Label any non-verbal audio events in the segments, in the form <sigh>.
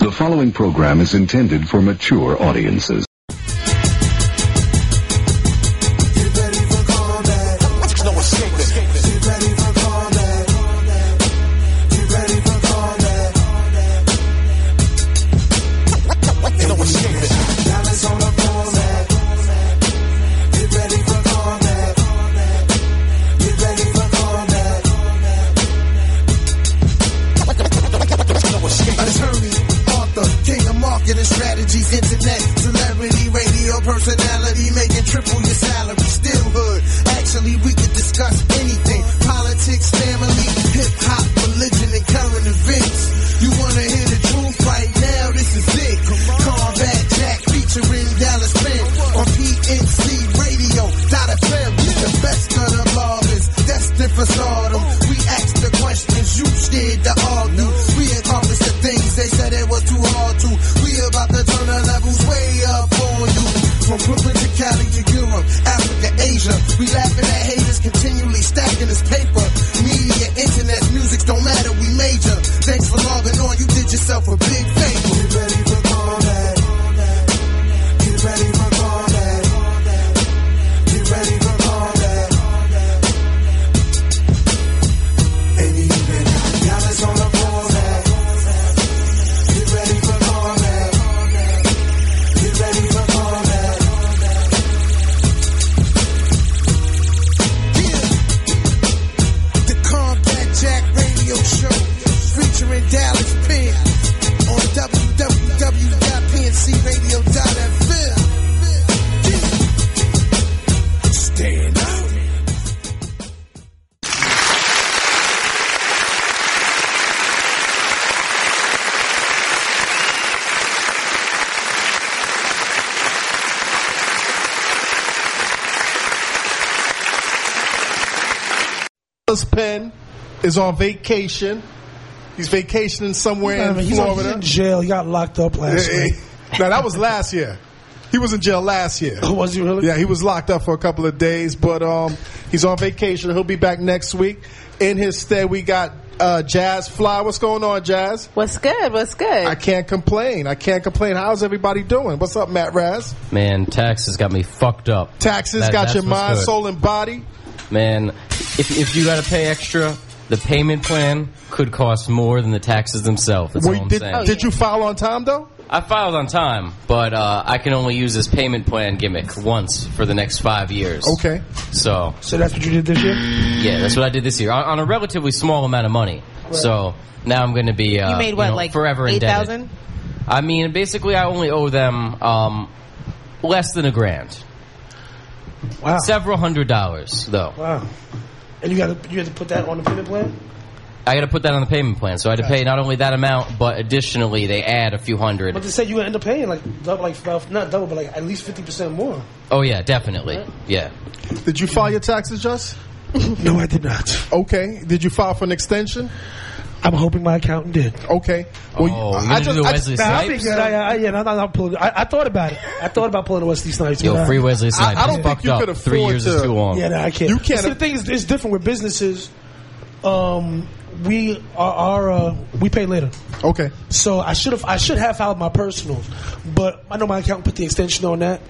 The following program is intended for mature audiences. Attorney, author, king of marketing strategies, internet, celebrity, radio personality, making triple your salary. Still hood. Actually, we could discuss anything politics, family, hip hop, religion, and current events. You wanna hear the truth right now? This is it. Combat Jack featuring Dallas Ben on PNC Radio. Dot FM. The best of the marvels, destined for stardom. We ask the questions, you scared to argue. We accomplished the things they said it was too hard to. We about to turn the levels way up on you. From Brooklyn to Cali to Europe, Africa, Asia. We laughing at haters continually stacking this paper. Media, internet, music don't matter, we major. Thanks for logging on, you did yourself a big favor. Get ready for combat. Get ready for combat. Get ready for combat. And even Dallas on the format. Get ready for combat. Get ready for combat. The Combat Jack Radio Show featuring Dallas Penn on www.pncradio.fm. Stand out. Dallas Penn is on vacation. He's vacationing somewhere I mean, in he's, he's Florida. in jail. He got locked up last Yeah, week. yeah. now that was last year. He was in jail last year. <laughs> Was he really? Yeah, he was locked up for a couple of days, but um, he's on vacation. He'll be back next week. In his stead, we got uh, Jazz Fly. What's going on, Jazz? What's good? What's good? I can't complain. I can't complain. How's everybody doing? What's up, Matt Raz? Man, taxes got me fucked up. Taxes That- got that's your what's mind, good. soul, and body. Man, if, if you got to pay extra, the payment plan could cost more than the taxes themselves. That's Were all you- I'm did saying. did you file on time though? I filed on time, but uh, I can only use this payment plan gimmick once for the next five years. Okay. So, So that's what you did this year? yeah, that's what I did this year on, on a relatively small amount of money. So now I'm going to be uh, you made what, know, like forever eight indebted. thousand? I mean, basically, I only owe them um, less than a grand, Wow. several hundred dollars though. Wow. And you got to you had to put that on the payment plan. I got to put that on the payment plan, so I had to pay not only that amount, but additionally they add a few hundred. But they said you end up paying like double, like about- not double, but like at least fifty percent more. Oh yeah, definitely, yeah. Did you file your taxes, Just? No, I did not. Okay. Did you file for an extension? I'm hoping my accountant did. Okay. Well, Oh, I- I you gonna just- do the I just- Wesley Nah, I'll be Snipes? good. I, I, yeah, no, no, no, I'm pulling- I, I thought about it. I thought about pulling a Wesley Snipes. but Yo, I- free Wesley I- I Snipes. don't think fucked you up. could Three afford years to- is too long. Yeah, no, I can't. You can't- See, the thing is, it's different with businesses. Um, we are, are uh, we pay later. Okay. So I should have I should have filed my personals, but I know my accountant put the extension on that.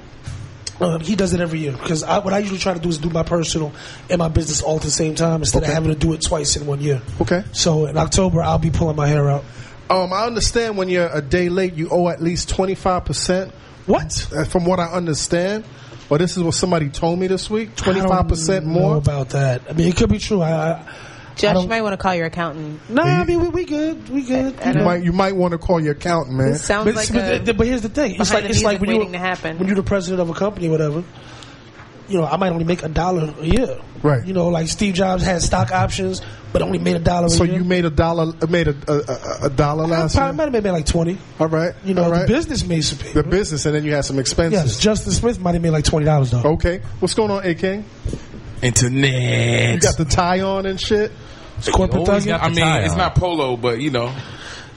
Um, he does it every year because I, what I usually try to do is do my personal and my business all at the same time instead Okay. of having to do it twice in one year. Okay. So in October I'll be pulling my hair out. Um, I understand when you're a day late, you owe at least twenty five percent. uh, What? From what I understand, or this is what somebody told me this week, twenty five percent I don't know more. about that. I mean, it could be true. I, I Josh, don't- you might want to call your accountant. no, I mean we, we good. We good. I You don't- might you might want to call your accountant, man. This sounds But, like but, a, the- but here's the thing. It's behind like the it's like music when you waiting to happen. when you're the president of a company, or whatever. You know, I might only make a dollar a year. Right. You know, like Steve Jobs had stock options, but only made a dollar. So a year. you made a dollar made a a, a, a dollar I last probably year. might have made like twenty. All right. You know, All right. the business made some pay. The business, and then you had some Yes, expenses. Justin Smith might have made like twenty dollars though. Okay. What's going on, AK? Internet. You got the tie on and shit. It's corporate always thugging, got- I mean, Tie it's on. not polo, but you know,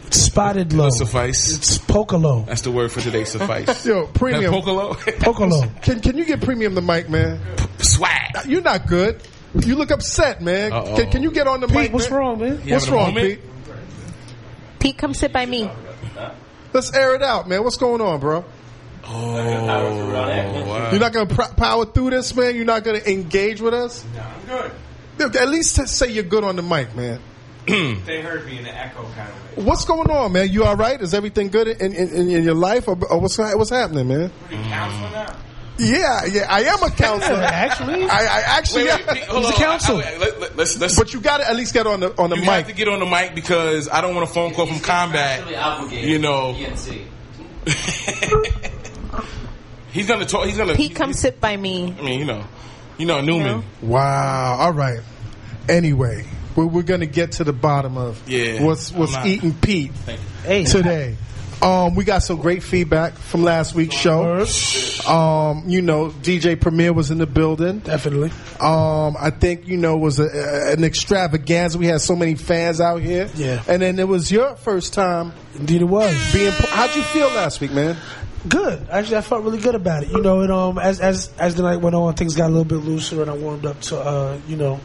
it's spotted low, suffice. it's <laughs> pocolo, That's the word for today. Suffice. Yo, <laughs> That premium. pocolo. pocolo. Can can you get premium the mic, man? <laughs> Swag. You're not good. You look upset, man. Uh-oh. Can, can you get on the mic? Pete, what's man? wrong, man? You What's having a wrong, moment? Pete? Pete, come sit by me. Let's air it out, man. What's going on, bro? Uh. Oh, wow. You're not going to pr- power through this, man? You're not going to engage with us? I'm good. Look, At least t- say you're good on the mic, man. They heard me in the echo kind of way. What's going on, man? You all right? Is everything good in, in, in, in your life? Or, or what's, what's happening, man? What are you counseling now? Yeah, yeah, I am a <laughs> counselor. actually. I, I actually Wait, wait, am. wait, hold He's on. a counselor. I- I- let- let- Let's let's. But you got to at least get on the on the You mic. have to get on the mic because I don't want a phone call from combat. You know, ENC. <laughs> he's gonna talk. He's gonna. Pete, come sit by me. I mean, you know, you know Newman. Wow. All right. Anyway, we're, we're going to get to the bottom of Yeah. what's what's I'm not- eating Pete Hey. today. Um, we got some great feedback from last week's show. Um, you know, DJ Premier was in the building. Definitely. Um, I think you know was a, a, an extravaganza. We had so many fans out here. Yeah. And then it was your first time Indeed it was. being. How'd you feel last week, man? Good. Actually, I felt really good about it. You know, and um, as as as the night went on, things got a little bit looser, and I warmed up to uh, you know,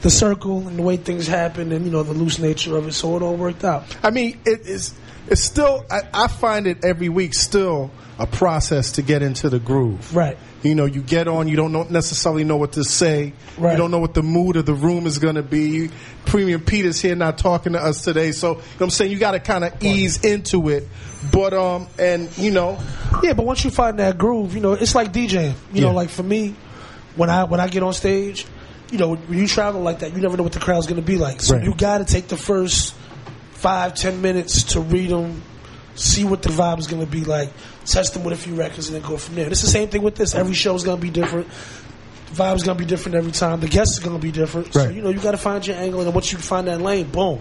the circle and the way things happened, and you know, the loose nature of it. So it all worked out. I mean, it is. It's still. I, I find it every week still a process to get into the groove. Right. You know, you get on. You don't know, necessarily know what to say. Right. You don't know what the mood of the room is going to be. Premium Pete is here, not talking to us today. So you know what I'm saying you got to kind of ease into it. But um, and you know, Yeah, but once you find that groove, you know, it's like DJing. You know, Yeah. like for me, when I when I get on stage, you know, when you travel like that, you never know what the crowd's going to be like. So Right. you got to take the first five ten minutes to read them, see what the vibe is going to be like, test them with a few records, and then go from there. It's the same thing with this. Every show is going to be different. The vibe's going to be different every time. The guests are going to be different. So Right. you know, you got to find your angle, and then once you find that lane, boom,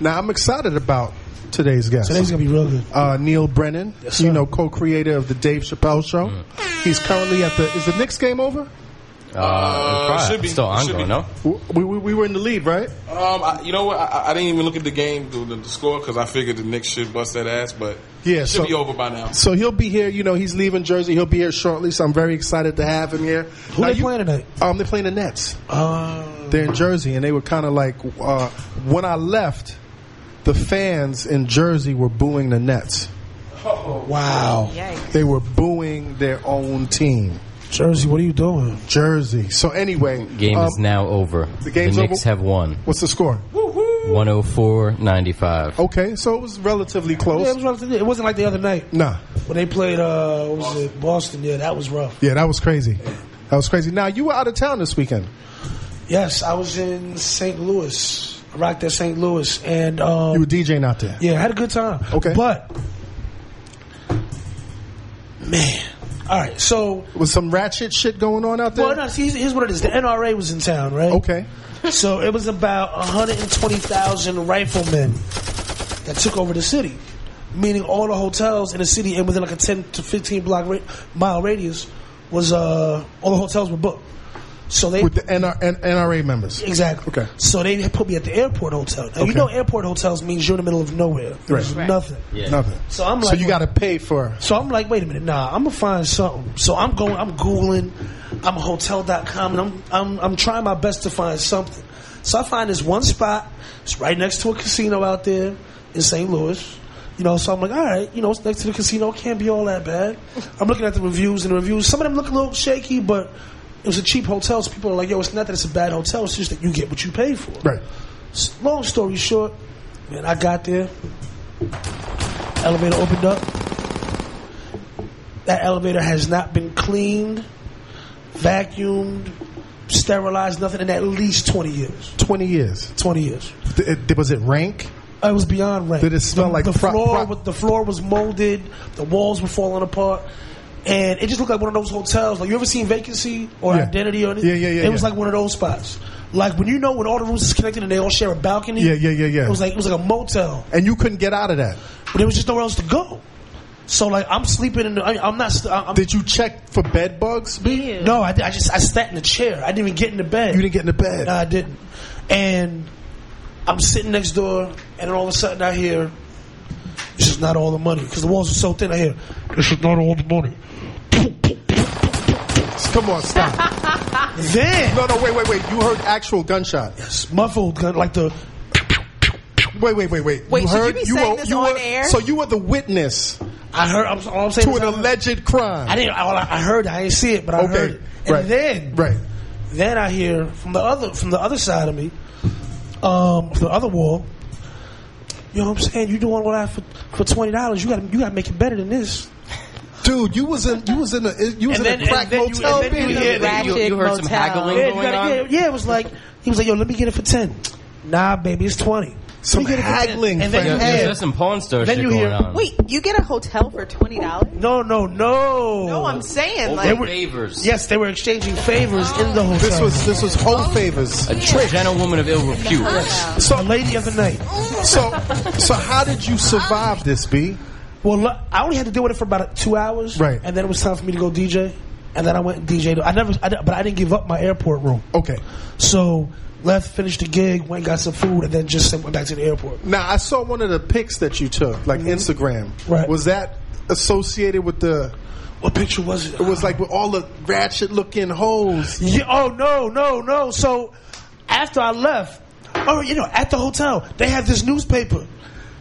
now I'm excited about today's guest. today's going to be real good. uh, Neil Brennan, Yes, you sir. know, co-creator of the Dave Chappelle Show. He's currently at the. Is the Knicks game over? Uh, probably. should be. Still Should ongoing, be. no? W- We, we, we were in the lead, right? Um, I, you know what? I- I, I didn't even look at the game, the, the score, because I figured the Knicks should bust that ass. But Yeah, it should so- be over by now. So he'll be here. You know, he's leaving Jersey. He'll be here shortly. So I'm very excited to have him here. Who Now, they you- playing tonight? Um, they're playing the Nets. Uh, They're in Jersey, and they were kind of like uh, when I left, the fans in Jersey were booing the Nets. Oh. wow, Yikes. They were booing their own team, Jersey, what are you doing? Jersey. So anyway, Game um, is now over. the game's the Knicks over? have won. What's the score? 104.95. Okay, so it was relatively close. Yeah, it, was relatively, it wasn't like the other night nah, when they played. Uh, what was it Boston? Yeah, that was rough. yeah, that was crazy. That was crazy. Now you were out of town this weekend. Yes, I was in St. Louis. I rocked at St. Louis, and um, You were DJing out there. yeah, I had a good time. Okay. but man, all right. So, Was some ratchet shit going on out there? well, no, see, here's, here's what it is. The NRA was in town, right? Okay. So it was about 120,000 riflemen that took over the city, meaning all the hotels in the city and within like a 10 to 15 block ra- mile radius was uh, all the hotels were booked. So they With the NR, N- NRA members. exactly. Okay. So they had put me at the airport hotel. Now Okay. you know airport hotels means you're in the middle of nowhere. There's Right. nothing. Yeah. Nothing. So I'm so like, you got to pay for. so I'm like, wait a minute, nah, I'm gonna find something. So I'm going, I'm googling, I'm hotel.com, and I'm I'm I'm trying my best to find something. So I find this one spot. It's right next to a casino out there in St. Louis. You know, so I'm like, all right, you know, it's next to the casino. It Can't be all that bad. I'm looking at the reviews and the reviews. Some of them look a little shaky, but it was a cheap hotel. So people are like, yo, it's not that it's a bad hotel. It's just that you get what you pay for. Right. S- Long story short, man, I got there. Elevator opened up. That elevator has not been cleaned, vacuumed, sterilized, nothing in at least 20 years. Twenty years. 20 years. Th- it- was it rank? It was beyond rank. Did it smell the, like the pro- floor? pro- was- the floor was molded. The walls were falling apart, and it just looked like one of those hotels. Like you ever seen Vacancy or Yeah. Identity or anything? Yeah, yeah, yeah, It was yeah. like one of those spots. Like when you know when all the rooms is connected and they all share a balcony. Yeah, yeah, yeah, yeah. It was like it was like a motel, And you couldn't get out of that. but there was just nowhere else to go. So like I'm sleeping in the. I, I'm not. st- I'm, Did you check for bed bugs? Ew. no, I, did- I just I sat in the chair. I didn't even get in the bed. You didn't get in the bed. No, I didn't. And I'm sitting next door, and then all of a sudden I hear, "This is not all the money," because the walls are so thin. I hear, "This is not all the money." Come on, <laughs> stop. Then no, no, wait, wait, wait. You heard actual gunshot. it's muffled, gun- like the Wait, wait, wait, wait. Wait, you should you heard, be saying were, this you on were, air? So you were the witness I heard. I'm, all I'm saying to is an I- alleged crime. I didn't. All I, I heard. I didn't see it, but I Okay, heard. It. And right, then, right. Then I hear from the other from the other side of me, um, from the other wall. You know what I'm saying? You doing what I for for twenty dollars? You got to you got to make it better than this. Dude, you was in you was in a you was And in then- a crack and then you- motel. and then baby. you- yeah, then you, Ratchet you heard some Motel. haggling Yeah, Yeah, you going on. gotta, yeah, yeah, it was like he was like, "Yo, let me get it for 10. Nah, baby, it's twenty. Some Let me get it for 10. haggling And then for you hair. Yeah, there's- hear, there's some porn star Then shit you going hear- on. Wait, you get a hotel for twenty dollars? no, no, no. No, I'm saying They like Oh. were favors. Yes, they were exchanging favors in the hotel. This was this was home favors. A gentlewoman of ill repute. so a lady of the night. So so how did you survive this, B? Well, lo- I only had to deal with it for about two hours, Right. And then it was time for me to go DJ, and then I went and DJed. I never, I, di- but I didn't give up my airport room. Okay. So left, finished the gig, went and got some food, and then just went back to the airport. Now I saw one of the pics that you took, like Instagram. Right. Was that associated with the? What picture was it? It was like with all the ratchet looking holes. Yeah, oh no, no, no. So after I left, oh, you know, at the hotel, they had this newspaper.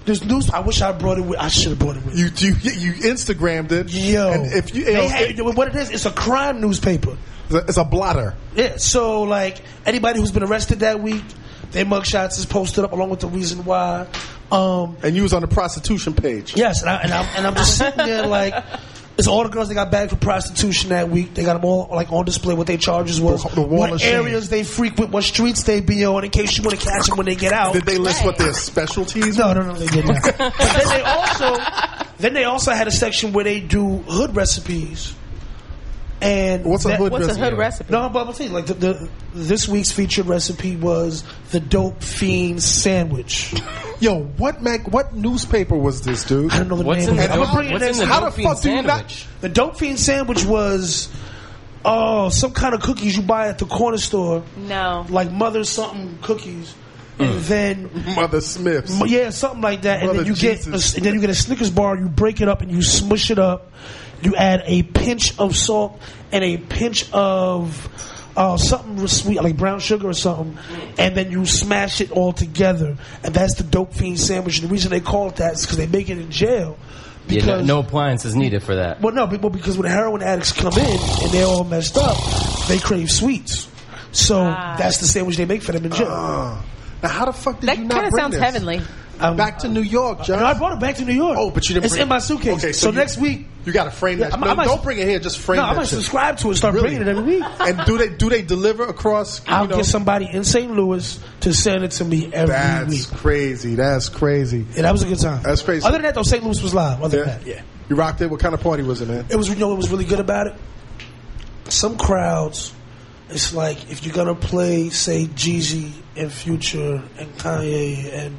This news, I wish I brought it with. I should have brought it with. You you you Instagrammed it. Yo, and if you, they you know, had, what it is, it's a crime newspaper. it's a blotter. Yeah, so like anybody who's been arrested that week, their mugshots is posted up along with the reason why. Um, and you was on the prostitution page. yes, and, I, and I'm and I'm just sitting there like. It's all the girls that got bagged for prostitution that week. They got them all like on display. What their charges was, The- the wall of what shame. areas they frequent, what streets they be on, in case you want to catch them when they get out. Did they list what their specialties? No, no, no, they did not. but then they also, then they also had a section were where they do hood recipes. And What's a that- hood what's a recipe? hood recipe? No, but I'm saying like the, the this week's featured recipe was the dope fiend sandwich. Yo, what Mac? What newspaper was this, dude? I don't know the What's name. in the of it. I'm dope, gonna bring it what's in next the time. How dope the fuck fiend do you not- sandwich? The dope fiend sandwich was oh some kind of cookies you buy at the corner store, no. like mother something cookies, and Mm. then Mother Smith's. M- Yeah, something like that. And Brother then you Jesus. get, a, and then you get a Snickers bar. You break it up and you smush it up. You add a pinch of salt and a pinch of uh, something real sweet, like brown sugar or something, and then you smash it all together. And that's the dope fiend sandwich. And the reason they call it that is because they make it in jail. Yeah, Because no, no appliances needed for that. well, no, be- well, because when heroin addicts come in and they're all messed up, they crave sweets. So Ah. that's the sandwich they make for them in jail. Uh, now, how the fuck did That you kind not of bring sounds this? heavenly. Um, Back to New York, John. no, I brought it back to New York. Oh, but you didn't. It's bring in my suitcase. Okay, so you- next week, you got to frame Yeah, that. I'm- no, I might- don't bring it here. Just frame no, that I'm gonna shit. subscribe to it. Start Really? bringing it every <laughs> week. and do they do they deliver across? you I'll know- get somebody in St. Louis to send it to me every That's week. crazy. That's crazy. Yeah, that was a good time. That's crazy. Other than that, though, St. Louis was live. Other Yeah. than that, yeah, You rocked it. What kind of party was it, man? <laughs> it was. You know, what was really good about it. Some crowds, it's like if you're gonna play, say Jeezy and Future and Kanye and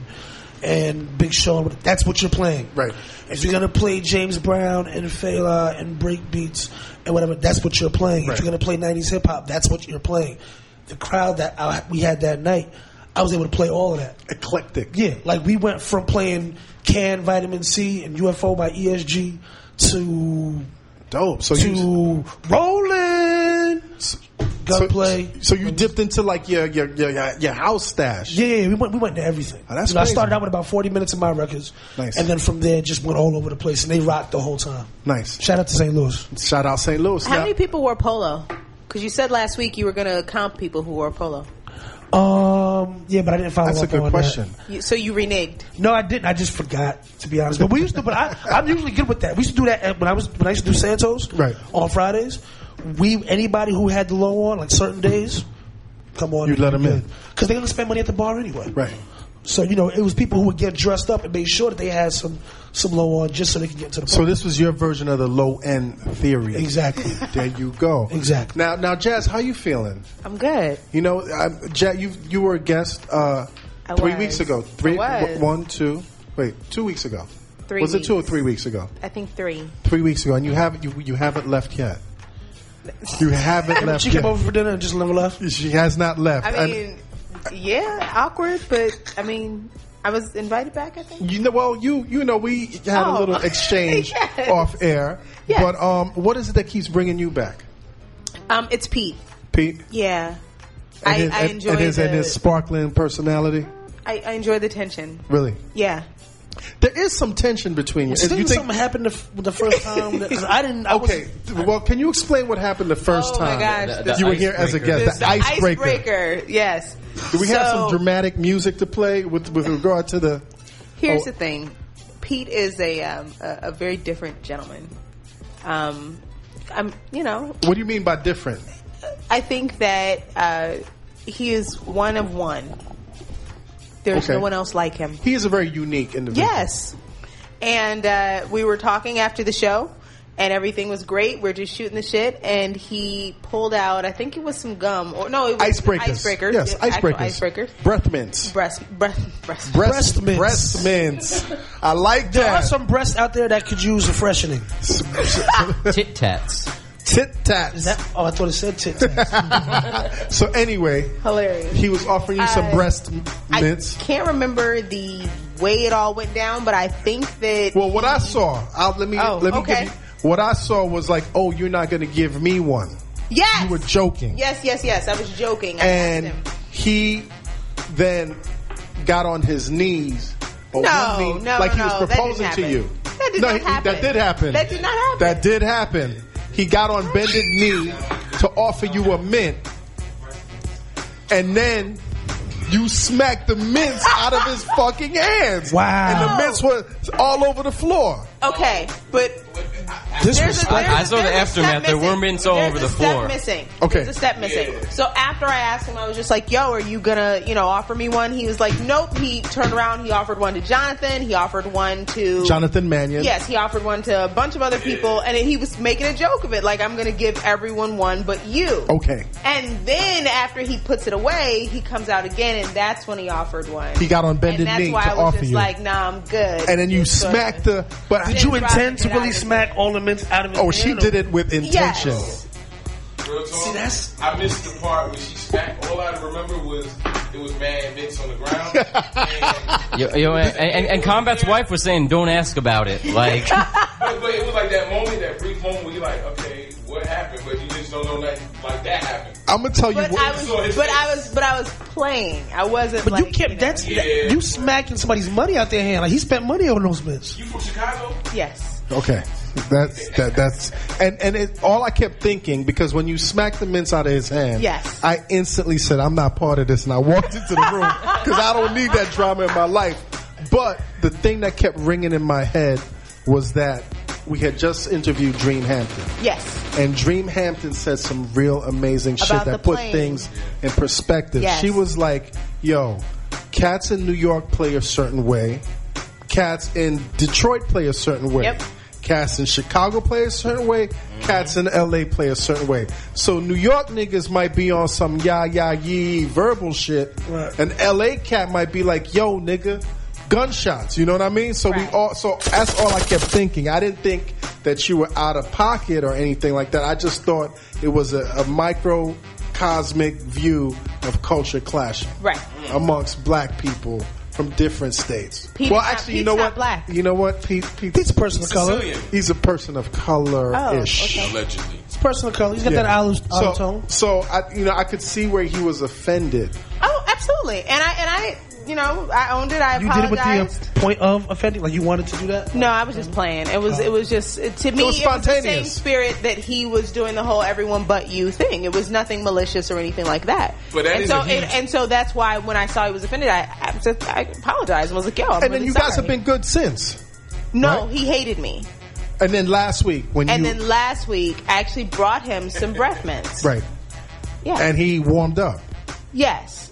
and Big Sean, that's what you're playing. Right. If you're gonna play James Brown and Fela and break beats and whatever, that's what you're playing. Right. If you're gonna play '90s hip hop, that's what you're playing. The crowd that I, we had that night, I was able to play all of that. Eclectic. Yeah, like we went from playing Can Vitamin C and UFO by ESG to Dope. So you to Rolling Gunplay. So, so you dipped into like your your your, your- your house stash. Yeah, yeah, yeah, we went we went to everything. Oh, that's You know, I crazy. started out with about forty minutes of my records, Nice. and then from there just went all over the place, and they rocked the whole time. Nice. Shout out to St. Louis. Shout out St. Louis. How Now- many people wore polo? Because you said last week you were going to comp people who wore polo. Um, yeah, but I didn't follow That's a up on good that. question. You, so you reneged. No, I didn't. I just forgot to be honest. But we used to. But I, I'm usually good with that. We used to do that at- when I was when I used to do Santos. Right. On Fridays, we anybody who had the low on like certain days, come on, You let 'em in. because they're gonna spend money at the bar anyway. Right. So you know, it was people who would get dressed up and made sure that they had some some low on just so they could get to the. So party. this was your version of the low end theory. <laughs> exactly. There you go. Exactly. Now, now, Jazz, how you feeling? I'm good. You know, I'm, Jazz, you you were a guest uh, I three was. weeks ago. Three, I was. w- one, two, wait, two weeks ago. Three was it two or weeks. three weeks ago? I think three. Three weeks ago, and you haven't you, you haven't left yet. You <laughs> haven't left. she came yet. over for dinner and just never left. She has not left. I And- mean, yeah, awkward, but I mean, I was invited back, I think. You know, well, you you know, we had a Oh. <laughs> little exchange Yes. off air. Yes. But um, what is it that keeps bringing you back, Um, it's Pete. Pete? Yeah. And I, his- I and- enjoy and his, the, and his sparkling personality. I, I enjoy the tension. Really, Yeah. there is some tension between you. Didn't you think? something happen the, f- the first time? Because I didn't. <laughs> I okay, wasn't- th- well, can you explain what happened the first Oh my time? gosh, The- the you were here as a icebreaker. guest. The, icebreaker. icebreaker, Yes. Do we have some So- dramatic music to play with with regard to the? Here's Oh. the thing, Pete is a um, a, a very different gentleman. Um, I'm you know What do you mean by different? I think that uh, he is one of one. There's Okay. no one else like him. He is a very unique individual. Yes. And uh, we were talking after the show, and everything was great. We are just shooting the shit, and he pulled out. I think it was some gum, or no, it was Icebreakers. Icebreakers. Yes, Yeah, actual icebreakers. Icebreakers. Breath mints. Breast, breast, Breast, breast. Breast mints. Breast mints. I like There are that. some breasts out there that could use a freshening. Tit tats. Tit tats. Is that? Oh, I thought it said tit. <laughs> tats. so anyway, Hilarious. he was offering you some Uh, breast m- I mints. can't remember the way it all went down, but I think that well, what I saw, I'll, let me Oh, let me okay. give you. What I saw was like, oh, you're not going to give me one. yes, You were joking. yes, yes, yes. I was joking. I and asked him. he then got on his knees. or No, one knee, no, like he no, was that didn't proposing to happen. you. That did no, not he- happen. That did happen. That did not happen. That did happen. He got on bended knee to offer you a mint, and then you smacked the mints out of <laughs> his fucking hands. Wow. And the No. mints were all over the floor. Okay, but This there's was. a, there's I a- saw the there's a step aftermath. There were missing. mints all There's over a the step floor. missing. Okay. There's a step missing. So after I asked him, I was just like, "Yo, are you gonna, you know, offer me one?" He was like, "Nope." He turned around. He offered one to Jonathan. He offered one to Jonathan Mannion. Yes, he offered one to a bunch of other people, and he was making a joke of it, like, "I'm gonna give everyone one, but you." Okay. And then after he puts it away, he comes out again, and that's when he offered one. He got on bended and that's knee why to I was offer just you. like, "Nah, I'm good." and then you So- smacked the. But Did you intend to really Yes. smack all the mints out of his Oh, she hand, or- did it with intention. Yes. Real talk, See, that's- I missed the part where she smacked. All I remember was it was mad Vince on the <laughs> ground. and, Yo, yo, and, and, and Combat's wife was saying, "Don't ask about it." <laughs> Like, but, but it was like that moment, that brief moment where you're like, okay, what happened? But you just don't know that like that happened. I'm gonna tell you But what. I was, but I was, but I was playing. I wasn't. But like, you kept know. that's Yeah. that- you smacking somebody's money out their hand. Like he spent money on those mints. You from Chicago? Yes. Okay, that's that. That's and and it, all I kept thinking because when you smacked the mints out of his hand, Yes. I instantly said I'm not part of this, and I walked into the <laughs> room because I don't need that drama in my life. But the thing that kept ringing in my head was that we had just interviewed Dream Hampton, Yes. and Dream Hampton said some real amazing shit About the that put plane. things in perspective. Yes. She was like, "Yo, cats in New York play a certain way. Cats in Detroit play a certain way. Yep. Cats in Chicago play a certain way. Cats in LA play a certain way. So New York niggas might be on some ya ya yee verbal shit, Right. and LA cat might be like, "Yo, nigga." Gunshots, you know what I mean? So we Right. all, so that's all I kept thinking. I didn't think that you were out of pocket or anything like that. I just thought it was a, a microcosmic view of culture clashing Right. amongst black people from different states. Pete's well, not- actually, you Pete's know not what? black. You know what? Pete, Pete, He's a person of color. Sicilian. he's a person of color ish. Oh, okay. Allegedly. He's a person of color. He's got that olive, olive so, tone. so I, you know, I could see where he was offended. Oh, absolutely. And I and I, you know, I owned it. I You did it with the apologized. uh, point of offending. Like you wanted to do that. no, I was just playing. It was it was just it- to me was the same spontaneous. spirit that he was doing the whole everyone but you thing. It was nothing malicious or anything like that. But that and is so a huge- and, and so that's why when I saw he was offended, I I, just, I apologized and was like, "Yo, I'm And then really you guys sorry. have been good since. no, right? he hated me." And then last week when And you then last week, I actually brought him some breath mints. right, Yeah. and he warmed up. yes.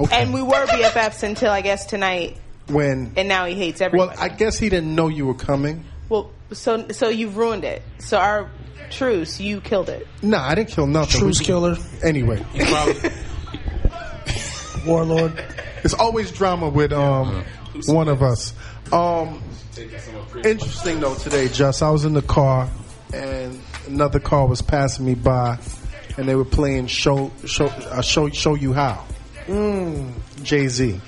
Okay. And we were BFFs until I guess tonight, when and now he hates everyone. well, I guess he didn't know you were coming. Well, so so you've ruined it. So our truce, you killed it. No, I didn't kill nothing. Truce We- killer, Anyway, You probably warlord. it's always drama with um one of us. Um, taking some of Chris. interesting though today, Just. I was in the car and another car was passing me by, and they were playing show show uh, show show you how. Mm. Jay Z.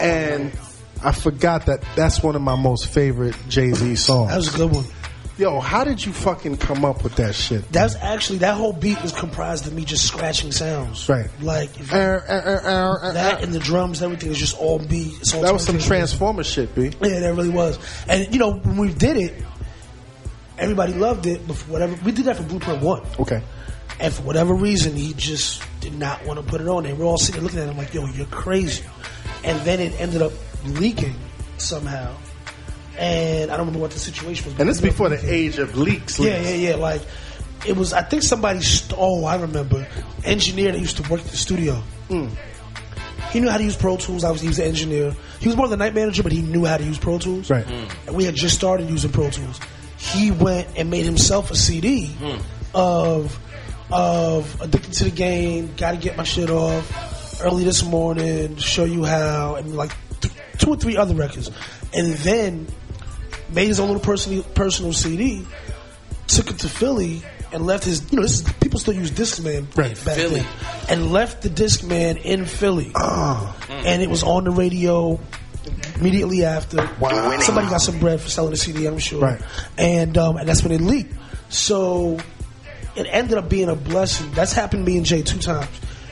And I forgot that that's one of my most favorite Jay Z songs. That was a good one. Yo, how did you fucking come up with that shit? That's actually that whole beat was comprised of me just scratching sounds. Right. Like if you- Er, er, er, er, er, that er. and the drums, everything is just all beat. It's all That was some transformation. Transformer shit, B. Yeah, that really was. And you know, when we did it, everybody loved it. But for whatever, we did that for Blueprint One, Okay. and for whatever reason, he just did not want to put it on. And we're all sitting there looking at him like, "Yo, you're crazy." And then it ended up leaking somehow, and I don't remember what the situation was. but And this it ended up before the leaking. age of leaks. Yeah, leaks. yeah, yeah. Like it was. I think somebody. St- oh, I remember. Engineer that used to work at the studio. He knew how to use Pro Tools. Obviously, he was an engineer. He was more of the night manager, but he knew how to use Pro Tools. Right. And we had just started using Pro Tools. He went and made himself a CD of of addicted to the game. Got to get my shit off early this morning. Show you how, and like th- two or three other records, and then made his own little personal personal CD took it to Philly and left his. You know, this is, people still use Discman Right. back Philly. then, and left the Discman in Philly, and it was on the radio immediately after. Wow. Somebody got some bread for selling the CD, I'm sure. Right. And um, and that's when it leaked. So it ended up being a blessing. That's happened to me and Jay two times,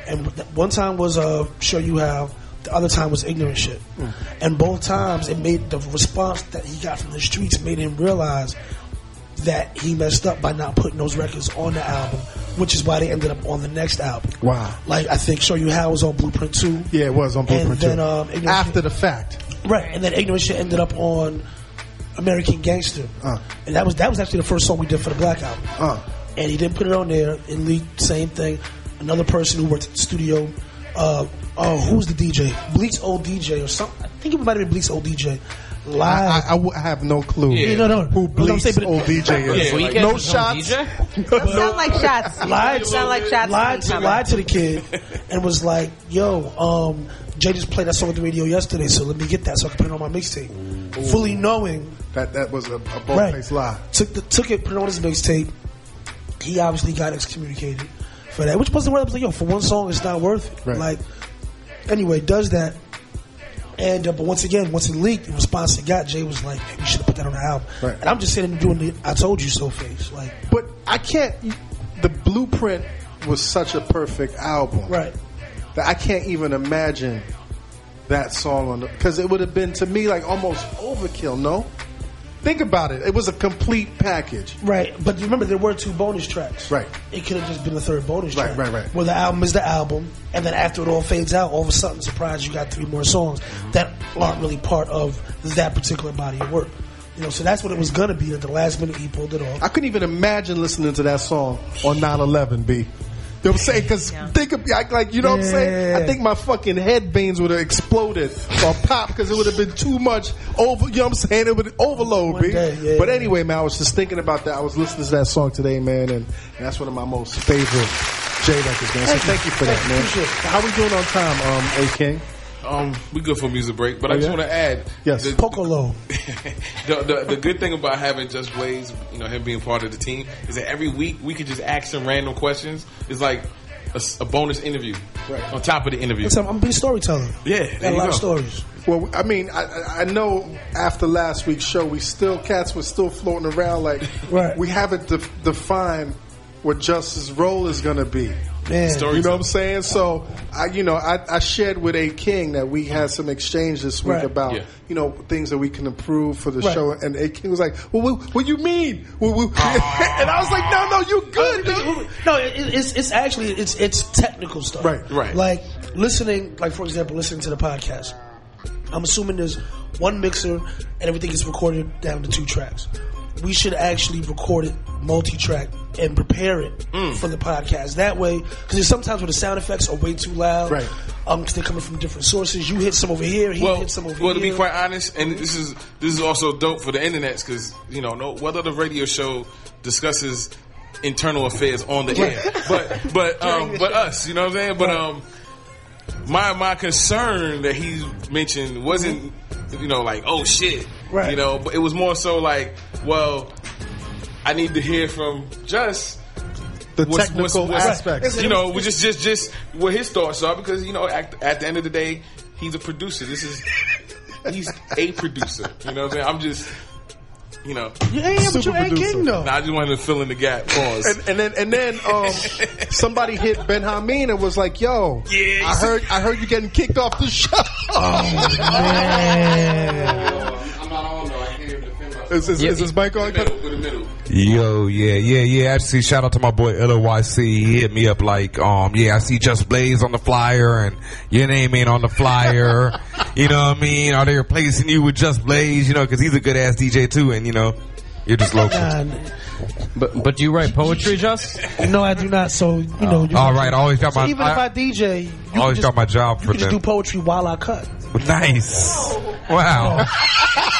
and th- one time was uh, show you how. The other time was ignorant shit, Mm. and both times it made the response that he got from the streets made him realize that he messed up by not putting those records on the album, which is why they ended up on the next album. Wow. Like I think Show You How was on Blueprint Two. Yeah, it was on Blueprint And then too. um, Ignorant After Shit- the fact. right, and then Ignorant Shit ended up on American Gangster, Uh. and that was that was actually the first song we did for the Black album. Uh. And he didn't put it on there. It leaked. Same thing. Another person who worked at the studio. Uh, oh, who's the DJ? Bleak's old DJ or something. I think it might have been Bleak's old I, DJ. I, Live. I w- I have no clue Yeah, Ah. no, no. who That's what I'm bleeps saying, but- old DJ is. Yeah, like- no was his own shots. DJ? Those sound like shots. <laughs> lied Those to, sound like shots. lied me, to, Tommy. lied to the kid and was like, "Yo, um, Jay just played that song on the radio yesterday, so let me get that so I can put it on my mixtape." Fully knowing, That, that was a, a bold right? faced lie. Took the, took it, put it on his mixtape. He obviously got excommunicated for that, which wasn't worth. it. I was like, "Yo, for one song, it's not worth it." Right. Like, anyway, does that. And uh, but once again, once it leaked, the response it got, Jay was like, "Hey, "We should have put that on the album." Right. And I'm just sitting there doing the "I told you so" face, like, But I can't. The blueprint was such a perfect album, right? That I can't even imagine that song on because it would have been to me like almost overkill. No, think about it. It was a complete package. Right, but remember there were two bonus tracks. Right. It could have just been a third bonus Right, track. right, right. Where the album is the album, and then after it all fades out, all of a sudden, surprise, you got three more songs that aren't really part of that particular body of work. You know, so that's what it was gonna be. At the last minute, he pulled it off. I couldn't even imagine listening to that song on 9/11. B. You know what I'm saying? Because think of like, like you know what I'm saying. I Yeah. think my fucking head veins would have exploded or popped because it would have been too much over. You know what I'm saying? It would overload One me. day, yeah, but yeah. anyway, man, I was just thinking about that. I was listening to that song today, man, and, and that's one of my most favorite J records, man. So Thank you. thank you for that, Thank you. man. Appreciate it. How we doing on time, um, A King? Um, we good for a music break, but I Oh, just yeah? want to add. Yes. the- Pocolo. <laughs> the, the, the good thing about having just Blaze, you know, him being part of the team, is that every week we could just ask him random questions. It's like a, s- a bonus interview Right. on top of the interview. Listen, I'm gonna be a storyteller. Yeah, Got there a you lot of go. stories. Well, I mean, I- I, I know after last week's show, we still cats were still floating around like Right. we haven't de- defined what Justice's role is going to be. Man, Story- You know what I'm saying? So I, you know, I, I shared with A King that we had some exchange this week Right. about Yeah. you know things that we can improve for the Right. show, and A King was like, "Well, what, what you mean?" Well, we- <laughs> and I was like, "No, no, you good." Uh, dude." No, it, it- it's it's actually it's it's technical stuff. Right, right. Like listening, like for example, listening to the podcast. I'm assuming there's one mixer and everything is recorded down to two tracks. We should actually record it multi-track and prepare it Mm. for the podcast. That way, because sometimes where the sound effects are way too loud, Right. Um, because they're coming from different sources. You hit some over here, he well, hit some over well, to here. be quite honest, and this is this is also dope for the internets because you know, no, what other radio show discusses internal affairs on the air? <laughs> But but um, but us, you know what I'm saying? But um, my my concern that he mentioned wasn't you know like oh shit, Mm-hmm. Right. You know, but it was more so like, well, I need to hear from just The what's- technical what's- what's- aspects. You know, we just just just what his thoughts are because you know at, at the end of the day, he's a producer. This is he's a producer. You know what I'm saying? I'm just you know. Yeah, yeah, but you Super ain't producer. kidding though. Nah, I just wanted to fill in the gap. Pause. And, and then and then um, somebody hit Ben Hameen and was like, "Yo, I Yeah, you see- heard I heard you getting kicked off the show." <laughs> <laughs> I'm not on though. I can't even defend myself. is, is, Yeah. is this mic on? with the middle. Yo, yeah, yeah, yeah. Actually, shout out to my boy LYC. He hit me up like, um, yeah, I see Just Blaze on the flyer and your name ain't on the <laughs> flyer. you know what I mean? Are they replacing you with Just Blaze? You know, cause he's a good ass DJ too and you know, you're just local. But but you write poetry, just no, I do not. So you know, you All right, I always got my, Oh. even if I I, DJ, you can always just, got my job you for can just do them. poetry while I cut. Nice. Wow.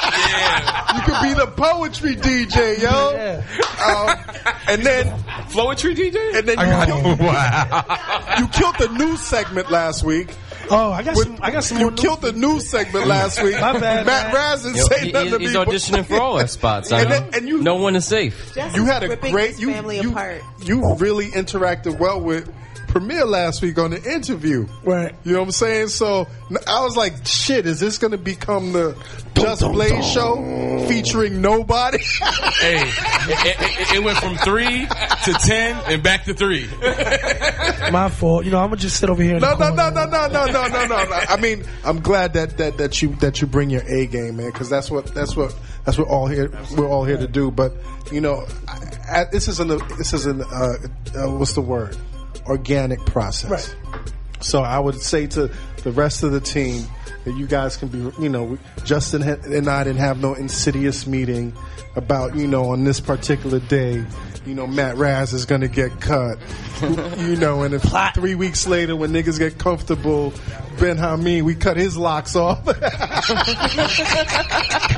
You could be the poetry DJ, yo. Yeah. Um, and then Flowetry DJ? and then I you, <laughs> got, wow. <laughs> you killed the news segment last week. Oh, I got With- some. I got some. you more new- killed the news segment last week. My bad, Matt man. Razin Yo, said he- nothing to he's me, but- auditioning for all our spots. I And know. then- and you- no one is safe. Just You had a ripping great his you family you, apart. you really interacted well with Premier last week on the interview. Right. You know what I'm saying? So n- I was like, shit, is this going to become the Just Blaze show featuring nobody? <laughs> hey, it, it- it went from three to ten and back to three. My fault. You know, I'm gonna just sit over here. in no, the no, no, corner. no, no, no, no, no, no. no. I mean, I'm glad that that that you that you bring your A game, man, because that's what that's what that's what all here we're all here to do. But you know, I, I, this is an this is an uh, uh, what's the word? Organic process. Right. So I would say to the rest of the team that you guys can be, you know, Justin ha- and I didn't have no insidious meeting about, you know, on this particular day, you know, Matt Raz is going to get cut. <laughs> you know, and if three weeks later when niggas get comfortable, Ben Hameen, we cut his locks off. <laughs>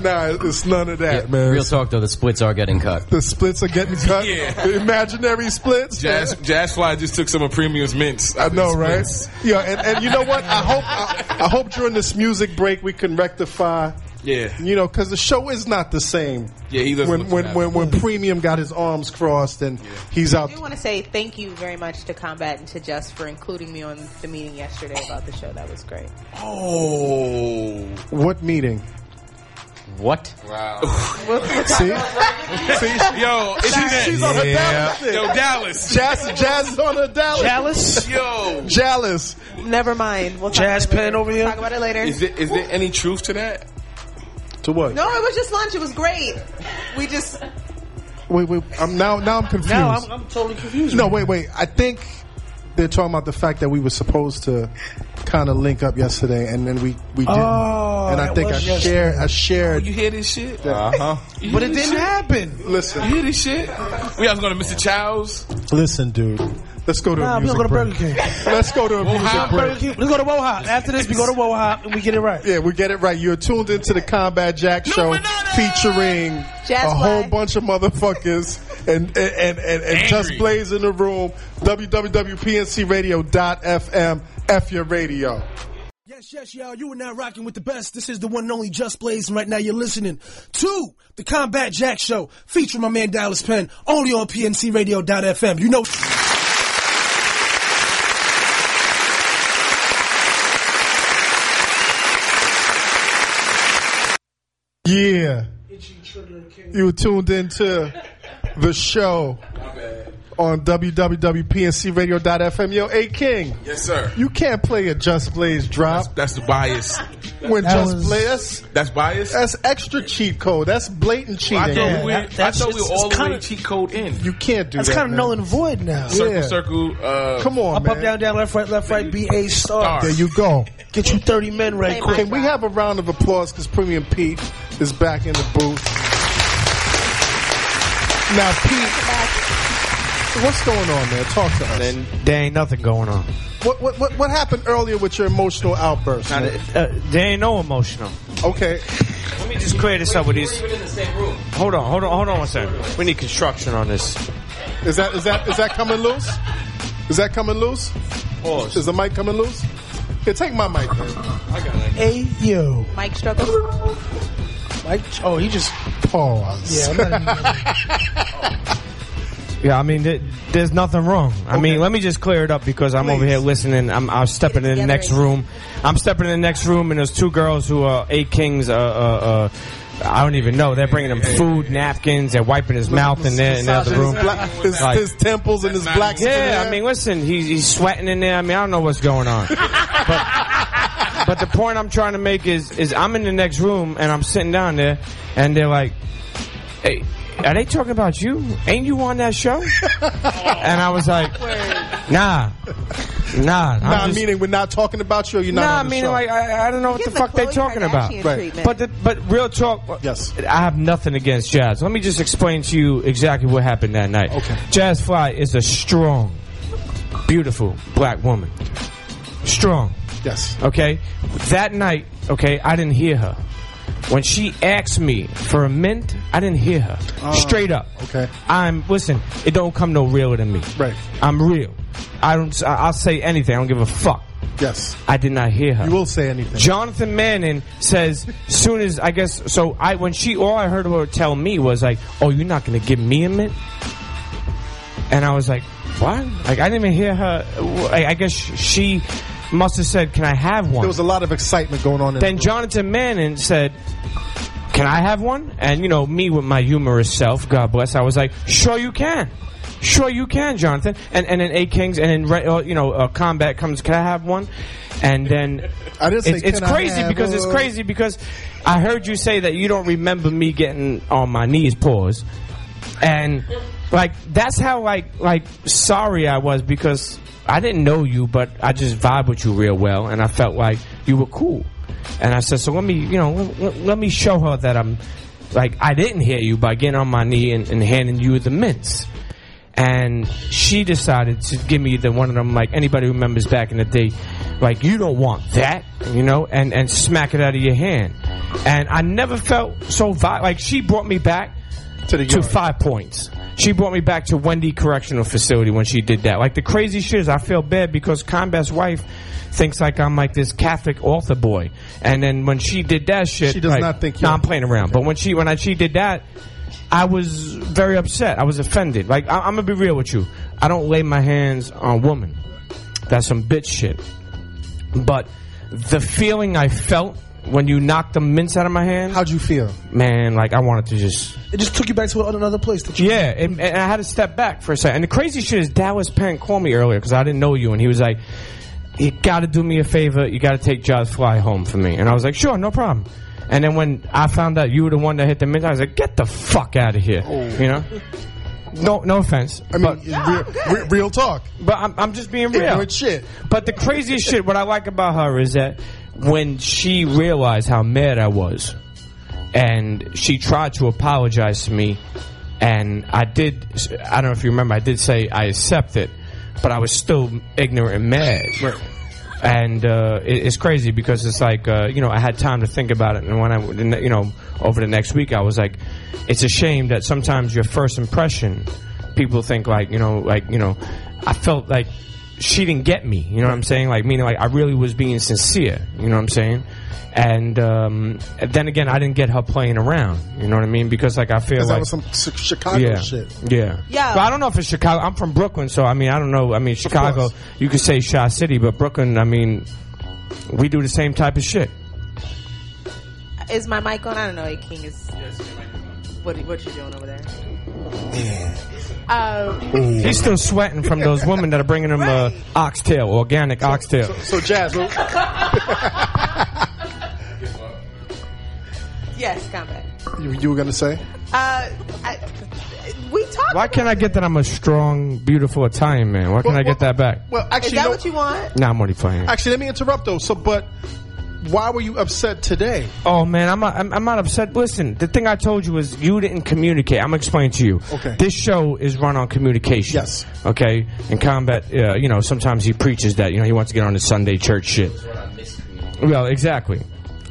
nah, it's none of that, man. Real talk though, the splits are getting cut. the splits are getting cut. Yeah. The imaginary splits. Jazz, Jazz Fly just took some of Premium's mints. I know, right? Yeah, and, and you know what? I hope I, I hope during this music break we can rectify. Yeah. You know, because the show is not the same. Yeah, he doesn't When look when, happy. when when Premium got his arms crossed and he's out. I do want to say thank you very much to Combat and to Just for including me on the meeting yesterday about the show. That was great. Oh, What meeting? What? See, yo, it's she's, she's on her Dallas. Thing. yo Dallas, Jazz, Jazz is on her Dallas. Dallas. yo. Jealous. Never mind. We'll talk Jazz about it later. pen over here? Talk about it later. Is there, is there any truth to that? To what? no, it was just lunch. It was great. We just Wait, wait. I'm now now I'm confused. Now I'm, I'm totally confused. No, wait, wait. I think they're talking about the fact that we were supposed to kind of link up yesterday, and then we we didn't. Oh, and I that think I was yesterday. Oh, shared. I shared. You hear this shit? Uh-huh. Uh huh. but it didn't happen. You Listen, hear this shit? We was going to Mr. Chow's. listen, dude. Let's go to Nah, a we music gonna go break. to Burger King. Let's go to a music how- break. We go to Wohop. After this, we go to Wohop and we get it right. Yeah, we get it right. You're tuned into the Combat Jack show featuring Jazz a whole Fly. bunch of motherfuckers and and and, and, and just Angry. blaze in the room. www.pncradio.fm. F your radio. Yes, yes, y'all. You are now rocking with the best. This is the one and only Just Blaze, and right now you're listening to the Combat Jack Show, featuring my man Dallas Penn, only on PNCRadio.fm. You know. Yeah. You were tuned into the show on www.pncradio.fm. Yo, A King, Yes, sir. you can't play a Just Blaze drop That's the bias. when That Just was- Blaze. That's, That's bias. that's extra cheat code. That's blatant I cheating. thought we were, that- that I thought we were shit's all the way kinda- cheat code in. You can't do That's that. kind of man. null and void now. Circle, yeah. circle. Uh, Come on, Up, man. up, down, down, left, right, left, right, B, A, star. There you go. Get you 30 men right Hey, quick. Can we have a round of applause because Premium Pete is back in the booth? Now, Pete, what's going on, man? Talk to us. There ain't nothing going on. What, what what what happened earlier with your emotional outburst? man? Uh, there ain't no emotional. Okay, Let me just clear this up with these. Hold on, hold on, hold on one second. We need construction on this. is that is that is that coming loose? Is that coming loose? Pause. Is the mic coming loose? Here, take my mic. man. Hey, yo. Mike struggles. Mike, oh, he just. Pause. Yeah, I'm not even. Yeah, I mean, th- there's nothing wrong. I mean, let me just clear it up because I'm over here listening. I'm, I'm stepping in the together, next Ace. room. I'm stepping in the next room, and there's two girls who are eight kings, uh, uh, uh, I don't even know. They're bringing him food, napkins. They're wiping his mouth in there in the other room. Black- his, Like, his temples and his black skin. yeah, I mean, listen, he's, he's sweating in there. I mean, I don't know what's going on. But, but the point I'm trying to make is, is I'm in the next room and I'm sitting down there, and they're like, "Hey, are they talking about you? Ain't you on that show?" and I was like, "Nah, nah." Nah, I'm just- meaning we're not talking about you. Or you're no, not. I on the mean, show. like, I, I don't know what the fuck they're talking about. Kardashian Right. treatment. But, the, but real talk. Yes. I have nothing against Jazz. Let me just explain to you exactly what happened that night. Okay. Jazz Fly is a strong, beautiful black woman. Strong. Yes. Okay. That night, okay, I didn't hear her. When she asked me for a mint, I didn't hear her. Straight up. Oh. Okay. I'm listen. It don't come no realer than me. Right. I'm real. I don't. I- I'll say anything. I don't give a fuck. Yes. I did not hear her. You will say anything. Jonathan Manning says, soon as I guess, so I when she all I heard her tell me was like, "Oh, you're not gonna give me a mint," and I was like, "What?" Like I didn't even hear her. I I guess she must have said, "Can I have one?" There was a lot of excitement going on. In then Jonathan Manning said, "Can I have one?" And you know me with my humorous self, God bless. I was like, "Sure you can." Sure you can, Jonathan. And and then A Kings and then re- uh, you know uh, combat comes. Can I have one? And then I didn't say, it's, it's "Can I crazy have because it's one?" crazy because I heard you say that you don't remember me getting on my knees, pause, and like that's how like like sorry I was because I didn't know you, but I just vibe with you real well, and I felt like you were cool, and I said, so let me you know let, let- let me show her that I'm like I didn't hear you by getting on my knee and, and handing you the mints. And she decided to give me the one of them, like anybody remembers back in the day, like you don't want that, you know, and and smack it out of your hand. And I never felt so vi- like she brought me back to, five points. She brought me back to Wendy Correctional Facility when she did that. Like the crazy shit is, I feel bad because Combat's wife thinks like I'm like this Catholic altar boy, and then when she did that shit, She does like, not think "Nah, you're- I'm playing around. But when she when I, she did that, I was very upset. I was offended. Like I, I'm gonna be real with you. I don't lay my hands on women. That's some bitch shit. But the feeling I felt when you knocked the mints out of my hand, how'd you feel? man? Like I wanted to just It just took you back to another place. That you yeah, and, and I had to step back for a second. And the crazy shit is Dallas Penn called me earlier because I didn't know you, and he was like, "You got to do me a favor. You got to take Jaws Fly home for me." And I was like, "Sure, no problem." And then when I found out you were the one that hit the mid, I was like, "Get the fuck out of here!" Oh. You know. No, no offense. I mean, real, re- real talk. But I'm, I'm just being real. Ignorant shit. But the craziest shit, what I like about her is that when she realized how mad I was, and she tried to apologize to me, and I did, I don't know if you remember, I did say I accept it, but I was still ignorant and mad. And uh, it, it's crazy because it's like uh, you know I had time to think about it, and when I the ne- you know over the next week I was like, it's a shame that sometimes your first impression, people think like you know like you know, I felt like she didn't get me. You know what I'm saying? Like meaning like I really was being sincere. You know what I'm saying? And um, then again, I didn't get her playing around. You know what I mean? Because like I feel Because like that was some Chi- Chicago yeah. shit. Yeah. Yeah. But I don't know if it's Chicago. I'm from Brooklyn, so I mean, I don't know. I mean, Chicago, you could say Shaw City, but Brooklyn, I mean, we do the same type of shit. Is my mic on? I don't know. A King is. What what you doing over there? Um, Mm. He's still sweating from <laughs> those women that are bringing him uh, oxtail, organic oxtail. So <laughs> Jazz, well, yes, combat. you, you were gonna say? Uh, I, we talked. Why can't I get that I'm a strong, beautiful Italian man? Why can't I get that back? Well, Is actually, that no- what you want? Nah, I'm only playing. actually, let me interrupt though. So, but why were you upset today? Oh man, I'm not, I'm, I'm not upset. Listen, the thing I told you is you didn't communicate. I'm explaining to you. Okay. This show is run on communication. Yes. Okay. In combat, uh, you know, sometimes he preaches that. You know, he wants to get on his Sunday church shit. Well, exactly.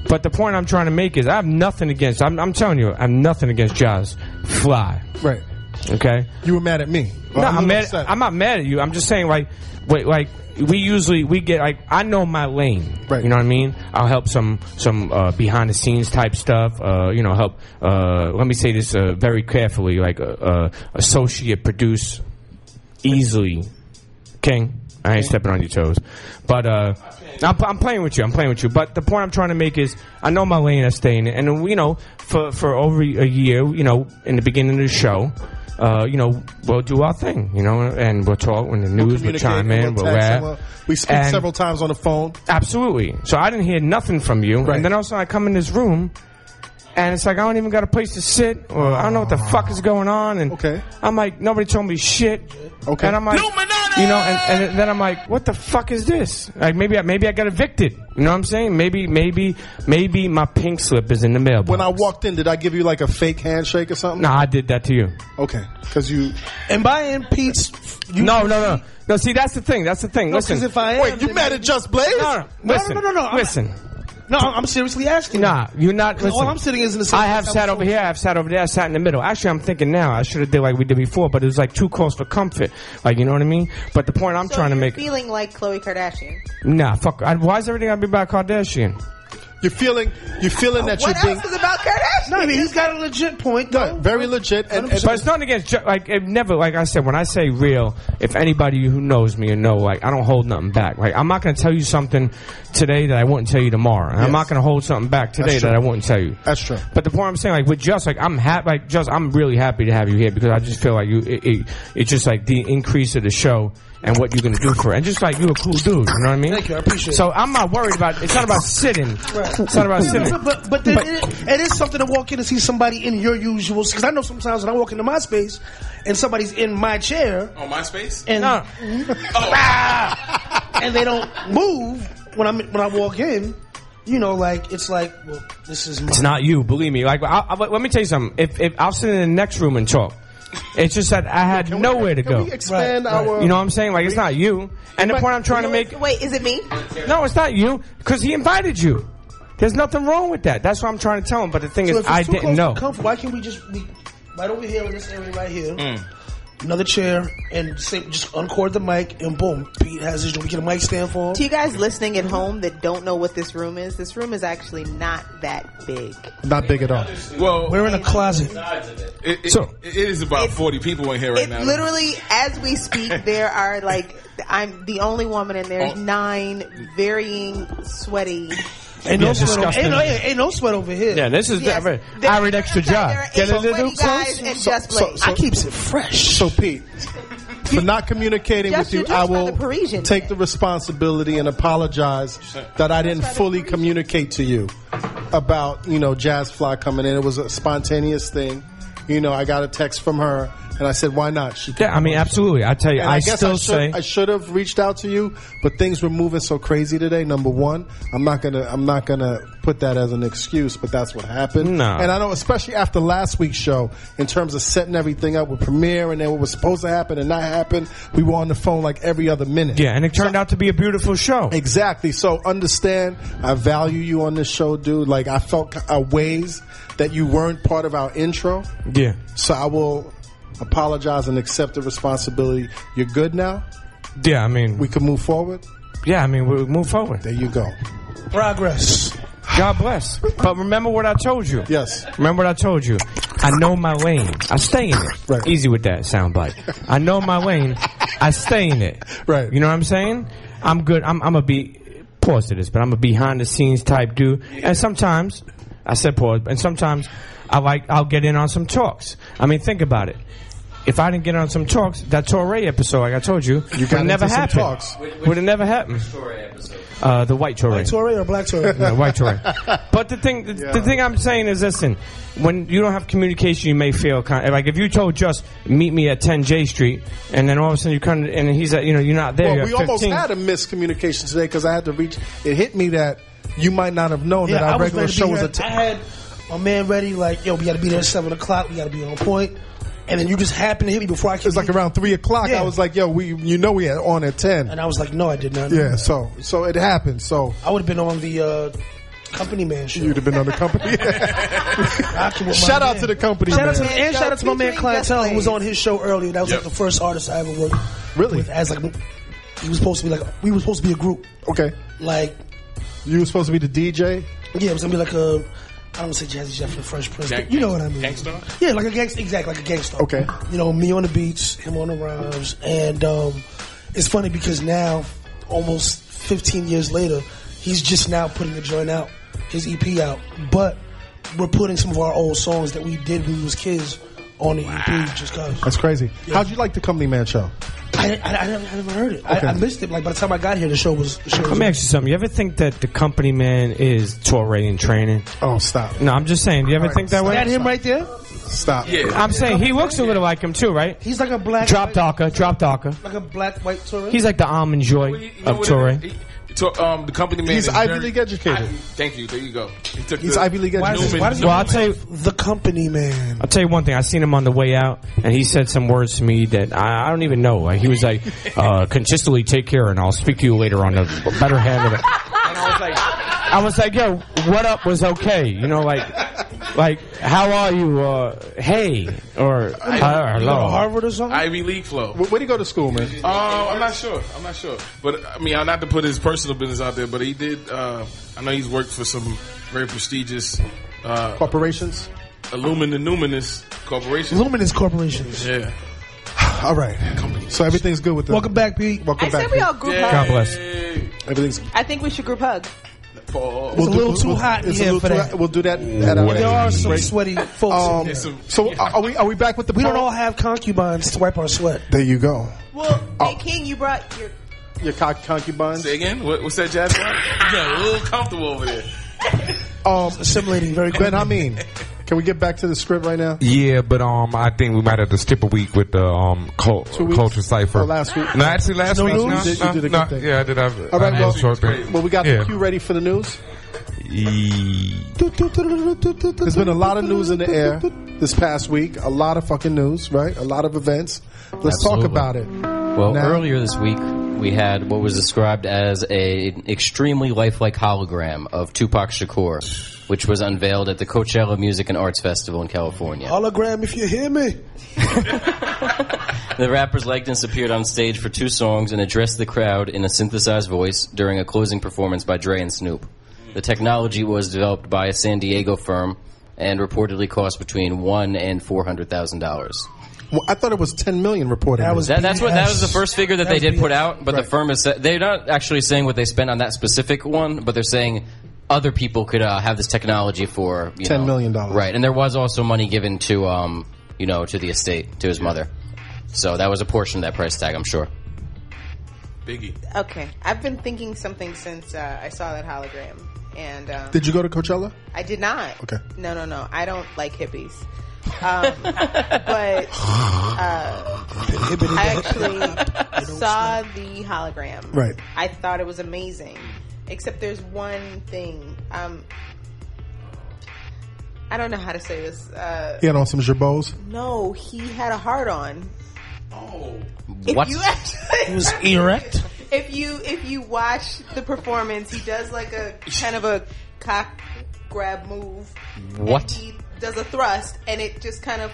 But the point I'm trying to make is I have nothing against. I'm, I'm telling you, I have nothing against Jaws. Fly. Right. Okay. You were mad at me. Well, a No, I'm little mad. upset. I'm not mad at you. I'm just saying, like, wait, like we usually we get like I know my lane. Right. You know what I mean? I'll help some some uh, behind the scenes type stuff. Uh, you know, help. Uh, let me say this uh, very carefully. Like, uh, uh, associate produce easily King. I ain't stepping on your toes, but uh, I'm, I'm playing with you. I'm playing with you. But the point I'm trying to make is, I know my lane is staying, and you know, for for over a year, you know, in the beginning of the show, uh, you know, we'll do our thing, you know, and we'll talk when the news will chime communicate, in, we'll we'll text, rap. we'll- we speak And- several times on the phone. Absolutely. So I didn't hear nothing from you, and then all of a sudden I come in this room, and it's like I don't even got a place to sit, or I don't know what Ah. the fuck is going on, and I'm like nobody told me shit. Okay. And I'm like, you know, and, and then I'm like, what the fuck is this? Like maybe I, maybe I got evicted. You know what I'm saying? Maybe maybe maybe my pink slip is in the mailbox. When I walked in, did I give you like a fake handshake or something? No, I did that to you. Okay, because you and by in Pete's. no, no, no, no. See, that's the thing. That's the thing. No, Listen, 'cause if I am, Wait, you then mad I- at Just Blaze? No, no, No, listen, no, no, no, no, I'm- Listen, No, I'm seriously asking. Nah, you're not. 'Cause all Listen, I'm sitting is in the same I have place I sat was over here. I've sat over there. I sat in the middle. Actually, I'm thinking now. I should have did like we did before, but it was like too close for comfort. Like you know what I mean. But the point I'm So trying to you're make. feeling like Khloe Kardashian. Nah, fuck. I, why is everything gotta be about Kardashian? You're feeling. You're feeling What else is about Kardashian? No, I mean, he's got a legit point, though. very legit. And, but it's not against ju- like it never like I said when I say real. If anybody who knows me, you know, like I don't hold nothing back. Like I'm not going to tell you something today that I wouldn't tell you tomorrow. And I'm not going to hold something back today That's true. that I wouldn't tell you. That's true. But the point I'm saying, like with Just, like I'm happy, like Just, I'm really happy to have you here because I just feel like you, it, it, it's just like the increase of the show and what you're gonna do for it, and just like you're a cool dude, you know what I mean? Thank you, I appreciate. So I'm not worried about. It's not about sitting. It's not about No, no, sitting. But, <laughs> but, but then it, it is something to walk in and see somebody in your usual. Because I know sometimes when I walk into my space and somebody's in my chair On MySpace? and Ah! and they don't move when I am when I walk in, you know, like it's like, well, this is my. It's not you, believe me. Like, I, I, let me tell you something. If, if I'll sit in the next room and talk, it's just that I had nowhere to can go. we expand our- You know what I'm saying? Like, it's not you. And the point I'm trying to make. Wait, is it me? No, it's not you, because he invited you. There's nothing wrong with that. That's what I'm trying to tell him. But the thing So if is, it's I too close didn't to know. comfort, why can't we just be right over here in this area right here? Another chair and say, just uncord the mic and boom, Pete has his. We get a mic stand for. him. To you guys listening at home that don't know what this room is, this room is actually not that big. not big at all. Well, we're in a closet. It, it, it is about 40 people in here right It now. literally, as we <laughs> speak, there are like I'm the only woman, and Oh. there's nine varying sweaty. Ain't Yeah, no sweat. Over, disgusting. ain't, no, ain't, ain't no sweat over here. Yeah, this is Yes, the, there- I read extra job. there are Get a eight little sweaty guys close. and just Blake. I keeps it fresh. So Pete, for not communicating Just- with you, you're just I by will the Parisian take the responsibility and apologize that I didn't fully communicate to you about you know Jazz Fly coming in. It was a spontaneous thing. You know, I got a text from her, and I said, "Why not?" She Yeah, I mean, absolutely. I tell you, And I, guess still I say. should, I should have reached out to you, but things were moving so crazy today. Number one, I'm not gonna I'm not gonna put that as an excuse, but that's what happened. No. And I know, especially after last week's show, in terms of setting everything up with premiere and then what was supposed to happen and not happen, we were on the phone like every other minute. yeah, and it turned out to be a beautiful show. Exactly. So understand, I value you on this show, dude. Like I felt a ways that you weren't part of our intro. Yeah. So I will apologize and accept the responsibility. You're good now. Yeah, I mean, We can move forward. yeah, I mean, we move forward. There you go. Progress. God bless. But remember what I told you. Yes. Remember what I told you. I know my lane. I stay in it. Right. Easy with that sound bite. I know my lane. I stay in it. Right. You know what I'm saying? I'm good. I'm, I'm a be pause to this, but I'm a behind the scenes type dude. And sometimes I said pause, and sometimes I like I'll get in on some talks. I mean, think about it. If I didn't get on some talks, that Torre episode, like I told you, You got would never into some happen. talks. Would have never happened. Uh, the white Torre. Tory or black Tory? Yeah, white Tory. But the thing, the, the thing I'm saying is, listen, when you don't have communication, you may feel kind like if you told just meet me at 10 J Street, and then all of a sudden you come and he's at, you know, you're not there. Well, you're we at almost 15. had a miscommunication today because I had to reach. It hit me that you might not have known that Yeah, I our was regular ready to show be was here. a. I T- had my man ready, like, yo, we gotta be there at 7 o'clock, we gotta be on point. And then you just happened to hit me before I could. it was like around three o'clock. Yeah. I was like, "Yo, we, you know, we had on at 10. And I was like, no, I did not. know Yeah. that. So, so it happened. So I would have been on the uh, company man show. you'd have been on the company. <laughs> Rocking with my shout out man. to the company. Shout out man. to and shout out to my man Featuring Clientele Just who was Blaze. on his show earlier. That was Yep. like the first artist I ever worked Really? with. As like he was supposed to be like we were supposed to be a group. okay. Like You were supposed to be the DJ. yeah, it was gonna be like a I don't wanna say Jazzy Jeff and the Fresh Prince, Gang- but you know what I mean. Gangstar? Yeah, like a gangster, exactly, like a gangster. Okay. You know, me on the beats, him on the rhymes, and um, it's funny because now, almost 15 years later, he's just now putting the joint out, his EP out. But we're putting some of our old songs that we did when we was kids on the EP just cause. That's crazy. How'd you like the Company Man show? I, I, I, never, I never heard it. I, I missed it. Like by the time I got here, the show was. The show Let was me ask you something. You ever think that the company man is Torre in training? Oh, stop. No, I'm just saying. Do you ever think that way? Is that him right there? Stop. I'm saying he looks a little like him too, right? He's like a black drop talker, drop talker. Like a black white tourist. He's like the almond joy You know of what it Torre. is? He- to- um, the company man. He's is Ivy very- League educated. I- thank you. There you go. He took He's the- Ivy League Why does educated. it- why does it- Well, I'll tell you, the company man. I'll tell you one thing. I seen him on the way out, and he said some words to me that I, I don't even know. Like, he was like, uh, "Consistently take care, and I'll speak to you later on a better hand of it." And I was like, I was like, "Yo, what up?" Was okay, you know, like, like, how are you? Uh, hey, or uh, You go to hello. Harvard or something? Ivy League flow. Where, where'd he go to school, man? Oh, I'm not sure. I'm not sure. But I mean, I'm not to put his personal business out there, but he did. Uh, I know he's worked for some very prestigious uh, Corporations? Illumina Numinous corporations. Luminous Corporations. Yeah. All right. So everything's good with the Welcome back, Pete. Welcome I back. said we all group yeah. God hug. bless. Everything's I think we should group hug. Paul. We'll a little too hot in it's a here little for too that. hot. We'll do that at our There are some sweaty folks. in Um, here. so are we are we back with the we don't poll? all have concubines to wipe our sweat. There you go. Well, Oh. hey, King, you brought your. Your cock concubines. Say again. What, what's that jazz? Bar? You got a little comfortable over there. Um, Assimilating very quickly. Ben Hameen, can we get back to the script right now? Yeah, but um, I think we might have to skip a week with the um cul- weeks? culture cipher. Oh, last week. No, actually last No week. news? No, You did- you no, did a no, good thing. yeah, I did have. All right, I had well- a short break. Well, we got yeah. the cue ready for the news. Ye- There's been a lot of news in the air this past week. A lot of fucking news, right? A lot of events. Let's Absolutely. talk about it. Well, Now- earlier this week, we had what was described as a- an extremely lifelike hologram of Tupac Shakur, which was unveiled at the Coachella Music and Arts Festival in California. Hologram, if you hear me. The rapper's likeness appeared on stage for two songs and addressed the crowd in a synthesized voice during a closing performance by Dre and Snoop. The technology was developed by a San Diego firm and reportedly cost between one and four hundred thousand dollars. Well, I thought it was 10 million reported. That was- That, that's what that was the first figure that they did put BS. out, but the firm is sa- they're not actually saying what they spent on that specific one, but they're saying other people could uh, have this technology for you Ten know, million dollars. right? And there was also money given to um, you know to the estate to his mother, so that was a portion of that price tag, I'm sure. Biggie. Okay, I've been thinking something since uh, I saw that hologram, and um, Did you go to Coachella? I did not. Okay. No, no, no. I don't like hippies. Um, but uh, I actually saw the hologram. Right. I thought it was amazing. Except there's one thing. Um, I don't know how to say this. Uh, You had on some jabots. no, he had a heart on. If What? you actually, was erect. <laughs> if you if you watch the performance, he does like a kind of a cock grab move. What? He does a thrust, and it just kind of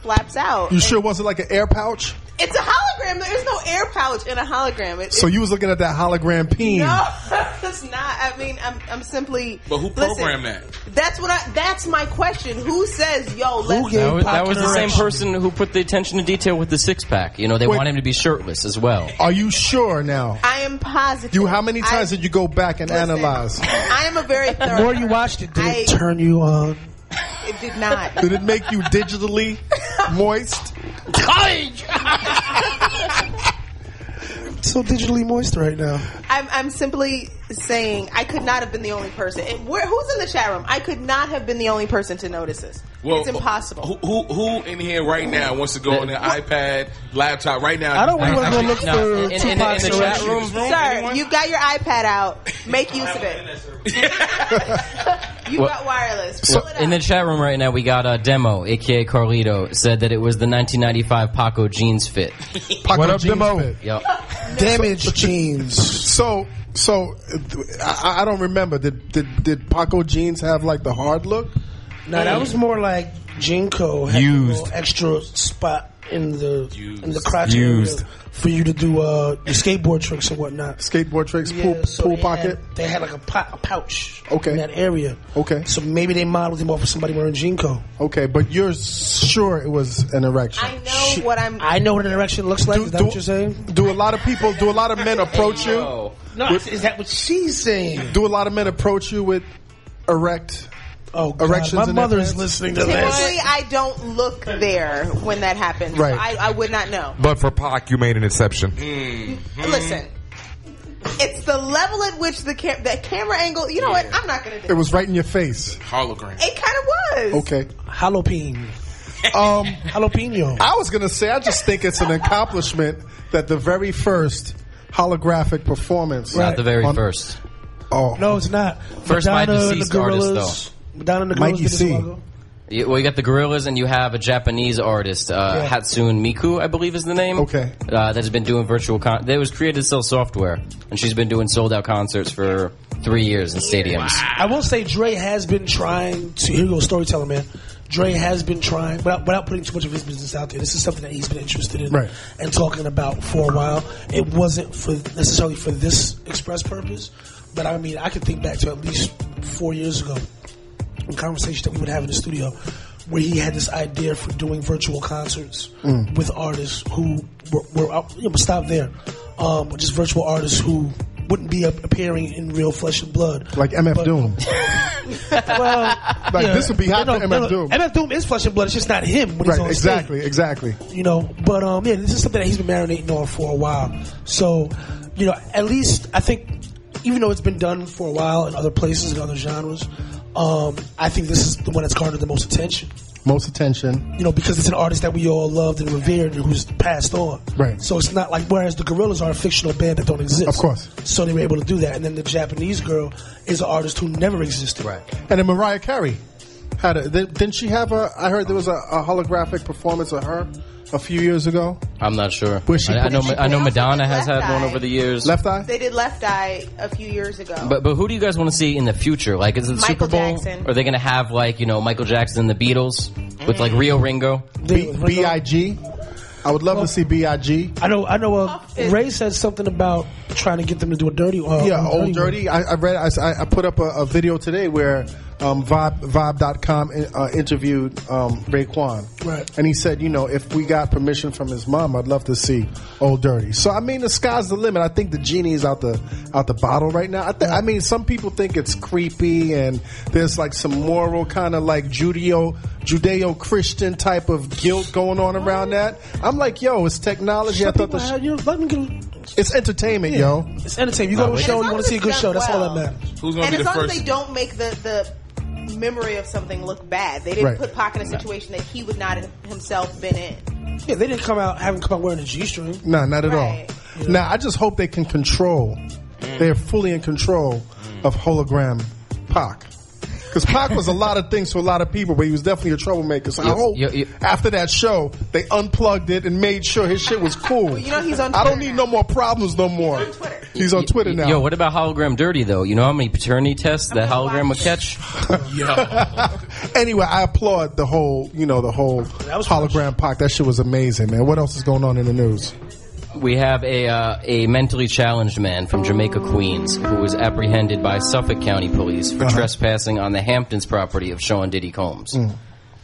flaps out. You And sure it wasn't like an air pouch? It's a hologram. There's no air pouch in a hologram. It, So it- you was looking at that hologram peen. no, <laughs> it's not. I mean, I'm I'm simply. But who listen, programmed that? That's what I. That's my question. Who says, "Yo, let's gave- That was, that was the same Direction. person who put the attention to detail with the six pack. You know, they Wait. want him to be shirtless as well. Are you sure now? I am positive. You how many times I, did you go back and listen, analyze? I am a <laughs> very The thorough. more you watched it, did it I- turn you on? It did not. Did it make you <laughs> digitally moist? So digitally moist right now. I'm, I'm simply saying I could not have been the only person. And where, who's in the chat room? I could not have been the only person to notice this. it's impossible. Who, who who in here right now wants to go on their iPad, laptop right now? Oh, I don't want to go Actually, look no, for in- in- in the- in Tupac's the chat erection. room- Sir, you've got your iPad out. Make use of it. You've What- got wireless. Pull it out. In the chat room right now, we got a demo, aka Carlito, said that it was the 1995 Paco jeans fit. Paco What up, jeans Demo? fit. Yep. <laughs> Damaged jeans. So so uh, I, I don't remember. Did, did did Paco jeans have like the hard look? No, that was more like Jinko had a Used. little extra spot in the in the crotch Used. area for you to do uh, your skateboard tricks and whatnot. Skateboard tricks, pool, Yeah, so pool they pocket. had- they had like a, po- a pouch Okay. in that area. Okay. So maybe they modeled him off of somebody wearing Jinko. Okay, but you're sure it was an erection. I know what I'm. I know what an erection looks like. Do- is that do- what you're saying? Do a lot of people? Do a lot of men approach you? No, is that what she's saying? Do a lot of men approach you with erect? Oh, God, Erections My in their mother is pants? listening to Typically, this. I don't look there when that happens. Right. I, I would not know. But for Pac, you made an exception. Listen, it's the level at which the cam- that camera angle. You know what? I'm not gonna do It was right in your face. Hologram. It kind of was. Okay. Jalapeno. Um, Jalapeno. I was gonna say I just think it's an accomplishment that the very first holographic performance. Not the very on- first. Oh, <laughs> No, it's not. First by Madonna and deceased the artist, Gorillaz- Madonna and the Mikey Gorillaz did this a C. while ago. You, well, you got the gorillas, and you have a Japanese artist, uh, Yeah. Hatsune Miku, I believe is the name. Okay. uh, that has been doing virtual. Con- that was created to sell software, and she's been doing sold out concerts for three years in stadiums. I will say Dre has been trying to. Here goes storyteller, man. Dre has been trying, without, without putting too much of his business out there. This is something that he's been interested in Right. and talking about for a while. It wasn't for necessarily for this express purpose, but I mean, I could think back to at least four years ago, a conversation that we would have in the studio where he had this idea for doing virtual concerts Mm. with artists who were, were out, you know, stop there, um, just virtual artists who wouldn't be up- appearing in real flesh and blood, like MF But- <laughs> Doom. well, Like, <laughs> this would be hot No, for no, MF Doom. MF Doom is flesh and blood. It's just not him when he's on Right. stage, Exactly. Exactly. you know. But um, yeah, this is something that he's been marinating on for a while. So, you know, at least I think, even though it's been done for a while in other places and other genres, um, I think this is the one that's garnered the most attention. Most attention. You know, because it's an artist that we all loved and revered and who's passed on. Right. So it's not like whereas the Gorillas are a fictional band that don't exist. Of course. So they were able to do that, and then the Japanese girl is an artist who never existed. Right. And then Mariah Carey had a. th- Didn't she have a? I heard there was a, a holographic performance of her a few years ago. I'm not sure. Where she I, I know. put- I know They also Madonna did has had Left one Eye. over the years. Left eye. They did Left Eye a few years ago. But but who do you guys want to see in the future? Like, is it the Michael Super Bowl? Jackson. Are they going to have like you know Michael Jackson and the Beatles with like Rio Ringo? B- B.I.G. I would love to see B.I.G. I know. I know. Uh, Is- Ray said something about trying to get them to do a dirty. Uh, Yeah, a Old Dirty. I, I read. I, s- I- I put up a, a video today where um, Vibe Vibe.com in- uh, interviewed um, Raekwon, Right. And he said, you know, if we got permission from his mom, I'd love to see Old Dirty. So I mean, the sky's the limit. I think the genie's out the out the bottle right now. I, th- I mean, some people think it's creepy and there's like some moral kind of like Judeo Judeo Christian type of guilt going on around that. I'm like, yo, it's technology. Some I thought people the sh- have- you know, let them get. it's entertainment, yo. It's entertainment. You go to a wait. show and And as you long want as to see a good it's show. done That's all that well. matters. Who's gonna and as be the long first? as they don't make the the memory of something look bad, they didn't Right. put Pac in a situation that he would not have himself been in. Yeah, they didn't come out. Haven't come out wearing a g string. No, not at Right. all. Now, I just hope they can control. They're fully in control of hologram Pac. Because Pac was a lot of things to a lot of people, but he was definitely a troublemaker. So I hope yeah, yeah. after that show, they unplugged it and made sure his shit <laughs> was cool. You know he's on I don't Twitter need now. no more problems no more. He's on Twitter. He's on Twitter now. Yo, what about hologram dirty though? You know how many paternity tests that gonna hologram would watch <laughs> catch? anyway, I applaud the whole, you know, the whole was hologram Pac. That shit was amazing, man. What else is going on in the news? We have a uh, a mentally challenged man from Jamaica, Queens, who was apprehended by Suffolk County Police for Uh-huh. trespassing on the Hamptons property of Sean Diddy Combs. Hmm.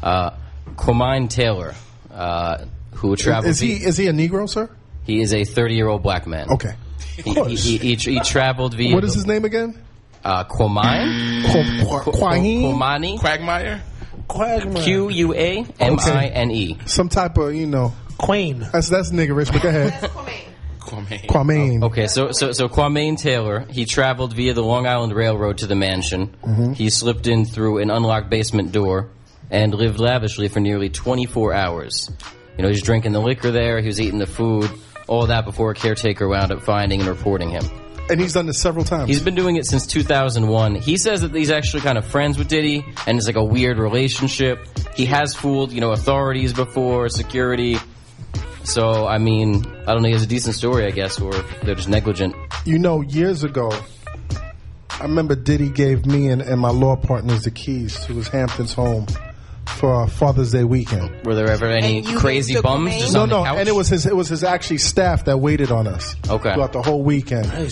Uh, Quamine Taylor, uh, who traveled, Is he is he a Negro, sir? he is a 30 year old black man. Okay. He, he, he, he, he traveled via What is his name again? Uh, Quamine Qu- Qu- Quaheen? Quamani Quagmire. Quagmire. Q U A M I N E. Some type of, you know, Queen. That's that's niggerish, but go ahead. That's Kwame. Kwame. Kwame. Okay, so so so Kwame Taylor, he traveled via the Long Island Railroad to the mansion. Mm-hmm. He slipped in through an unlocked basement door and lived lavishly for nearly 24 hours. You know, he's drinking the liquor there, he was eating the food, all that before a caretaker wound up finding and reporting him. And he's done this several times. He's been doing it since 2001. He says that he's actually kind of friends with Diddy, and it's like a weird relationship. He has fooled, you know, authorities before, security. So, I mean, I don't know, he has a decent story, I guess, or they're just negligent. you know, years ago, I remember Diddy gave me and, and my law partners the keys to his Hamptons home for our Father's Day weekend. Were there ever any And you crazy took bums? the Just No, on no, the couch? and it was his. It was his actually staff that waited on us. Okay. Throughout the whole weekend, and it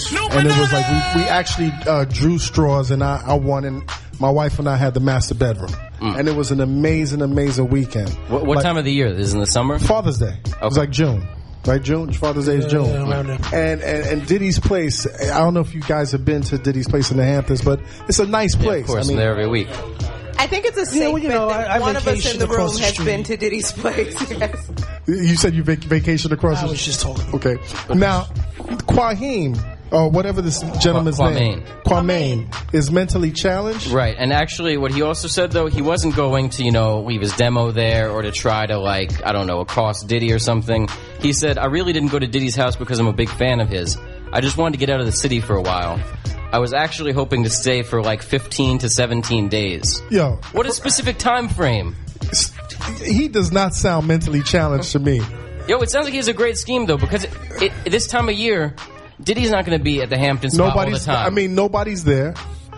was like we, we actually uh, drew straws, and I, I won, and my wife and I had the master bedroom, Mm. and it was an amazing, amazing weekend. What, what Like, time of the year? This is in the summer. Father's Day. It was Okay. like June. Right, June. Father's Day is June. yeah, around there. and, and and Diddy's place. I don't know if you guys have been to Diddy's place in the Hamptons, but it's a nice place. Of course, I mean, there every week. I think it's a safe well, you bet know, that I- I one of us in vacationed the room across the has street. been to <laughs> Diddy's place. Yes. you said you vac- vacationed across. I the- was just talking. Okay. Now, Quahim, or whatever this gentleman's Qua- name, Quamain, is mentally challenged. Right, and actually, what he also said though, he wasn't going to, you know, leave his demo there or to try to like, I don't know, accost Diddy or something. He said, "I really didn't go to Diddy's house because I'm a big fan of his. I just wanted to get out of the city for a while. I was actually hoping to stay for like 15 to 17 days. Yo, What a specific time frame! he does not sound mentally challenged to me. Yo, it sounds like he has a great scheme though, because it, it, this time of year, Diddy's not going to be at the Hamptons spot all the Nobody's. time. I mean, nobody's there.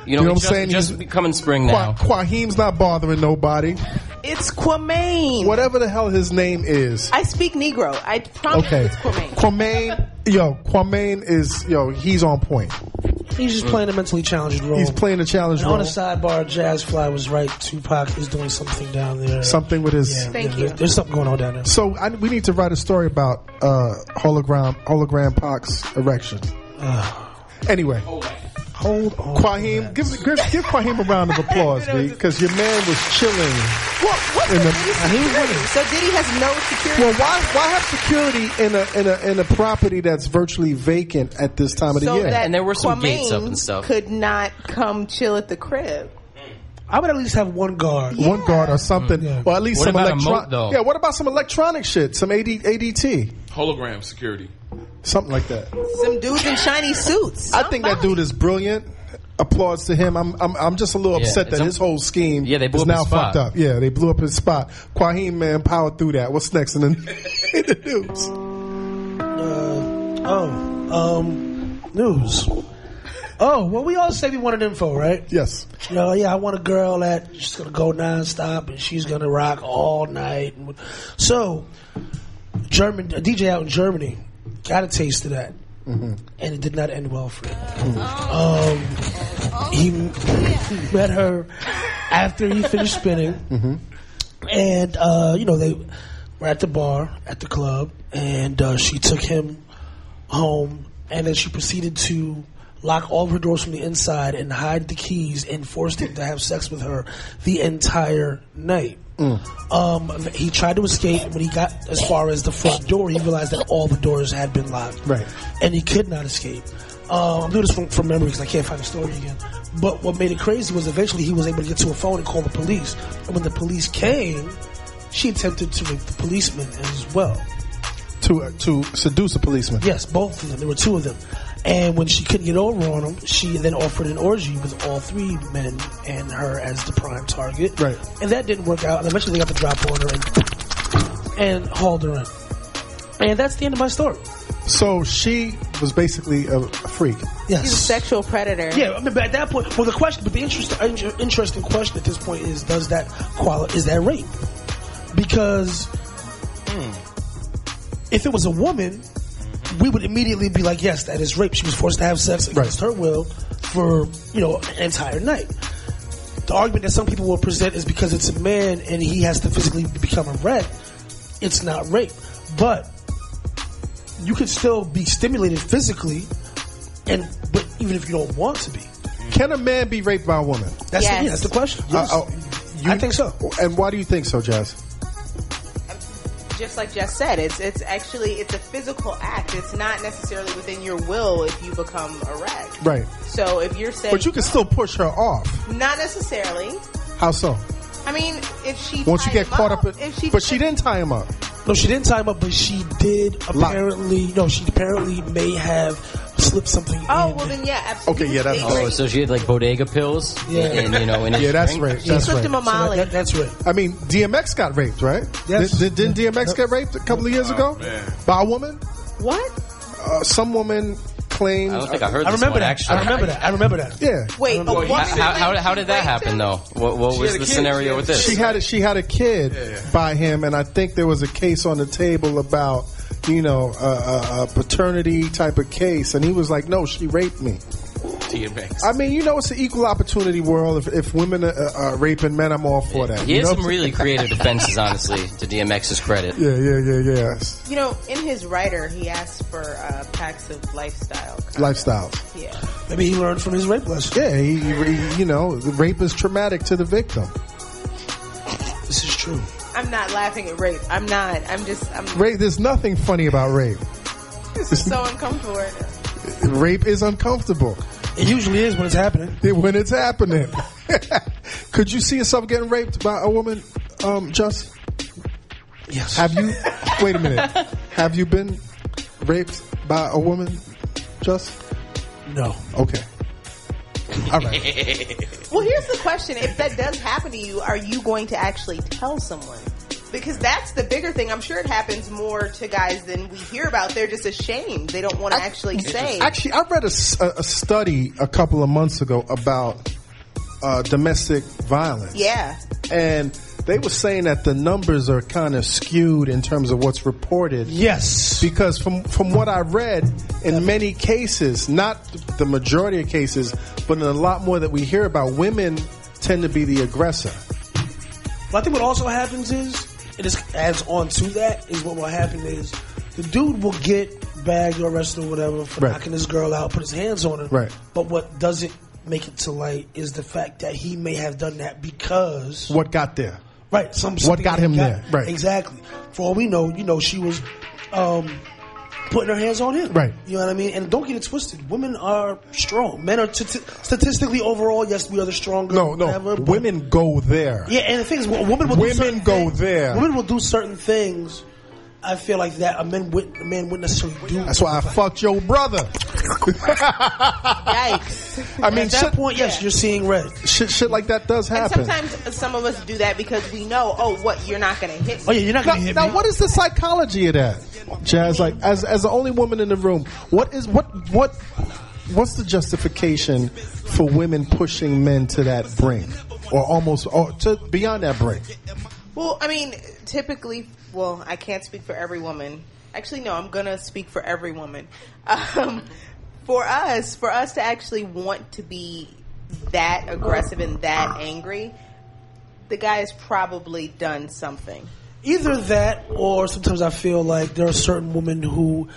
you know, you know just, what I'm saying? Just He's- come in spring Qua- now. Quahim's not bothering nobody. It's Quamain. Whatever the hell his name is. I speak Negro. I promise Okay. it's Quamain. Quamain. Yo, Quamain is yo. He's on point. He's just playing a mentally challenged role. Uh. He's playing a challenge And on role. the sidebar, Jazz Fly was right. Tupac is doing something down there. Something with his. Yeah, Thank yeah, you. There's something going on down there. So I, we need to write a story about uh, hologram hologram pox erection. anyway, Hold on. Quahim, give, give give Quahim a round of applause, because your man was chilling. Well, what's In the the- he Diddy was security? winning. So Diddy has no security. Well, why why have security in a in a in a property that's virtually vacant at this time of the so year? that And there were some Kwame gates up and stuff. Could not come chill at the crib. I would at least have one guard. One guard or something, Yeah. or at least What some about a electronic. moat, though? Yeah, what about some electronic shit? Some AD, ADT, Hologram security. something like that. Some dudes in shiny <laughs> suits. I think that dude is brilliant. Applause to him. I'm I'm, I'm just a little Yeah, upset it's that un- his whole scheme Yeah, they blew is up now his spot. fucked up. Yeah, they blew up his spot. Quahim man, power through that. What's next in the, <laughs> in the news? Uh, oh, um, news. Oh, well, we all say we wanted info, right? Yes. You know, yeah, I want a girl that she's gonna go nonstop and she's gonna rock all night. So, German a DJ out in Germany got a taste of that, and it did not end well for him. Um, he <laughs> met her after he finished spinning, and uh, you know they were at the bar at the club, and uh, she took him home, and then she proceeded to lock all of her doors from the inside and hide the keys and forced him to have sex with her the entire night. Um, he tried to escape. When he got as far as the front door, he realized that all the doors had been locked. Right. And he could not escape. Um, I'm doing this from, from memory because I can't find the story again. But what made it crazy was eventually he was able to get to a phone and call the police. And when the police came, she attempted to rape the policeman as well. To uh, to seduce a policeman. Yes, both of them. There were two of them. And when she couldn't get over on him, she then offered an orgy with all three men and her as the prime target. Right. And that didn't work out. And eventually they got the drop on her and, and hauled her in. And that's the end of my story. So she was basically a, a freak. Yes. He's a sexual predator. Yeah, I mean, but at that point, well, the question, but the interest, inter- interesting question at this point is, does that quali- is that rape? Because if it was a woman, we would immediately be like, yes, that is rape. She was forced to have sex against her will for you know an entire night. The argument that some people will present is because it's a man and he has to physically become a wreck, it's not rape. But you could still be stimulated physically, and but even if you don't want to be. Can a man be raped by a woman? That's, Yes. the, yeah, that's the question. Yes. Uh, uh, you- I think so. And why do you think so, Jazz? Just like Jess said, it's it's actually it's a physical act. It's not necessarily within your will if you become a wreck. Right. So if you're saying, But you can still push her off. not necessarily. How so? I mean, if she Once you tied get him caught up, up, in, if she but she didn't tie him up. No, she didn't tie him up, but she did Lie. apparently. No, she apparently may have slipped something. Oh in. well, then yeah, absolutely. Okay, yeah, that's- It's Oh, rape. so she had like bodega pills, Yeah. and you <laughs> know, in his Yeah, that's drink? rape. She That's slipped right. him a So that- Molly. that- that's right. I mean, DMX got raped, right? Yes. Did, did, didn't DMX get raped a couple of years ago man. by a woman? what? Uh, some woman claims. I don't think I heard I this remember one, that. actually. I remember that. I remember that. Yeah. Wait, but How, what? how, how did that happen, though? What, what was had a the kid. scenario with this? She had a, she had a kid by him, and I think there was a case on the table about you know a, a, a paternity type of case, and he was like, "No, she raped me." Tia Banks. I mean, you know, it's an equal opportunity world. If, if women are, are raping men, I'm all for that. He Uh, you has know? <laughs> some really creative defenses, honestly, to DMX's credit. yeah, yeah, yeah, yeah. You know, in his writer, he asked for uh, packs of lifestyle. Lifestyle. Yeah. Maybe he learned from his rape lesson. Yeah, he, he- you know, the rape is traumatic to the victim. This is true. I'm not laughing at rape. I'm not. I'm just. I'm. Rape. There's nothing funny about rape. This is so uncomfortable. right now. Rape is uncomfortable It usually is when it's happening. when it's happening. <laughs> Could you see yourself getting raped by a woman? Um, just Yes. have you? wait a minute. Have you been raped by a woman? Just no. okay. All <laughs> right. Well, here's the question: If that does happen to you, are you going to actually tell someone? Because that's the bigger thing. I'm sure it happens more to guys than we hear about. They're just ashamed. They don't want to actually say. Actually, I read a, s- a- a study a couple of months ago about uh, domestic violence. Yeah. and they were saying that the numbers are kind of skewed in terms of what's reported Yes. because from from what I read, in many cases, not the majority of cases, but in a lot more that we hear about, women tend to be the aggressor. But I think what also happens is, and this adds on to that, is what will happen is the dude will get bagged or arrested or whatever for Right. knocking this girl out, put his hands on her. Right. But what doesn't make it to light is the fact that he may have done that because What got there? Right. Some something got that him there, right. Exactly. For all we know, you know, she was um, putting her hands on him. Right. You know what I mean? And don't get it twisted. Women are strong. Men are t- t- statistically overall. Yes, we are the stronger. No, no. whatever, but- women go there. Yeah, and the thing is, wo- women will Women do certain go things- there. Women will do certain things. I feel like that a man would a man wouldn't necessarily do. That's why I fucked your brother. <laughs> Yikes. I mean, At that shit, point, yes, yeah. you're seeing red. shit, shit like that does And happen. sometimes some of us do that because we know, oh, what you're not going to hit. Oh yeah, you're not Now, gonna hit me. now what is the psychology of that, Jazz? Like, as as the only woman in the room, what is what what what's the justification for women pushing men to that brink, or almost or to beyond that brink? Well, I mean, typically, well, I can't speak for every woman. Actually, no, I'm gonna speak for every woman. Um, for us, for us to actually want to be that aggressive and that angry, the guy has probably done something. either that or sometimes I feel like there are certain women who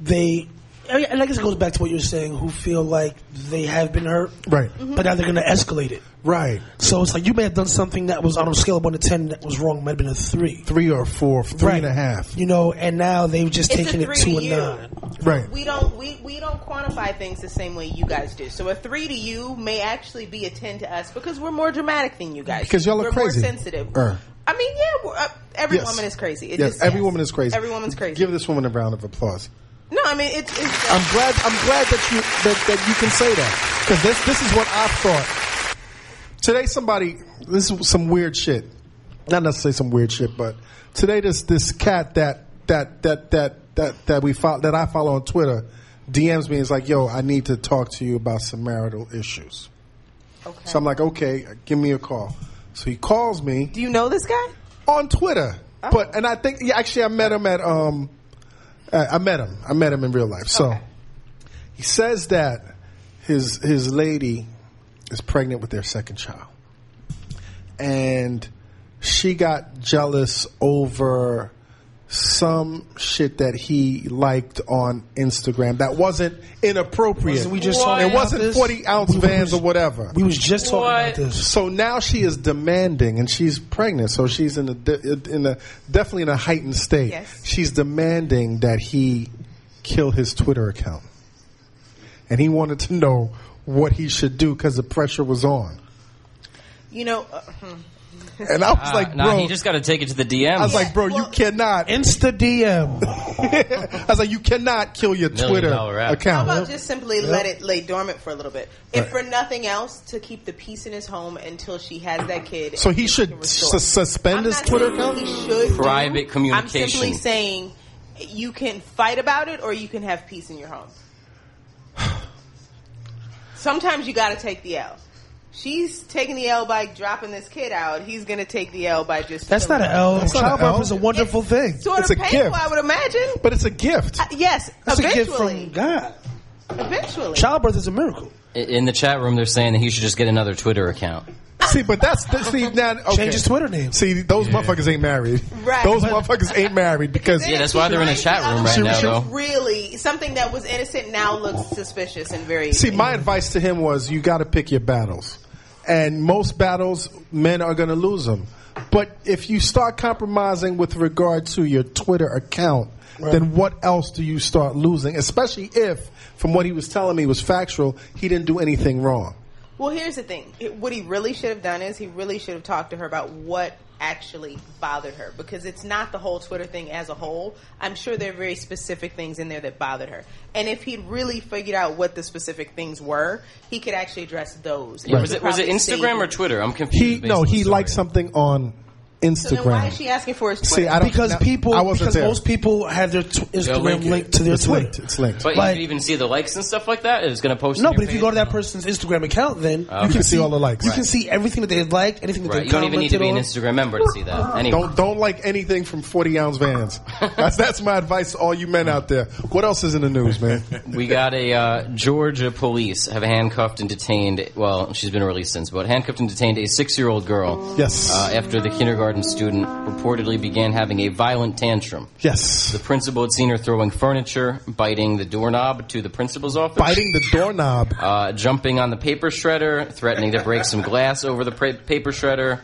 they I and I guess it goes back to what you're saying who feel like they have been hurt, Right. Mm-hmm. But now they're going to escalate it. Right, So it's like you may have done something that was on a scale of one to ten that was wrong, might have been a three, three or four, three and a Right. half. You know, and now they've just It's a taken it three to to a you. nine. Right, We don't we, we don't quantify things the same way you guys do. So a three to you may actually be a ten to us because we're more dramatic than you guys. Because y'all are we're crazy. more sensitive. Er. I mean, yeah, we're, uh, every Yes. woman is crazy. It yes, just- every yes. woman is crazy. Every woman's crazy. Give this woman a round of applause. no, I mean it's. it's I'm glad. I'm glad that you that, that you can say that because this this is what I thought. Today, somebody this is some weird shit. Not necessarily some weird shit, but today this this cat that that that that that that we follow, that I follow on Twitter DMs me. and is like, yo, I need to talk to you about some marital issues. okay. So I'm like, okay, give me a call. So he calls me Do you know this guy? on Twitter. Oh. But and I think yeah, actually I met him at um uh, I met him. I met him in real life. So he says that his his lady is pregnant with their second child. And she got jealous over some shit that he liked on Instagram that wasn't inappropriate. Wasn't we just talking it about wasn't this? forty ounce We was- vans or whatever. We was just talking about this. So now she is demanding, and she's pregnant, so she's in a de- in a definitely in a heightened state. Yes. She's demanding that he kill his Twitter account, and he wanted to know what he should do because the pressure was on. You know, uh, hmm. And I was Uh, like, nah, bro, he just got to take it to the DMs. I was like, bro, you well- cannot. Insta <laughs> DM. I was like, you cannot kill your Million Twitter dollar app. how account. about just simply let it lay dormant for a little bit, if for nothing else, to keep the peace in his home until she has that kid. so and he things should can restore. s- suspend I'm his not Twitter saying account. He should do. Private communication. I'm simply saying you can fight about it, or you can have peace in your home. <sighs> sometimes you got to take the L. She's taking the L by dropping this kid out. He's going to take the L by just. That's not an L. Childbirth is a wonderful thing. Sort It's of a painful, gift. I would imagine. But it's a gift. Uh, yes, That's a gift eventually. from God. Eventually. Childbirth is a miracle. In the chat room, they're saying that he should just get another Twitter account. See, but that's the, see now. Okay. Change his Twitter name. See, those motherfuckers ain't married. Right. Those motherfuckers ain't married because Yeah, that's why they're in a chat room right She- now, she- though. Really, something that was innocent now looks suspicious and very. See, my advice to him was you got to pick your battles. And most battles, men are going to lose them. But if you start compromising with regard to your Twitter account, then what else do you start losing? Especially if, from what he was telling me, was factual, he didn't do anything wrong. Well, here's the thing. It- what he really should have done is he really should have talked to her about what actually bothered her because it's not the whole Twitter thing as a whole. I'm sure there are very specific things in there that bothered her. And if he'd really figured out what the specific things were, he could actually address those. Yeah, was it was it Probably save Instagram or it. Twitter? I'm confused. He based no, on the he story. liked something on So then why Instagram. is she asking for his Twitter? See, I don't Because now- people, I wasn't because there. most people have their tw- Instagram link linked it. to their it's Twitter. linked. It's linked. But you Like- can even see the likes and stuff like that. It's going to post. No, on but your if you page. go to that person's Instagram account, then Oh. you You can can see all the likes. You Right. can see everything that they've liked, anything that right, they've you don't even need to commented be an on. Instagram member to see that. Anyway, Don't don't like anything from forty ounce vans. <laughs> That's that's my advice to all you men out there. What else is in the news, man? we got a uh, Georgia police have handcuffed and detained. Well, she's been released since, but handcuffed and detained a six-year-old girl. Yes. Uh, after the kindergarten student reportedly began having a violent tantrum. yes. The principal had seen her throwing furniture, biting the doorknob to the principal's office, Biting the doorknob. uh, jumping on the paper shredder, threatening to break some glass over the pra- paper shredder.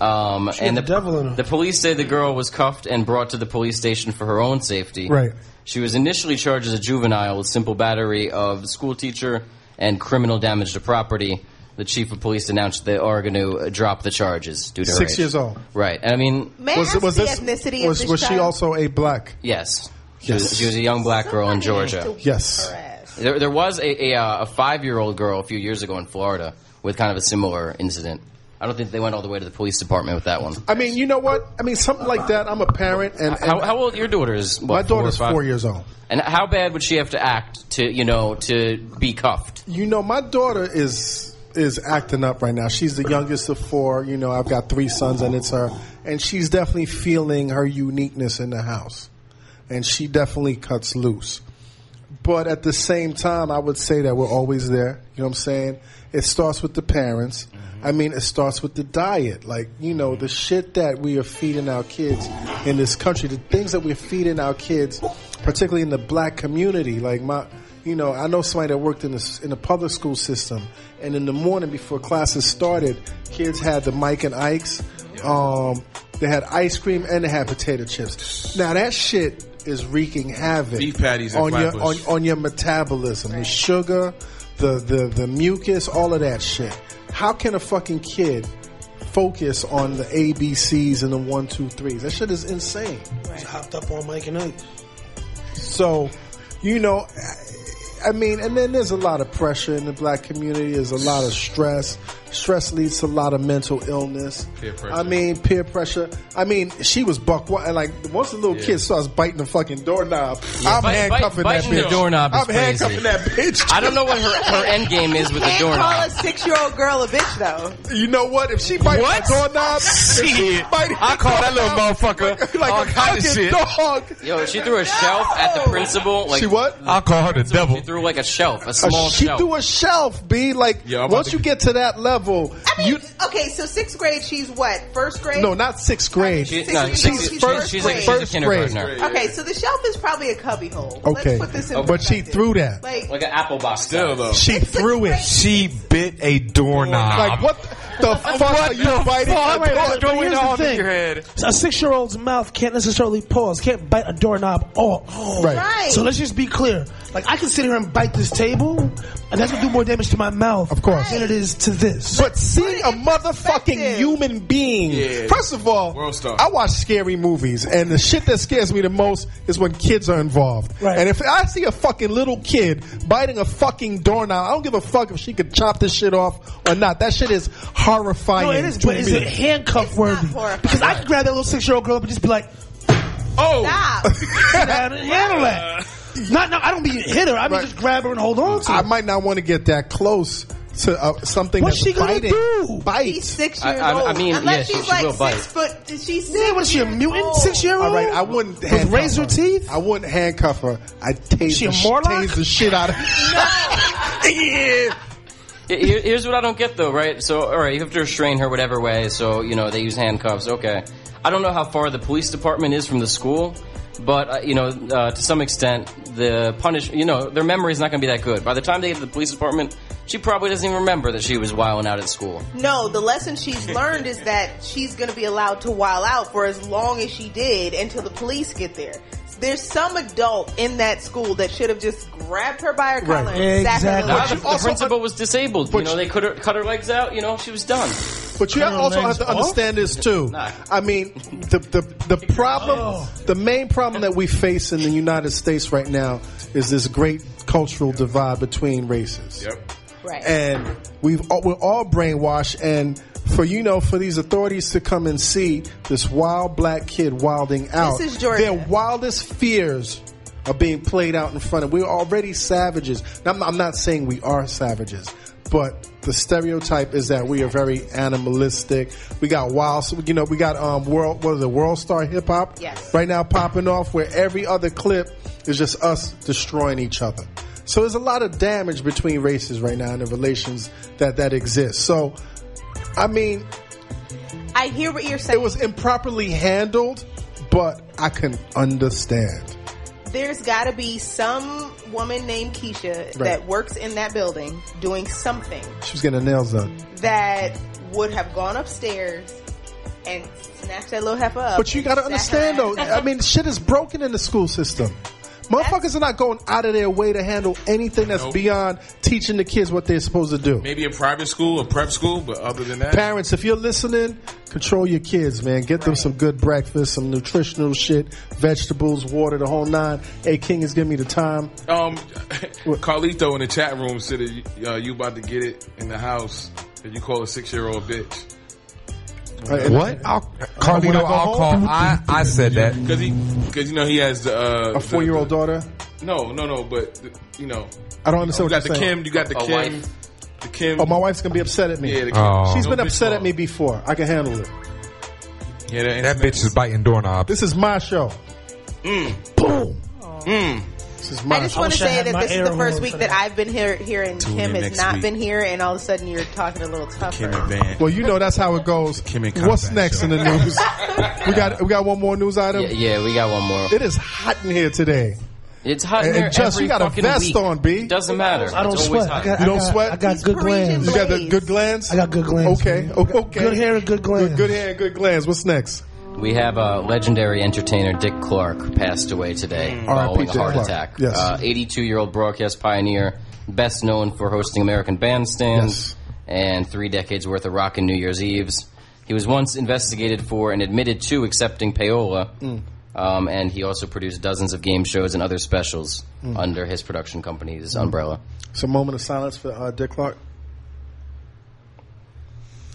Um, and the, had the devil in her. the police say the girl was cuffed and brought to the police station for her own safety. Right. She was initially charged as a juvenile with simple battery of the school teacher and criminal damage to property. The chief of police announced they are going to drop the charges due to her Six age. years old. Right. And I mean, May I ask the ethnicity was, of this was she child? also a black? yes. She, Yes. was, she was a young black girl in Somebody Georgia. has to whip Yes. her ass. There, there was a, a, uh, a five year old girl a few years ago in Florida with kind of a similar incident. I don't think they went all the way to the police department with that one. I mean, you know what? I mean, something like that. I'm a parent, and, and How, how old your daughter is? What, my four or daughter's five? four years old. And how bad would she have to act to you know to be cuffed? You know, my daughter is is acting up right now. She's the youngest of four. You know, I've got three sons, and it's her, and she's definitely feeling her uniqueness in the house, and she definitely cuts loose. But at the same time, I would say that we're always there. You know what I'm saying? It starts with the parents. Mm-hmm. I mean, it starts with the diet. Like, you know, the shit that we are feeding our kids in this country, the things that we're feeding our kids, particularly in the black community. Like, my, you know, I know somebody that worked in the, s- in the public school system, and in the morning before classes started, kids had the Mike and Ike's. Um, they had ice cream and they had potato chips. Now, that shit is wreaking havoc Beef patties and on your on, flatbush. on your metabolism, the sugar, the, the the mucus, all of that shit. How can a fucking kid focus on the ABCs and the one, two, threes? That shit is insane. She hopped up on Mike and Ike. So, you know, I mean, and then there's a lot of pressure in the black community. There's a lot of stress. Stress leads to a lot of mental illness. Peer pressure. I mean, peer pressure. I mean, she was buck wild. Like once the little kid starts biting the fucking doorknob, I'm Bite- bite- handcuffing that biting the bitch. doorknob is I'm handcuffing crazy. that bitch. <laughs> I don't know what her, her end game is with the Can't call a doorknob. six-year-old girl a bitch, though. You know what? If she bites What? the <laughs> doorknob, if she bites I the call that little doorknob motherfucker <laughs> like all a kind of fucking shit. dog. Yo, she threw a shelf at the principal. Like She what? I call her the She devil. threw like a shelf, a A- small she shelf. threw a shelf, B. Like Yeah, I'm about once to- you get to that level, I mean, you okay, so sixth grade, she's what? First grade? no, not sixth grade. She- Six no, years she's, old. she's- She's she's, like first she's a grade. kindergartner. Okay, so the shelf is probably a cubbyhole. Okay. Let's put this in But she perspective. threw that. Like, Like an apple box. Still though, She threw it. She bit a doorknob. Like what the fuck are you biting? fuck is the door- but going here's the on in thing. your head? So a six-year-old's mouth can't necessarily pause, can't bite a doorknob all. Oh. Right. Right. So let's just be clear. Like I can sit here and bite this table, and that's gonna do more damage to my mouth, Of course. than it is to this. But seeing a Put it in perspective. motherfucking human being. Yeah. First of all, World star. I watch scary movies, and the shit that scares me the most is when kids are involved. Right. And if I see a fucking little kid biting a fucking doorknob, I don't give a fuck if she could chop this shit off or not. That shit is horrifying. no, it is. to But is me. it handcuff worthy? not horrifying. Because I could grab that little six-year-old girl up and just be like, oh, stop. "Handle that." Not, no, I don't mean hit her. I mean Right. just grab her and hold on to I her. might not want to get that close to uh, something What's that's she gonna biting. do? She's Bite. six I- years I- I old. mean, yeah, Unless she- she's she like will six bite. foot. She's Yeah, what is she, a mutant six-year-old? All right, I wouldn't With handcuff razor her. teeth? I wouldn't handcuff her. I tase, She a the, sh- Morlock? tase the shit out of her. yeah. Here- Here's what I don't get though, right? So, all right, you have to restrain her whatever way. So, you know, they use handcuffs. Okay, I don't know how far the police department is from the school, but uh, you know, uh, to some extent, the punish. You know, their memory is not going to be that good. By the time they get to the police department, she probably doesn't even remember that she was wilding out at school. No, the lesson she's learned is that she's going to be allowed to while out for as long as she did until the police get there. There's some adult in that school that should have just grabbed her by her collar Right. and sat her Exactly. Now, down. the, the principal was disabled. You know, they cut her, cut her legs out. You know, she was done. But you have Colonel also have Lang's to off? understand this too. Nah. I mean, the the the problem, the main problem that we face in the United States right now is this great cultural divide between races. Yep. Right. And we've all, we're all brainwashed, and for you know, for these authorities to come and see this wild black kid wilding out, is Georgia. their wildest fears are being played out in front of. We're already savages. Now, I'm, I'm not saying we are savages, but the stereotype is that we are very animalistic. We got wild, so, you know, we got um world what is it, world star hip hop? Yes. Right now, popping off where every other clip is just us destroying each other. So there's a lot of damage between races right now and the relations that that exist. So, I mean, I hear what you're saying. it was improperly handled, but I can understand. There's got to be some woman named Keisha Right. that works in that building doing something She was getting her nails done. that would have gone upstairs and snatched that little heifer up. But you and got to sat her understand, though. ass- I mean, shit is broken in the school system. Motherfuckers are not going out of their way to handle anything that's Nope. beyond teaching the kids what they're supposed to do. Maybe a private school, a prep school, but other than that, Parents, if you're listening, control your kids, man. Get them some good breakfast, some nutritional shit, vegetables, water, the whole nine. Hey, King is giving me the time. um, Carlito in the chat room said that uh, you about to get it in the house and you call a six year old bitch Uh, What? I'll, Carlito, When I go I'll home- call. I, I said that. because he because you know he has the uh, A four year old daughter? No, no, no, but the, you know, I don't understand you got what the you're saying. Kim, you got the A Kim, wife. the Kim. Oh, my wife's going to be upset at me. Yeah, the Kim. Oh. She's No been bitch upset at law. me before. I can handle it. Yeah, that, ain't That bitch is biting doorknobs. This is my show. Mm. Boom. Mm. This is my I just show. want wish to I say had that my this is air the first horn week for that that. I've been here, hearing Kim in has next not week. been here, and all of a sudden you're talking a little tougher. Kim and Van. Well, you know that's how it goes. Kim and What's Combat next show. in the <laughs> news? we got we got one more news item. Yeah, yeah, we got one more. It is hot in here today. It's hot in And here Jess, every you got a fucking vest week. on, B. Doesn't matter. I don't it's always sweat. hot. I got, You I don't got- sweat? I got He's good Parisian glands. You got the Please. good glands. I got good glands. Okay, I got okay. Good hair and good glands. Good, good hair, good glands. What's next? We have uh, legendary entertainer Dick Clark passed away today Hmm. following a Dick heart Clark. attack. Yes. Uh, 82-year-old broadcast pioneer, best known for hosting American Bandstand Yes. and three decades worth of rock and New Year's Eves. He was once investigated for and admitted to accepting payola, Hmm. um, and he also produced dozens of game shows and other specials Hmm. under his production company's umbrella. It's a moment of silence for uh, Dick Clark.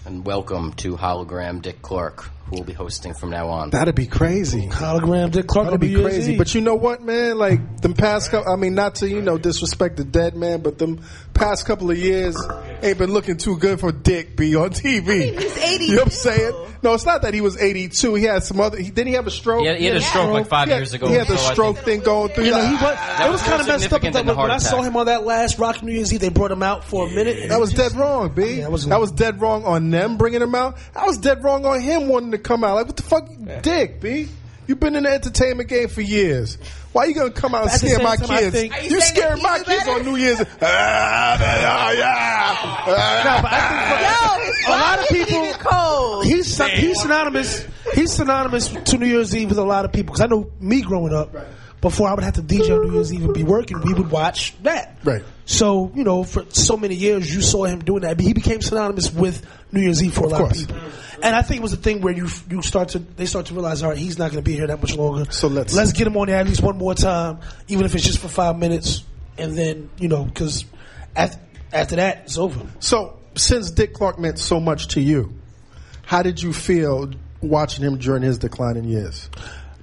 And welcome to hologram Dick Clark, who will be hosting from now on. That'd be crazy. Hologram Dick Clark That'd on be New Year's crazy. Eve. But you know what, man? Like them past couple. I mean, not to you know disrespect the dead man, but them past couple of years ain't been looking too good for Dick B on TV. he's You know what I'm 82. saying? No, it's not that he was 82. He had some other. He, didn't he have a stroke? He had, he had a Yeah. stroke like five He had- years ago. He had the so I stroke think- thing going through. You know, he Like, was, was it was more kind of messed up. significant But than the when I heart saw attack. him on that last Rock New Year's Eve, they brought him out for a minute. and That was dead wrong, B. that that, was- was, dead wrong on them bringing him out. I was dead wrong on him wanting to come out. Like, what the fuck, dick, B? You've been in the entertainment game for years. Why you gonna come out and At the scare same my time, I kids? think- Are you you saying scaring that my he's kids better? on New <laughs> Year's. Ah, ah, yeah. Ah. No, his A lot of body is people- even cold. He's syn- he's synonymous. He's synonymous to New Year's Eve with a lot of people. Because I know me growing up, before I would have to DJ on New Year's Eve and be working, we would watch that. Right. So you know, for so many years, you saw him doing that. He became synonymous with New Year's Eve for a lot course. of people. And I think it was a thing where you you start to they start to realize, all right, he's not going to be here that much longer. So let's- let's get him on there at least one more time, even if it's just for five minutes, and then you know, because after, after that, it's over. So, since Dick Clark meant so much to you, how did you feel watching him during his declining years?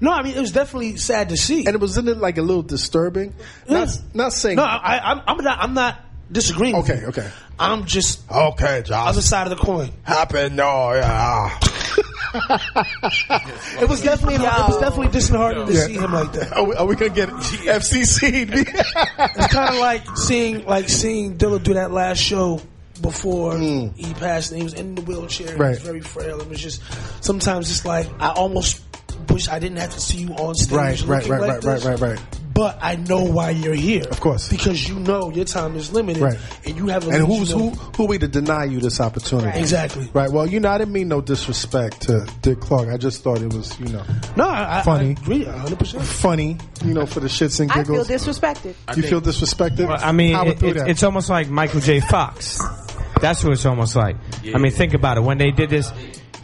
No, I mean it was definitely sad to see. And it was in it like a little disturbing. Not, Yeah. not saying. No, I, I, I'm- I'm not. I'm not disagreeing. with okay, you. okay. I'm just Okay, Josh. other side of the coin. Happen. No, yeah. It was definitely. It was definitely disheartening to Yeah. see him like that. Are we, are we gonna get FCC? <laughs> It's kind of like seeing like seeing Dilla do that last show before he passed, and he was in the wheelchair. He Mm. Right. was very frail. It was just sometimes it's like I almost wish I didn't have to see you on <laughs> stage. Right, right, looking right, like right, right, this. right, right. But I know why you're here, of course. because you know your time is limited, Right. and you have a and limited- who's who? Who we to deny you this opportunity? Right. exactly Right. Well, you know, I didn't mean no disrespect to Dick Clark. I just thought it was, you know, No, I, I- Funny. I agree, 100. percent funny, you know, for the shits and I feel giggles. disrespected. you feel disrespected? Well, I mean, Power it, through it's- that. it's almost like Michael J. Fox. That's what it's almost like. I mean, think about it. When they did this,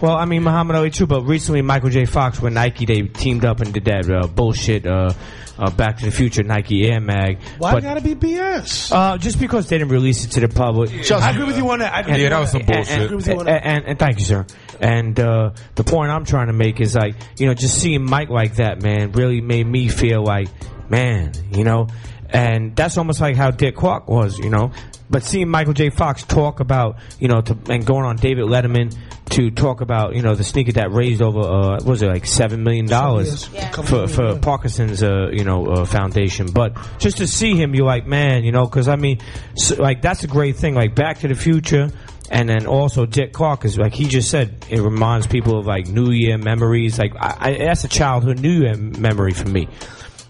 well, I mean Muhammad Ali too, but recently Michael J. Fox with Nike, they teamed up and did that uh, bullshit uh, uh, Back to the Future Nike Air Mag. Why but, gotta be BS? uh, just because they didn't release it to the public. I agree with you on that. I agree Yeah, with that you was on some bullshit. agree with you on and, that. and- and thank you, sir. And uh, the point I'm trying to make is like, you know, just seeing Mike like that, man, really made me feel like, man, you know, and that's almost like how Dick Clark was, you know. But seeing Michael J. Fox talk about, you know, to, and going on David Letterman to talk about, you know, the sneaker that raised over, uh, what was it like seven million dollars Yeah. for for Parkinson's, uh, you know, uh, foundation. But just to see him, you're like, man, you know, because I mean, so, like that's a great thing. Like Back to the Future, and then also Dick Clark is like he just said, it reminds people of like New Year memories. Like I, I, that's a childhood New Year memory for me.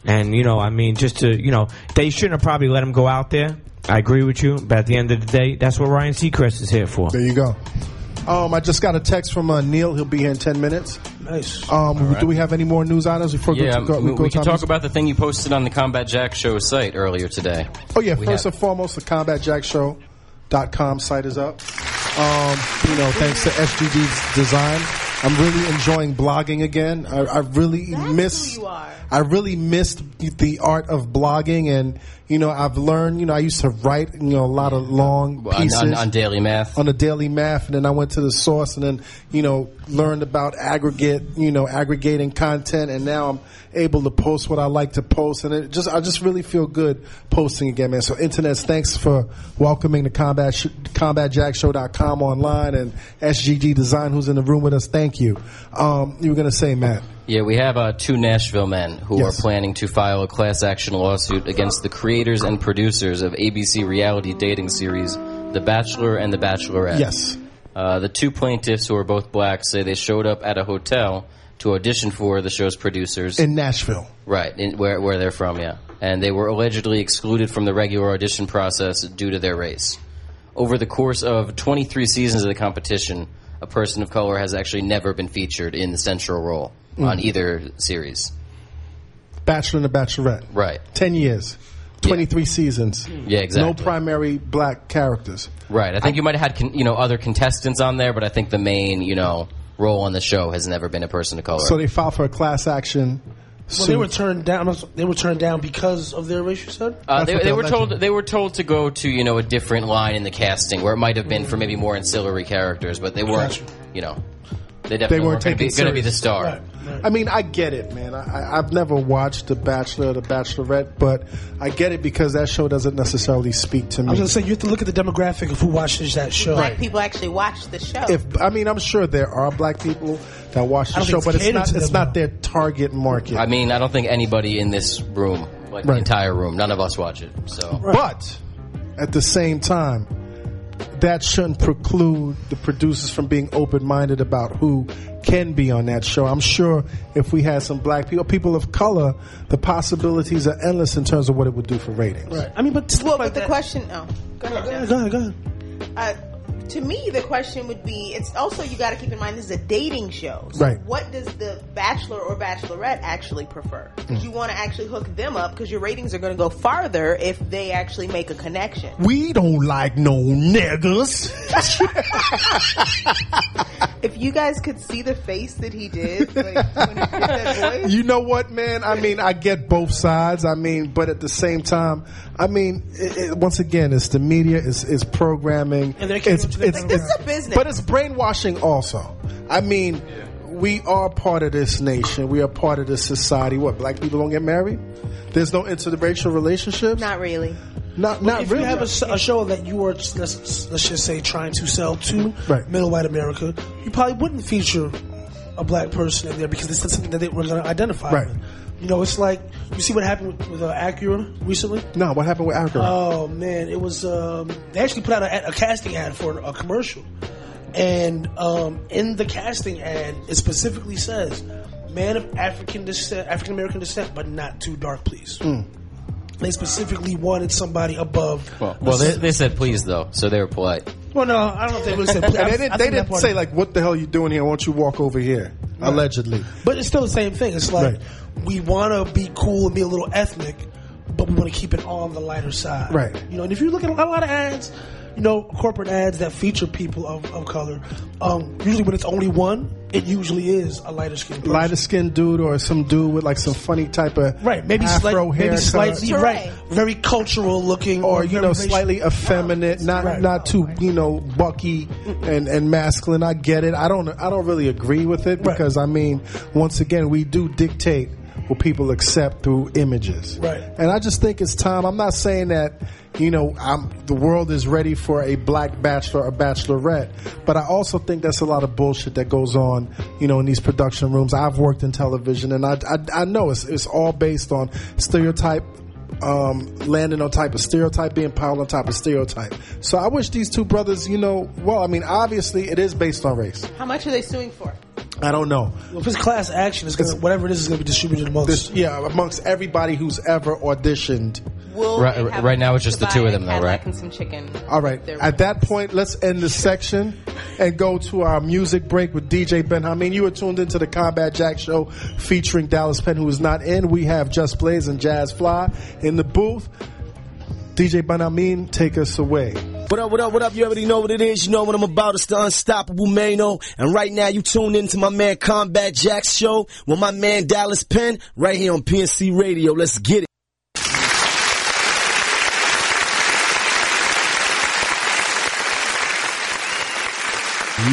And you know, I mean, just to you know, they shouldn't have probably let him go out there. I agree with you, but at the end of the day, that's what Ryan Seacrest is here for. there you go. Um, I just got a text from uh, Neil. He'll be here in ten minutes. Nice. Um, Do we have any more news items before we Yeah, go to, go, we, go we can to- talk about the thing you posted on the Combat Jack Show site earlier today. Oh yeah, first have- and foremost, the CombatJackShow.com site is up. Um, you know, thanks to SGD Design, I'm really enjoying blogging again. I, I really That's miss. who you are. I really missed the art of blogging, and you know, I've learned. You know, I used to write you know a lot of long On, pieces on, on Daily Math. on the daily math and then I went to the source and then you know learned about aggregate you know aggregating content and now I'm able to post what I like to post and it just I just really feel good posting again man so internets thanks for welcoming the combat sh- combatjackshow.com online and SGG design who's in the room with us thank you um, you were gonna say Matt Yeah, we have uh, two Nashville men who Yes. are planning to file a class action lawsuit against the creators and producers of ABC reality dating series The Bachelor and The Bachelorette. yes Uh, the two plaintiffs, who are both black, say they showed up at a hotel to audition for the show's producers. in Nashville right, in, where, where they're from, yeah. And they were allegedly excluded from the regular audition process due to their race. Over the course of 23 seasons of the competition, a person of color has actually never been featured in the central role on either series. Bachelor and the Bachelorette Right. 10 years 23 seasons Yeah, exactly. no primary black characters Right. I think you might have had con- you know other contestants on there, but I think the main you know role on the show has never been a person of color. so they filed for a class action Well, suit. they were turned down. They were turned down because of their race. You said. Uh, they, That's what they they'll were let told you- they were told to go to you know a different line in the casting where it might have been for maybe more ancillary characters, but they weren't. You know, they definitely weren't weren't going taken to be the serious. star. I mean, I get it, man. I- I, I've never watched The Bachelor or The Bachelorette, but I get it because that show doesn't necessarily speak to I was me. gonna say you have to look at the demographic of who watches that show. Black people actually watch the show. If I mean, I'm sure there are black people that watch the I don't show, think it's but it's catered not to it's them, not though. their target market. I mean, I don't think anybody in this room, like the Right. entire room, none of us watch it. So but at the same time, that shouldn't preclude the producers from being open minded about who can be on that show. I'm sure if we had some black people, people of color, the possibilities are endless in terms of what it would do for ratings. Right. I mean, but just well, look like but the that. question, no. Go ahead, Jeff. Go ahead, go ahead. uh, to me, the question would be: It's also you got to keep in mind this is a dating show. So Right. What does the bachelor or bachelorette actually prefer? 'Cause You want to actually hook them up because your ratings are going to go farther if they actually make a connection. We don't like no niggas. If you guys could see the face that he did, like, when he did that voice, you know what, man? I mean, I get both sides. I mean, but at the same time, I mean, it, it, once again, it's the media, it's, it's programming, And they're catering it's to their it's, demographic. Like, this is a business. but it's brainwashing also. I mean. we are part of this nation. We are part of this society. What black people don't get married? There's no interracial relationships. Not really. Not not if really. you have a, s- a show that you are, let's, let's just say, trying to sell to Right. middle white America, you probably wouldn't feature a black person in there because it's not something that they were going to identify Right. with. You know, it's like you see what happened with, with uh, Acura recently. no, what happened with Akron? Oh man, it was. Um, they actually put out a, ad- a casting ad for a commercial, and um, in the casting ad, it specifically says, "Man of African descent, African American descent, but not too dark, please." Hmm. They specifically wanted somebody above. Well, well they, they said please though, so they were polite. Well, no, I don't know if they really said. and <laughs> they didn't, they didn't say like, "What the hell you doing here? Why don't you walk over here?" Allegedly, But it's still the same thing. It's like Right. we want to be cool and be a little ethnic, but we want to keep it on the lighter side. Right. You know, and if you look at a lot of ads, you know, corporate ads that feature people of, of color, um, usually when it's only one, it usually is a lighter skinned person. lighter skinned dude or some dude with like some funny type of Right, maybe Afro slight, maybe haircut. slightly Right. right, very cultural looking, or you very know racial- slightly effeminate, not Right. not too you know bucky and and masculine. I get it. I don't I don't really agree with it Right. because I mean, once again, we do dictate what people accept through images. Right. And I just think it's time. I'm not saying that you know I'm the world is ready for a black bachelor or bachelorette, but I also think that's a lot of bullshit that goes on you know in these production rooms. I've worked in television and I I, I know it's it's all based on stereotype um, landing on type of stereotype, being piled on top of stereotype. So I wish these two brothers, you know, well, I mean, obviously it is based on race. How much are they suing for? I don't know. If it's class action, it's gonna It's- whatever it is is gonna be distributed amongst. This, yeah, amongst everybody who's ever auditioned. Will Right- they have right now it's just the to two buy of them, a though, Cadillac right? And some chicken. All right. They're- At that point, let's end this section and go to our music break with DJ Ben. I mean, you are tuned into the Combat Jack Show featuring Dallas Penn, who is not in. We have Just Blaze and Jazz Fly in the booth. DJ Ben Amin, take us away. What up, what up, what up? You already know what it is. You know what I'm about. It's the Unstoppable Mano. And right now you tune in to my man Combat Jack's show with my man Dallas Penn right here on PNC Radio. Let's get it.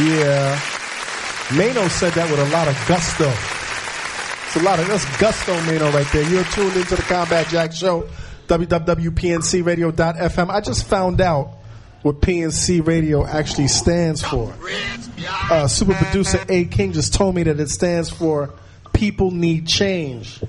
Yeah. Mano said that with a lot of gusto. It's a lot of that's gusto, Mano, right there. You're tuned into the Combat Jack Show, www.pncradio.fm. I just found out what PNC Radio actually stands for. Uh, super producer A King just told me that it stands for People Need Change.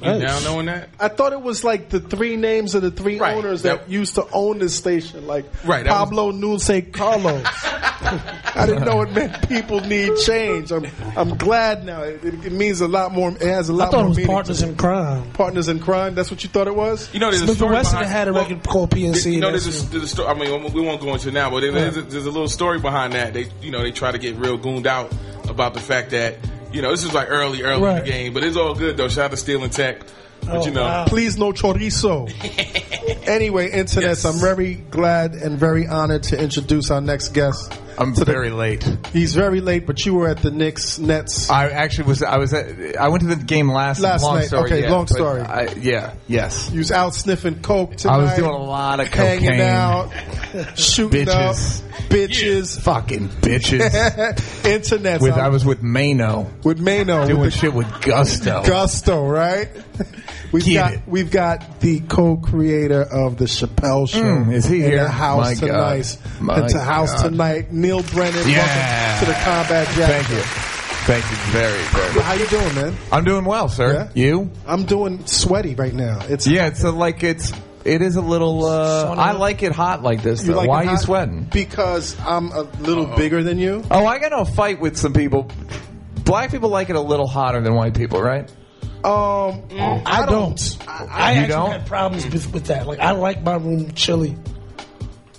You now knowing that? I thought it was like the three names of the three Right. owners that, That- used to own this station, like Right, that was- Pablo Nunce <laughs> Carlos. I didn't know it meant people need change. I'm I'm glad now. It, it, it means a lot more. It has a I lot thought more it was meaning. partners in crime. partners in crime. That's what you thought it was. You know, there's a Smith story Wesson behind- had a well, record called PNC. You know, that's- there's a, there's a story. I mean, we won't go into it now, but there's, a, there's a little story behind that. They, you know, they try to get real gooned out about the fact that, you know, this is like early, early in Right. the game, but it's all good though. Shout out to Steel and Tech, but Oh, you know, uh, wow. Please no <laughs> chorizo. anyway, internets, Yes. I'm very glad and very honored to introduce our next guest. I'm to the- very late. He's very late, but you were at the Knicks Nets. I actually was. I was. At, I went to the game last. Last long night. Story, Okay, yeah, long but story. I, yeah. Yes. you was out sniffing coke tonight. I was doing a lot of cocaine. hanging <laughs> out, shooting up, Bitches. bitches, Fucking <laughs> bitches. internet. with I was with Mano with Mano doing with the shit with gusto. gusto, <laughs> right? We've Get got it. we've got the co-creator of the Chappelle Show. Mm, is he in here? The house My God. tonight. My Into house God. tonight. Neil Brennan. Yeah. Welcome to the Combat Jack. Thank you. Thank you very very. How you doing, man? I'm doing well, sir. Yeah? You? I'm doing sweaty right now. It's Yeah. It's a, like it's. It is a little. Uh, Sauna. I like it hot like this. Though. like Why it are you hot? sweating? Because I'm a little bigger than you. Oh, I got in a fight with some people. Black people like it a little hotter than white people, right? Um, I don't. I, I You actually don't? had problems with, with that. Like I like my room chilly.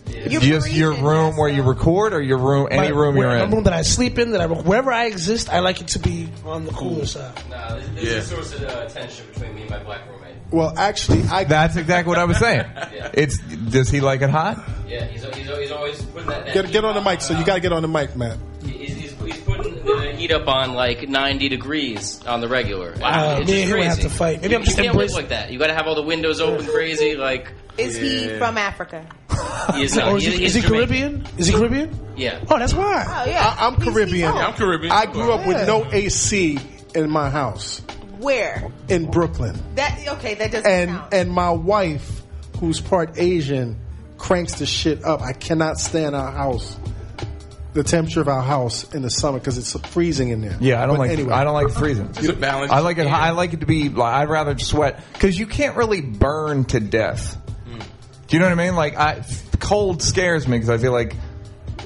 You're Just your freezing, room that's where you all. record, or your room, My- any room where- you're The room in. that I sleep in, that I wherever I exist, I like it to be on the cooler side. Nah, there's, a Yeah. source of uh, tension between me and my black roommate. Well, actually, I That's exactly what I was saying. It's does he like it hot? Yeah, he's, he's, he's always putting that. that get, heat get on the up, mic. So uh, you got to get on the mic, man. He's, he's, he's putting the heat up on like 90 degrees on the regular. Wow, It's me and just him would have crazy. to fight. Maybe I'm You just can't live embracing- <laughs> like that. You got to have all the windows open, crazy. Like Is he from Africa? He is not. Or is He he, is is he Jamaican. Caribbean? Is he Caribbean? Yeah. Oh, that's why. I, I'm Caribbean. I'm Caribbean. I grew up Yeah. with no AC in my house Where? in Brooklyn. That okay? That doesn't and count. and my wife, who's part Asian, cranks the shit up. I cannot stand our house, the temperature of our house in the summer because it's freezing in there. Yeah, I don't But like anyway. I don't like freezing. Is it balanced? I like it. I like it to be. Like, I'd rather sweat because you can't really burn to death. Do you know what I mean? Like, I cold scares me because I feel like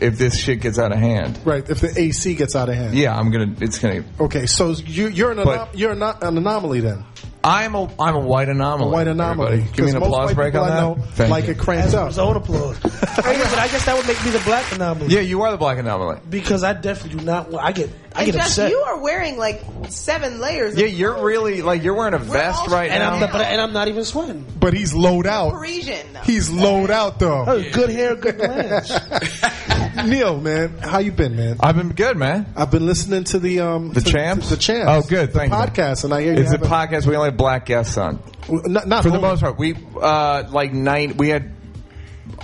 if this shit gets out of hand, Right, if the AC gets out of hand. yeah, I'm gonna. It's gonna. Okay, so you, you're an anom- But- you're not an anomaly then. I'm a I'm a white anomaly. A white anomaly. everybody. Give me 'Cause an most applause white break people on I that. know Thank like you. it cranked up. That's own applause. I guess, but I guess that would make me the black anomaly Yeah, you are the black anomaly. because I definitely do not. want I get I and get Josh, upset. you are wearing like seven layers. Yeah, you're really like you're wearing a vest right and now. I'm not, but, and I'm not even sweating. But he's lowed out. Parisian. though. He's lowed out though. Oh, Good hair, good plans. <laughs> Neil, man, how you been, man? I've been good, man. I've been listening to the um The to- Champs? to the champs. Oh, good, The thank you. podcast, and I hear you It's a have podcast. We only have black guests on. well, not, not for the only- most part. We uh, like nine. We had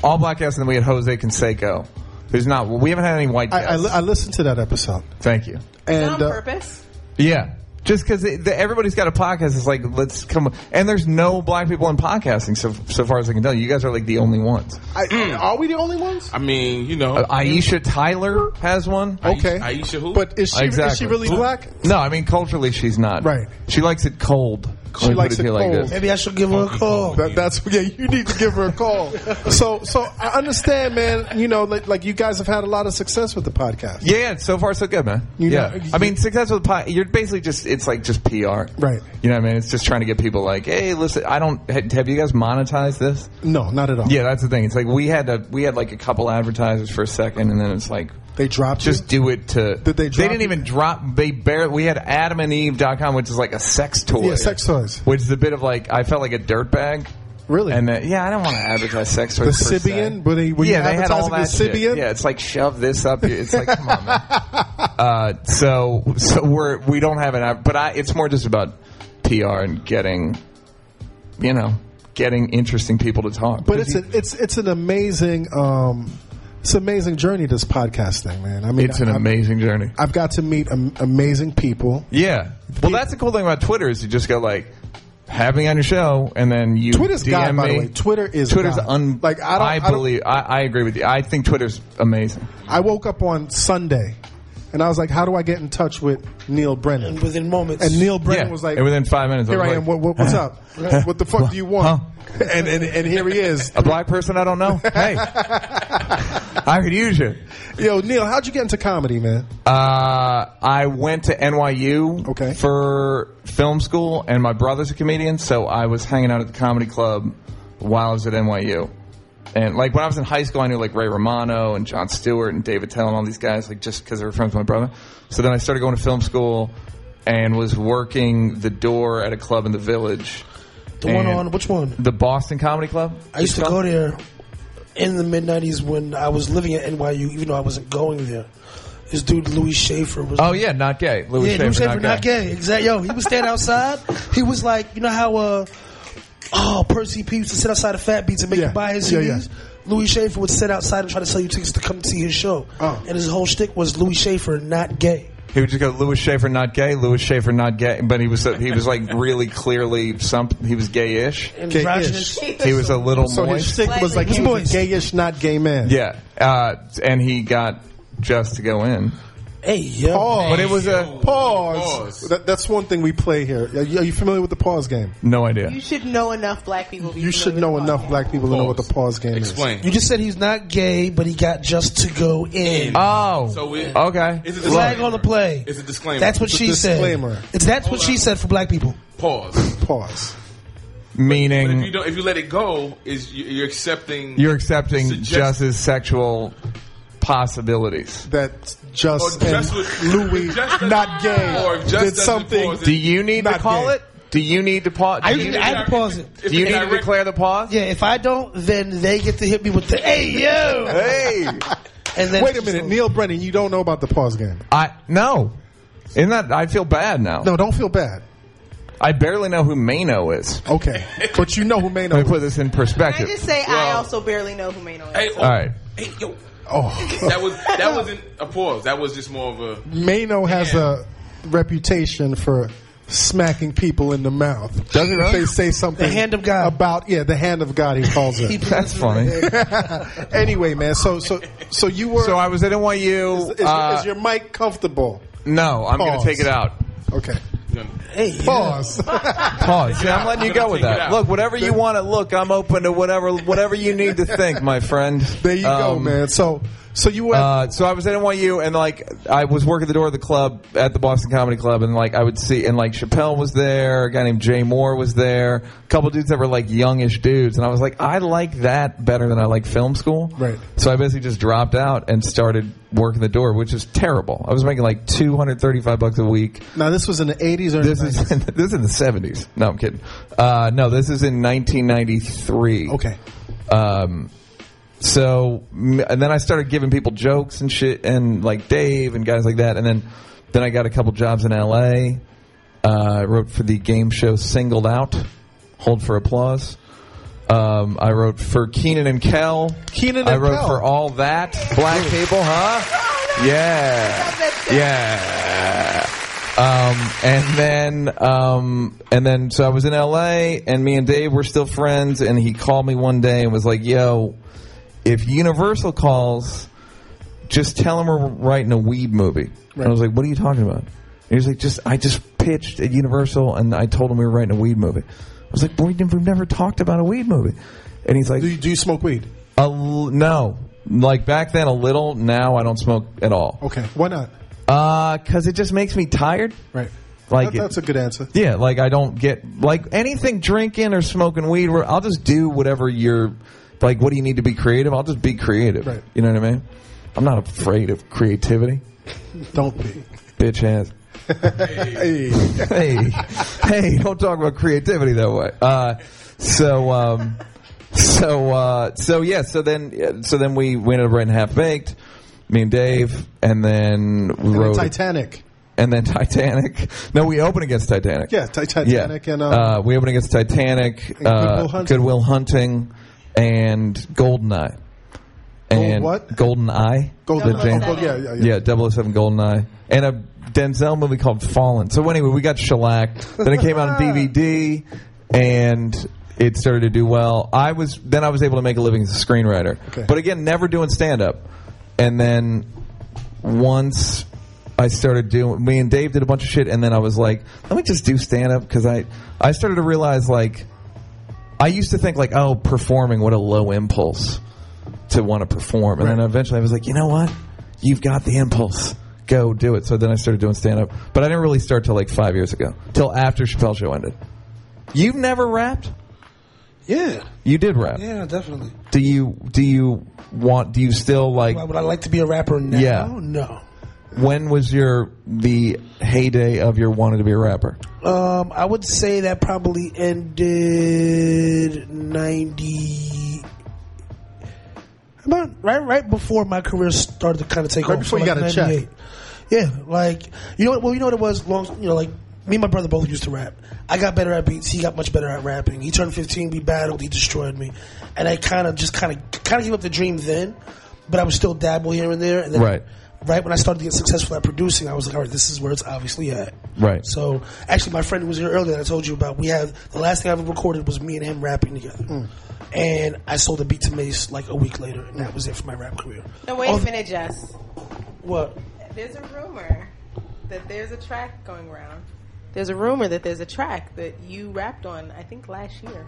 all black guests, and then we had Jose Canseco, who's not. We haven't had any white I, guests. I, li- I listened to that episode, Thank you. Not and on uh, purpose. Yeah, just because everybody's got a podcast, it's like let's come. And there's no black people in podcasting, so so far as I can tell. You guys are like the only ones. I, are we the only ones? I mean, you know, Uh, Aisha Tyler has one. Okay, Aisha who? But is she is she Exactly. really black? No, I mean culturally, she's not. Right. She likes it cold. Let me put likes it to you cold. this. Maybe I should give her a call. That, that's yeah. You need to give her a <laughs> call. so so I understand, man. You know, like, like you guys have had a lot of success with the podcast, Yeah, so far so good, man. You yeah, know- I mean, success with pie. You're basically just it's like just PR, Right. You know what I mean? It's just trying to get people like, hey, listen, I don't ha- have you guys monetized this? No, not at all. Yeah, that's the thing. It's like we had a we had like a couple advertisers for a second, and then it's like they dropped just you. do it to. Did they drop didn't you? even drop. They barely. We had AdamandEve.com, which is like a sex toy. Yeah, sex toys. Which is a bit of like I felt like a dirtbag. Really? And then, yeah, I don't want to advertise sex toys. The per se. Sibian? Were they- were you yeah, they had all that advertising the shit. Sibian? Yeah, it's like shove this up. your- It's like come <laughs> on, man. Uh, so so we're we don't have an ad, but I it's more just about PR and getting, you know, getting interesting people to talk. but it's an it's it's an amazing um it's an amazing journey. This podcasting, man. I mean, it's an I- amazing journey. I've got to meet am- amazing people. Yeah. Well, that's the cool thing about Twitter is you just go like, have me on your show, and then you Twitter's DM God, me. by the way. Twitter is Twitter's God. un. Like, I don't- I don't- believe. I, I agree with you. I think Twitter's amazing. I woke up on Sunday, and I was like, "How do I get in touch with Neil Brennan?" And within moments, And Neil Brennan yeah. was like, and within five minutes, "Here was I like, am. What, what, what's <laughs> up? What the fuck do you want?" <laughs> And, and and here he <laughs> is. A black person I don't know. Hey, I could use you. Yo, Neil, how'd you get into comedy, man? Uh, I went to NYU Okay. for film school, and my brother's a comedian, so I was hanging out at the comedy club um, while I was at NYU. And like when I was in high school, I knew like Ray Romano and John Stewart and David Tell and all these guys, like just because they were friends with my brother. So then I started going to film school and was working the door at a club in the village. the one and- on which one? The Boston Comedy Club. I used to go there in the mid '90s when I was living at NYU, even though I wasn't going there. This dude Louis Schaefer was. Oh yeah, not gay. Louis yeah, Schaefer, Louis Schaefer, not gay. not gay. Exactly. Yo, he would stand outside. he was like, you know how, uh, oh, Percy P used to sit outside of Fat Beats and make Yeah. you buy his Yeah, CDs. yeah. Louis Schaefer would sit outside and try to sell you tickets to come see his show. Oh. And his whole shtick was Louis Schaefer, not gay. He would just go, Louis Schaefer not gay, Louis Schaefer not gay, but he was he was like really clearly some he was gayish. Androgynous. <laughs> He was a little So his moist. shtick was like he was a Slightly. gayish, not gay man. Yeah, uh, and he got just to go in. Hey, yo. Pause. But it was a pause. Pause. That, that's one thing we play here. Are you, are you familiar with the pause game? no idea. You should know enough black people. to You should what know the enough fuck- black people to know what the pause game Explain. You just said he's not gay, but he got just to go in. Oh, So it- okay. It's a Flag disclaimer. on the play. It's a disclaimer. That's what It's a she disclaimer. said. It's that's what she said for black people. pause. is. Pause. But if you Meaning don't, if you let it go, is you- you're accepting you're accepting Suggest- just his sexual possibilities. That just, Or just and with- Louis, if <laughs> just does- not gay, or if just did doesn't something. pause it- Do you need to Not call gay. it? Do you need to pause? I Do you, usually I pause it. do you need to Direct- declare the pause? Yeah, if I don't, then they get to hit me with the hey yo. Hey. <laughs> And then Wait a minute, Neil Brennan, you don't know about the pause game. I no. Isn't that I feel bad now? No, don't feel bad. I barely know who Mano is. <laughs> Okay, but you know who Mano. Let me put this in Can I perspective. just say I also barely know who Mano is? All right. Hey, yo. Oh. <laughs> That was that wasn't a pause. That was just more of a Mano has a reputation for smacking people in the mouth. Does he If really? they say something the hand of God about yeah, the hand of God. He calls it. That's funny. <laughs> anyway, man. So so so you were. So I was at NYU. Is, is, uh, is your mic comfortable? No, I'm going Pause. to take it out. Okay. Hey, pause. <laughs> Pause. See, I'm letting you go with Take it that. out. Look, whatever you want to look, I'm open to whatever whatever you need to think, my friend. There you go, man. So so you were Um, uh, so I was at NYU and like I was working the door of the club at the Boston Comedy Club and like I would see and like Chappelle was there, a guy named Jay Moore was there, a couple dudes that were like youngish dudes, and I was like, I like that better than I like film school. Right. So I basically just dropped out and started working the door, which is terrible. I was making like 235 bucks a week. Now this was in the 80s or <laughs> This is <laughs> in, this is in the seventies. No, I'm kidding. Uh, no, this is in 1993. Okay. Um, so m- and then I started giving people jokes and shit, and like Dave and guys like that, and then then I got a couple jobs in L.A. Uh, I wrote for the game show Singled Out. Hold for applause. Um, I wrote for Keenan and Kel. Keenan I and wrote Kel. for all that. Black Cable, huh? Yeah. Yeah. Um, and then, um, and then, so I was in LA and me and Dave were still friends and he called me one day and was like, yo, if Universal calls, just tell them we're writing a weed movie. And I was like, what are you talking about? And he was like, just, I just pitched at Universal and I told him we were writing a weed movie. I was like, well, we've never- we've never talked about a weed movie. And he's like, Do you, do you smoke weed? a l- no. Like back then, a little. Now I don't smoke at all. Okay. Why not? Uh, cause it just makes me tired. Right. Like That- that's a good answer. Yeah, like I don't get like anything drinking or smoking weed. Where I'll just do whatever you're. Like, what do you need to be creative? I'll just be creative. Right. You know what I mean? I'm not afraid of creativity. Don't be. Bitch ass. <laughs> Hey. hey, <laughs> hey, don't talk about creativity that way. Uh, so, um, so, uh, so yeah. So then, so then we we ended up writing half baked. Me and Dave, and then we And wrote Titanic. and then Titanic. No, we open against Titanic. Yeah, Ti- Titanic Yeah. and, um, uh, we open against Titanic, and uh, Goodwill Hunting. Goodwill Hunting, and Goldeneye. And Gold what? Goldeneye. Golden- The oh, James- Gold- yeah, yeah, yeah. yeah. 007 Goldeneye. And a Denzel movie called Fallen. So anyway, we got shellacked. Then it came out on DVD, and it started to do well. I was then I was able to make a living as a screenwriter. But again, never doing stand up. And then once I started doing, me and Dave did a bunch of shit, and then I was like, let me just do stand up because I I started to realize like I used to think like, oh, performing, what a low impulse to want to perform. And then eventually I was like, you know what? You've got the impulse. Go do it. So then I started doing stand up. But I didn't really start till like five years ago. Till after Chappelle show ended. You've never rapped? Yeah. You did rap. Yeah, definitely. Do you do you want do you still like Why would I like to be a rapper now? Yeah. No. when was your the heyday of your wanted to be a rapper? Um, I would say that probably ended ninety. About right, right before my career started to kind of take Right off. before you like got a check. 98. Yeah, like you know, what- well, you know what it was. Long, you know, like me and my brother both used to rap. I got better at beats. He got much better at rapping. He turned fifteen. We battled. He destroyed me, and I kind of just kind of kind of gave up the dream then. But I was still dabble here and there. And then, Right. right when I started to get successful at producing, I was like, all right, this is where it's obviously at. Right. So actually, my friend who was here earlier that I told you about, we have the last thing I ever recorded was me and him rapping together, Hmm. and I sold a beat to Mace like a week later, and that was it for my rap career. No, Oh. wait a minute, Jess. What? There's a rumor that there's a track going around. There's a rumor that there's a track that you rapped on, I think last year.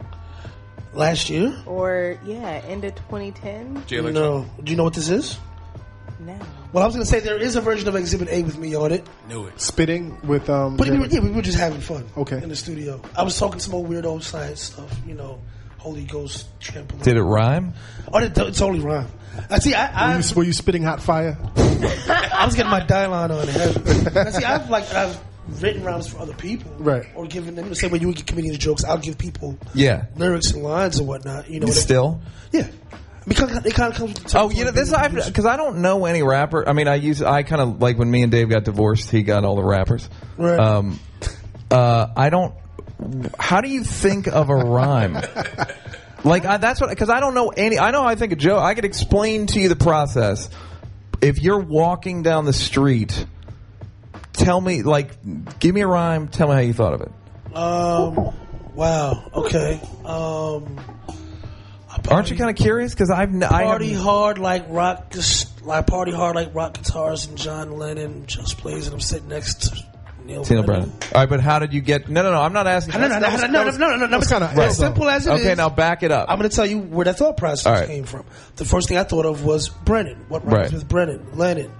Last year? Or, yeah, end of 2010. no. Do you know what this is? No. Well, I was gonna say there is a version of Exhibit A with me on it. Knew it. Spitting with um. But we yeah. were, yeah, we were just having fun. Okay. In the studio, I was talking some old weirdo science stuff, you know, Holy Ghost trampoline. Did it rhyme? Oh, it, it totally rhymed. I see. I, I were, you, were you spitting hot fire? I was getting my die line on it. Now, see, I've like I've written rhymes for other people, Right. Or given them the same way you would give comedians jokes. I'll give people Yeah. lyrics and lines and whatnot. You know, You they- still? yeah. Because it kind of comes. With the Oh, you know this I because I don't know any rapper. I mean, I use I kind Um. of like when me and Dave got divorced, he got all the rappers. Right. Um, uh, I don't How do you think of a rhyme? like I, that's what because I don't know any. I know I think a joke. I could explain to you the process. If you're walking down the street, tell me like give me a rhyme. Tell me how you thought of it. Um. Wow. Okay. Um. Aren't you kind of curious? Because I've n- I Party haven't- hard like rock. Just like party hard like rock guitars and John Lennon just plays, and I'm sitting next to Neil. Tina Brennan. All right, but how did you get? No, no, no. I'm not asking. No, no, no, that no, was- no, no, that was- no, no, no, that was no, kinda- no. As simple as it Okay, is. now back it up. I'm going to tell you where that thought process All right. came from. The first thing I thought of was Brennan. What rhymes Right. with Brennan? Lennon.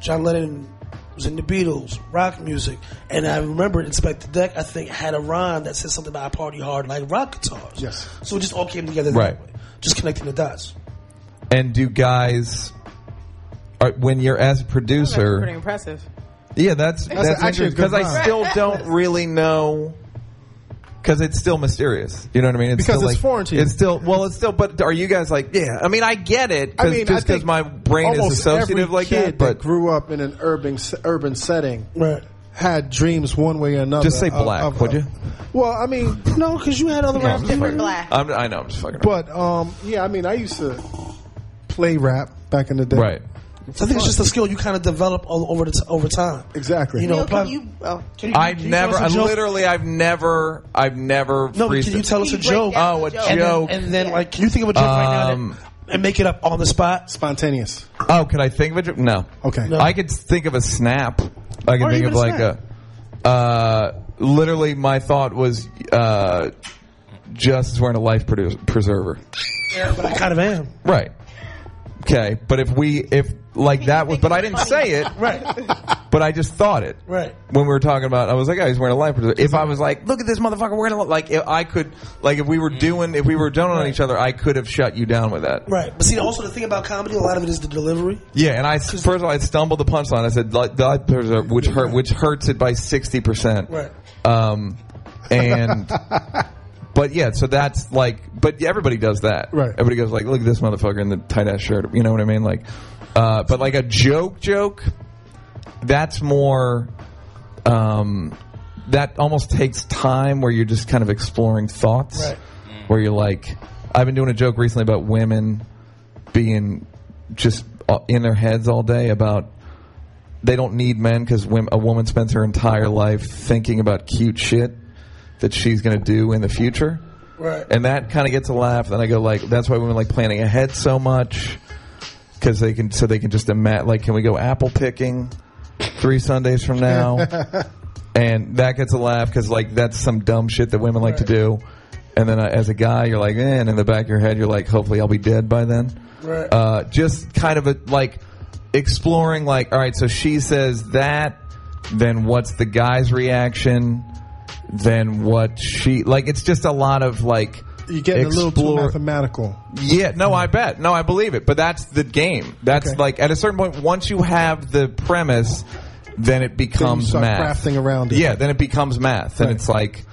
John Lennon was in the Beatles, rock music, and I remember Inspector Deck. I think had a rhyme that said something about I party hard like rock guitars. Yes. So it just all came together Right. that way, just connecting the dots. And do guys, are, when you're as a producer, Pretty impressive. yeah, that's That's that's actually a good because I rhyme. still don't really know because it's still mysterious. You know what I mean? It's Because still it's like, foreign to you. It's still well, it's still. But are you guys like? Yeah, I mean, I get it. Cause, I mean, just I think because my brain is almost every associative like kid that, but grew up in an urban s- urban setting, right. had dreams one way or another. just say of- black, of- would you? Well, I mean, no, because you had other No, I'm raps just than fucking- black. I'm, I know. I'm just fucking. But um, yeah, I mean, I used to play rap back in the day. Right. So I think it's just a skill you kind of develop all over the t- over time. Exactly. You know, Neil, but- can you? Oh, I can you never, tell I us a joke? literally, I've never, I've never. No, but can freestyled. you tell us a Can you joke? break down Oh, a And then- joke. And then, like, can you think of a joke right now Um, that, and make it up on the spot? Spontaneous. Oh, could I think of a joke? No. Uh, Okay. I could think of a snap. I can Or think even of a like snap. a. Uh, literally, my thought was uh, just is wearing a life produ- preserver. Yeah, but I kind of am. Right. Okay, but if we if like that was, but I didn't say it. Right. <laughs> But I just thought it. Right. When we were talking about, I was like, "Oh, he's wearing a life preserver." If I was like, "Look at this motherfucker wearing a li-" like," if I could, like, if we were doing, if we were doing on each other, I could have shut you down with that. Right. But see, also the thing about comedy, a lot of it is the delivery. Yeah, and I first of all I stumbled the punchline. I said like the life preserver, which hurt, which hurts it by sixty percent. Right. Um, and but yeah, so that's like, but everybody does that. Right. Everybody goes like, look at this motherfucker in the tight ass shirt. You know what I mean? Like, uh, but like a joke, joke. That's more. Um, that almost takes time where you're just kind of exploring thoughts. Right. Where you're like, I've been doing a joke recently about women being just uh, in their heads all day about they don't need men because a woman spends her entire life thinking about cute shit that she's going to do in the future. Right. And that kind of gets a laugh. Then I go like, that's why women like planning ahead so much because they can so they can just imagine like, can we go apple picking three Sundays from now? and that gets a laugh because like that's some dumb shit that women like to do. And then uh, as a guy, you're like, eh, and in the back of your head, you're like, hopefully I'll be dead by then. Right. Uh, just kind of a like exploring like, all right, so she says that, then what's the guy's reaction? Then what she like? It's just a lot of like You are getting a little too explore- mathematical. yeah, no, I bet. No, I believe it. But that's the game. That's like at a certain point, once you have the premise, then it becomes start math. crafting around it. Yeah, then it becomes math, and it's like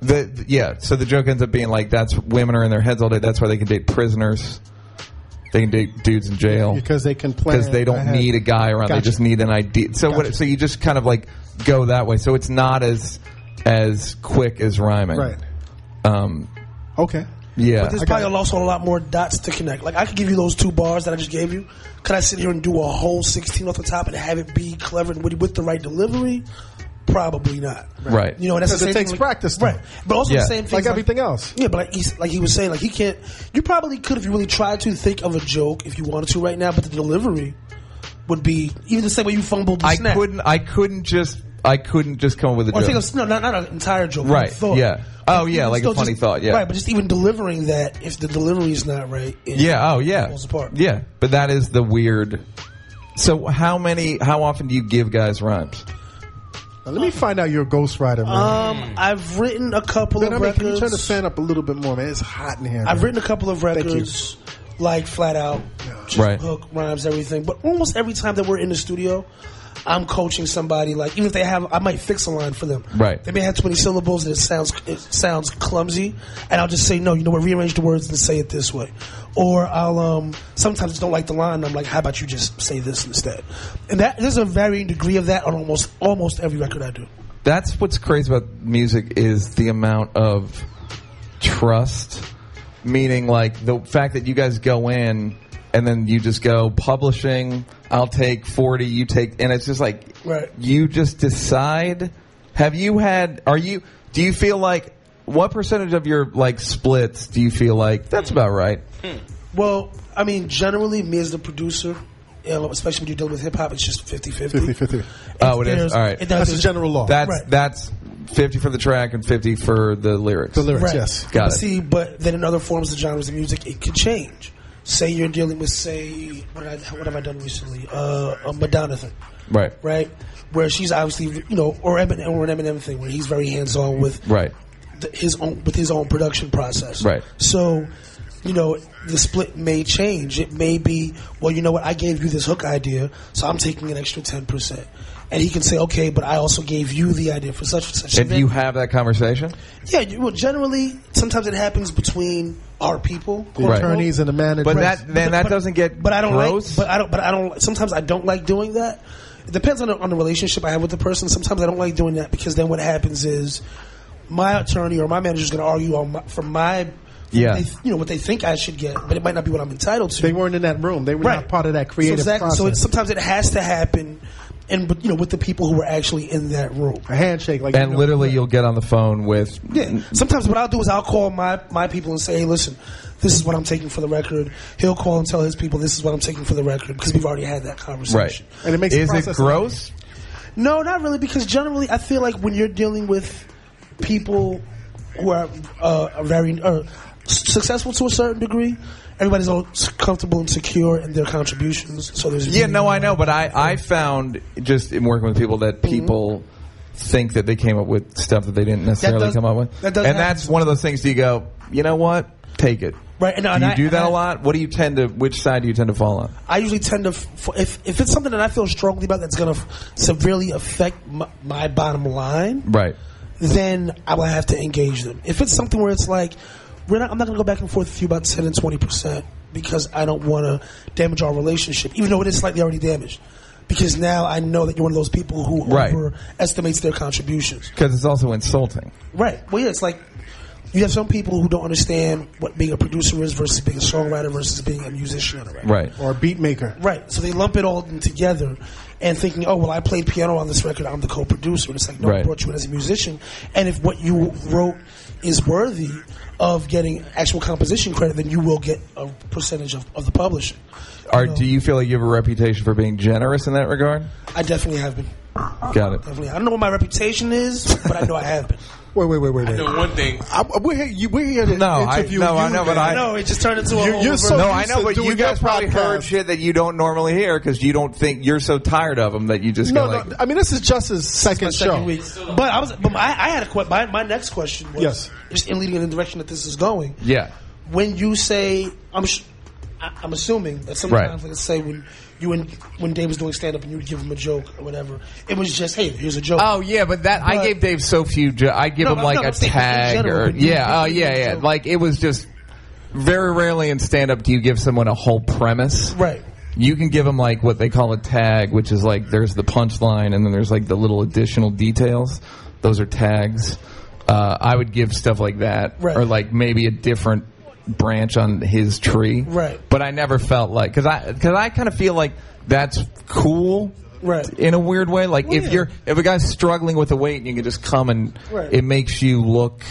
the the- yeah. So the joke ends up being like that's women are in their heads all day. That's why they can date prisoners. They can date dudes in jail Because they can plan because they don't ahead. need a guy around. They Gotcha. just need an idea. So what? So you just kind of like go that way. So it's not as as quick as rhyming. Right. Um. Okay. Yeah. But there's probably also a lot more dots to connect. Like I could give you those two bars that I just gave you. Could I sit here and do a whole 16 off the top and have it be clever and witty with the right delivery? Probably not. Right. You know, and that's the Because it same takes thing with- practice, though. Right. But also Yeah. the same thing. Like everything else. Yeah, but like, he's, like he was saying, like he can't. You probably could if you really tried to think of a joke if you wanted to right now, but the delivery would be even the same way you fumbled. The I snap. couldn't. I couldn't just. I couldn't just come up with a Or joke. think of no, not, not an entire joke. but a Right, Thought. yeah. But Oh, yeah, even like a still funny just- thought, yeah. Right, but just even delivering that, if the delivery is not right, it yeah. Oh, yeah. falls apart. Yeah, but that is the weird. So how many? How often do you give guys rhymes? Now, let me find out your ghostwriter, man. Um, I've written a couple Then, of I mean, records. can you turn the fan up a little bit more, man? It's hot in here. I've man. written a couple of Thank you. records, like flat out, just Right. hook rhymes, everything. But almost every time that we're in the studio, I'm coaching somebody. Like even if they have, I might fix a line for them. Right. They may have 20 syllables and it sounds it sounds clumsy, and I'll just say no. You know what? Rearrange the words and say it this way. Or I'll um sometimes just don't like the line. and I'm like, how about you just say this instead? And that there's a varying degree of that on almost almost every record I do. That's what's crazy about music is the amount of trust. Meaning, like the fact that you guys go in and then you just go publishing. I'll take forty. You take, and it's just like Right. you just decide. Have you had? Are you? Do you feel like? What percentage of your like splits do you feel like that's about right? Well, I mean, generally, me as the producer, you know, especially when you deal with hip hop, it's just 50 50. 50-50. Oh, it is. There's- All right. it does- Ah, That's the general law. That's Right. that's fifty for the track and fifty for the lyrics. The but Got it. See, but then in other forms of genres of music, it could change. Say you're dealing with, say, what, I, what have I done recently? Uh, a Madonna thing, Right. right? Where she's obviously, you know, or, Eminem, or an Eminem thing, where he's very hands on with Right. th- his own with his own production process. Right. So, you know, the split may change. It may be, well, you know what? I gave you this hook idea, so I'm taking an extra ten percent. And he can say, okay, but I also gave you the idea for such and such. And do you have that conversation? yeah, you- well, generally, sometimes it happens between our people, The Right. attorneys and the managers. But that- then that doesn't get. But I don't gross? like. But I don't. But I don't. Sometimes I don't like doing that. It depends on the, on the relationship I have with the person. Sometimes I don't like doing that because then what happens is my attorney or my manager is going to argue on my, for my. for Yeah. what they, th- you know what they think I should get, but it might not be what I'm entitled to. They weren't in that room. They were not part of that creative so exactly, So it, process. sometimes it has to happen, and but, you know with the people who are actually in that room. A handshake, like and literally, you'll get on the phone with. Yeah. Sometimes what I'll do is I'll call my, my people and say, hey, listen, this is what I'm taking for the record. He'll call and tell his people, this is what I'm taking for the record because we've already had that Right. conversation. Is it gross? No, not really, because generally I feel like when you're dealing with people who are uh, are very uh, s- successful to a certain degree, everybody's all s- comfortable and secure in their contributions. So there's Yeah, no, I know, but I I found just in working with people Mm-hmm. that people think that they came up with stuff that they didn't necessarily does- come up with, that and does happen that's one of those things. Do you go? You know what? Take it. Right, and- do and you I- do that and a I- lot? What do you tend to? Which side do you tend to fall on? I usually tend to, f- if, if it's something that I feel strongly about that's going to severely affect my, my bottom line, Right. then I will have to engage them. If it's something where it's like, we're not, I'm not going to go back and forth with you about 10 and 20% because I don't want to damage our relationship, even though it is slightly already damaged. Because now I know that you're one of those people who Right. overestimates their contributions. Because it's also insulting. Right. Well, yeah, it's like you have some people who don't understand what being a producer is versus being a songwriter versus being a musician. Or whatever. Right. Or a beat maker. Right. So they lump it all in together and thinking, oh, well, I played piano on this record. I'm the co-producer. And it's like, no, I Right. brought you in as a musician. And if what you wrote is worthy of getting actual composition credit, then you will get a percentage of, of the publishing. Or do you feel like you have a reputation for being generous in that regard? I definitely have been. Got it. Definitely. I don't know what my reputation is, but I know I have been. Wait, wait, wait, wait, wait. know one thing. I, we're here. You, we're here to No, I- interview no, you. I know, but <laughs> man. I- No, it just turned into a You're, whole you're so no, I used know, to but doing you guys your probably podcast. heard shit that you don't normally hear because you don't think you're so tired of them that you just No, go like, no. I mean, this is just his second, show. second week. But I was, but I, I had a question. My, my next question was Yes. just in leading in the direction that this is going. yeah, when you say I'm sh- I- I'm assuming that sometimes let's say when you and when Dave was doing stand up and you'd give him a joke or whatever, it was just hey here's a joke. Oh yeah, but that I But- gave Dave so few. Jo- I give No, him but- like no, a I'm saying in tag general, or but you- yeah, oh you yeah, give yeah. him Like it was just very rarely in stand up do you give someone a whole premise. Right. You can give them like what they call a tag, which is like there's the punchline and then there's like the little additional details. Those are tags. Uh, I would give stuff like that, Right. or like maybe a different branch on his tree. Right. But I never felt like because I because I kind of feel like that's cool. Right. In a weird way, like if yeah. you're if a guy's struggling with the weight and you can just come and Right. it makes you look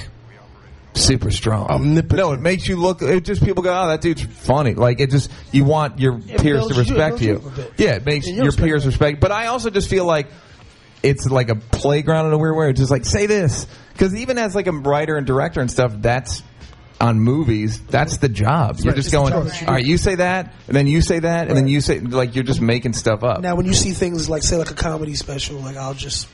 super strong. Omnipotent. No, it makes you look. It just people go, oh, that dude's funny. Like it just you want your peers builds to you- it respect builds you you. up a bit. Yeah, it makes And you your respect peers respect. But I also just feel like it's like a playground in a weird way. It's just like say this because even as like a writer and director and stuff, that's on movies. That's the job. You're right. just It's the going. job All that you do. right, you say that, and then you say that, and then you say like you're just making stuff up. Now when you see things like say like a comedy special, like I'll just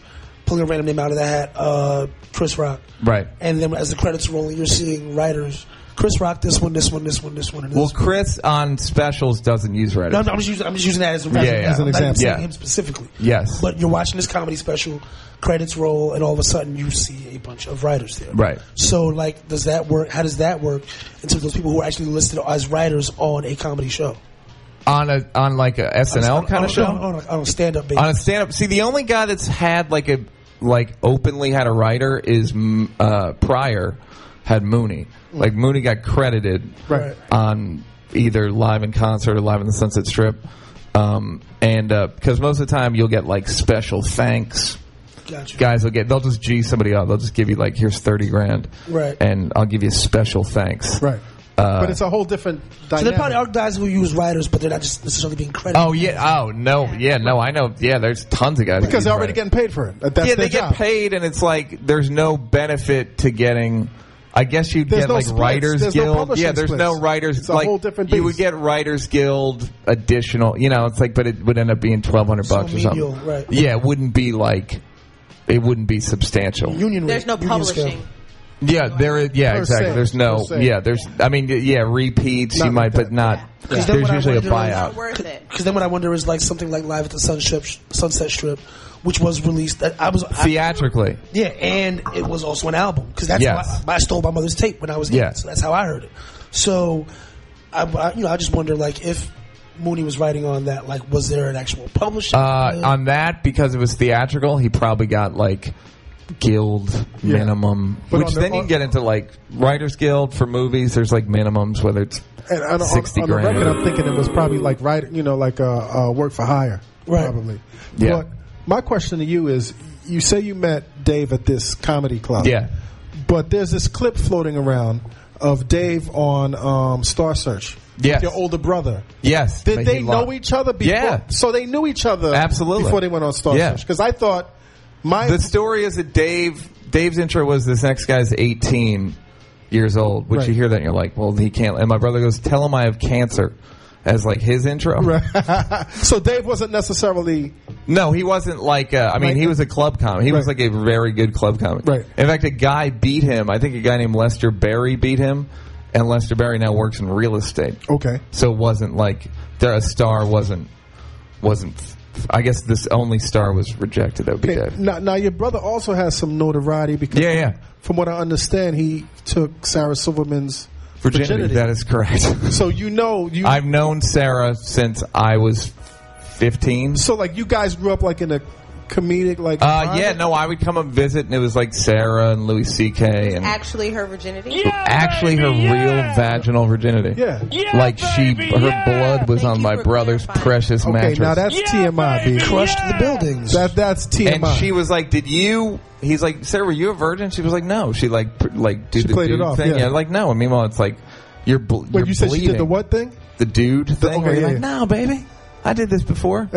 pull a random name out of the hat, uh, Chris Rock, Right. and then as the credits roll, you're seeing writers. Chris Rock, this one, this one, this one, this one, and this Well, Chris on specials doesn't use Reddit. No, I'm, I'm just using, I'm just using that as, a, Yeah, yeah. as an example. Yeah. him specifically. Yes. But you're watching this comedy special, credits roll, and all of a sudden you see a bunch of writers there. Right. So, like, does that work? How does that work in terms of those people who are actually listed as writers on a comedy show? on a on like a SNL kind On- of show. On, on, a- on a stand-up basis. on a stand up. See, the only guy that's had like a like openly had a writer is mm, uh, Pryor had Mooney. Like Mooney got credited Right. on either live in concert or live in the Sunset Strip. Um, and uh, because most of the time you'll get like special thanks. Gotcha. Guys will get they'll just g somebody up. They'll just give you like here's thirty grand, Right. And I'll give you special thanks, right? Uh, but it's a whole different So there dynamic. probably are guys who use writers, but they're not just necessarily being credited. oh yeah, oh no, yeah, no, I know, yeah. There's tons of guys that because use they're already writers. getting paid for it. That's yeah, their they job. get paid, and it's like there's no benefit to getting. I guess you'd There's get no like splits. Writers There's no Guild. publishing yeah, there's no splits. Writers. It's a like whole different you would beast. get Writers Guild additional. You know, it's like, but it would end up being twelve hundred bucks or something. medial, right. Yeah, it wouldn't be like. It wouldn't be substantial. Union There's no publishing. yeah, there is. Yeah, Per exactly. se, there's no. per se. Yeah, there's. I mean, yeah, repeats you Not might, but not. Because then Uh, There's what I usually a wonder is- buyout. Worth it. Because then what I wonder is like something like Live at the Sunset Sunset Strip, which was released. That I was I- Theatrically, yeah, and it was also an album because that's Yes. why I, I stole my mother's tape when I was eight, Yeah. so that's how I heard it. So, I, I- you know I just wonder like if Mooney was writing on that, like was there an actual publisher? Uh, on that, because it was theatrical, he probably got like guild Yeah. minimum, But which on the- then you can get into like writers guild for movies. There's like minimums, whether it's And on, on- sixty on grand. the record, I'm thinking it was probably like right, you know, like uh, uh, work for hire, Right. probably. Yeah. But my question to you is: You say you met Dave at this comedy club, Yeah. But there's this clip floating around of Dave on um, Star Search. Yes. with your older brother. yes, Did Making they Love. know each other before? Yeah. So they knew each other Absolutely. before they went on Star Yeah. Search. Because I thought my The story is that Dave Dave's intro was this next guy's 18 years old, which Right. you hear that and you're like, well, he can't. And my brother goes, tell him I have cancer, as like his intro. <laughs> so Dave wasn't necessarily No, he wasn't like. Uh, I mean, Like- he was a club comic. He was Right. like a very good club comic. Right. In fact, a guy beat him. I think a guy named Lester Berry beat him, and Lester Berry now works in real estate. okay. So it wasn't like there a star wasn't wasn't. I guess this only star was rejected. That would be Dave. Now, now your brother also has some notoriety because Yeah, yeah. from what I understand, he took Sarah Silverman's Virginity. virginity. That is correct. <laughs> so you know you. I've known Sarah since I was fifteen. so like you guys grew up like in a comedic like. Uh, yeah, no, I would come and visit, and it was like Sarah and Louis C.K. and Actually, her virginity. actually her real vaginal virginity. Yeah. like she, her blood was on my brother's precious Okay, mattress. now that's TMI, B. crushed the buildings. That that's TMI. and she was like, "Did you?" He's like, "Sarah, were you a virgin?" She was like, "No." She like, pr- like, did She the played it dude off, thing? yeah. like, no. And meanwhile, it's like, you're, bl- Wait, you're you said she did the bleeding. what thing? The dude thing. okay, where you're yeah, like, yeah. "No, baby, I did <laughs> this before."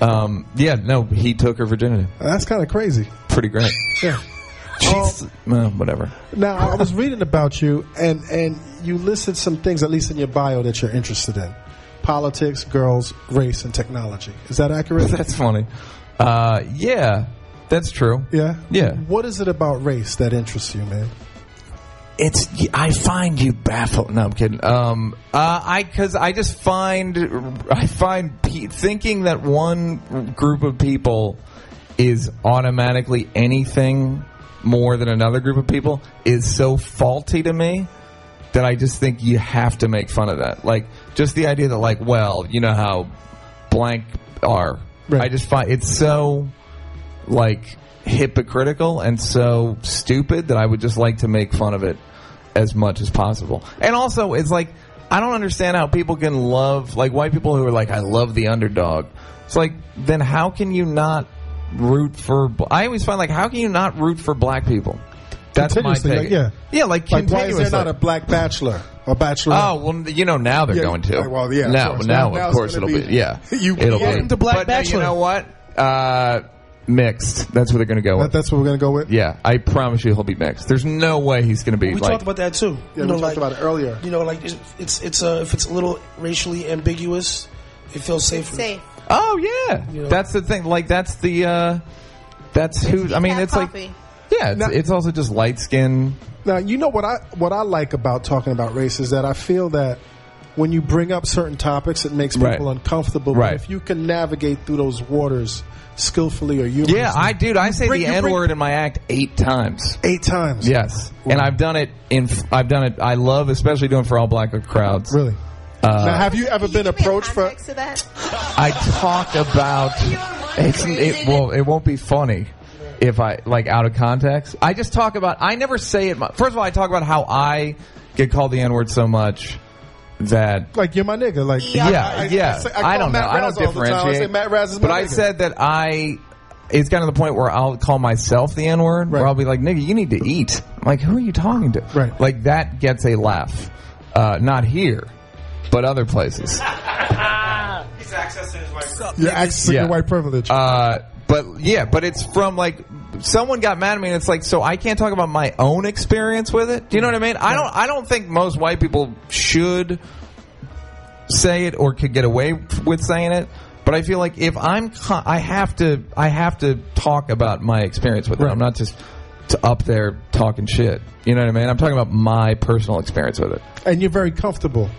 um, yeah, no, he took her virginity. That's kind of crazy. Pretty great. <laughs> Yeah. Jeez. Uh, whatever. Now I was reading about you, and and you listed some things, at least in your bio, that you're interested in: politics, girls, race, and technology. Is that accurate? <laughs> That's funny. Uh, yeah, that's true. yeah. Yeah. What is it about race that interests you, man? it's I find you baffled. No, I'm kidding. Um, uh, I because I just find I find pe- thinking that one group of people is automatically anything more than another group of people is so faulty to me that I just think you have to make fun of that. Like just the idea that like, well, you know how blank are. Right. I just find it's so like hypocritical and so stupid that I would just like to make fun of it as much as possible. And also, it's like I don't understand how people can love like white people who are like I love the underdog. It's like then how can you not root for? bl- I always find like how can you not root for black people? That's my Continuously, take. like, yeah. yeah, Like, like, why is continuously. there not a black bachelor or bachelor? Oh well, you know now they're Yeah, going to. right, well, yeah, of Now, course. now, Now- now of it's course it'll gonna be. be- Yeah, <laughs> You- it'll Welcome be. to Black but now Bachelor. you know what? Uh, mixed. That's what they're going to go That, with. that's what we're gonna go with. yeah, I promise you, he'll be mixed. There's no way he's going to be we like. talked about that too. Yeah, we talked about it earlier. You know, like it's it's, it's uh, if it's a little racially ambiguous, it feels safer. Safe. oh yeah, You know. that's the thing. Like that's the. uh That's who. I mean, Have it's coffee. like. Yeah, it's, Now- it's also just light skin. Now you know what I what I like about talking about race is that I feel that when you bring up certain topics, it makes people Right. uncomfortable. But Right. if you can navigate through those waters skillfully or humorously, Yeah, I dude, I say bring- the you bring- N word in my act eight times. eight times. Yes, and I've done it in. I've done it. I love, especially doing it for all black crowds. really. Uh, now, have you ever Can been you give me a approached for? context to that? I talk about it's it. Well, it won't be funny. if I like out of context. I just talk about. I never say it. My, first of all, I talk about how I get called the N word so much that Like you're my nigga. Like yeah, yeah. I, say- call don't Matt know. I Raz don't all the time. differentiate. I say Matt Raz is my but I nigga. said that I. It's gotten to the point where I'll call myself the N word, where I'll be like, "Nigga, you need to eat." I'm like, who are you talking to? Right. Like that gets a laugh. Uh, not here, but <laughs> other places. He's accessing his wife's up. You're accessing Yeah. your white privilege. Uh, but yeah, but it's from like someone got mad at me, and it's like, so I can't talk about my own experience with it. Do you know what I mean? I don't. I don't think most white people should say it or could get away with saying it. But I feel like if I'm, con- I have to, I have to talk about my experience with it. I'm not just t up there talking shit. You know what I mean? I'm talking about my personal experience with it. and you're very comfortable.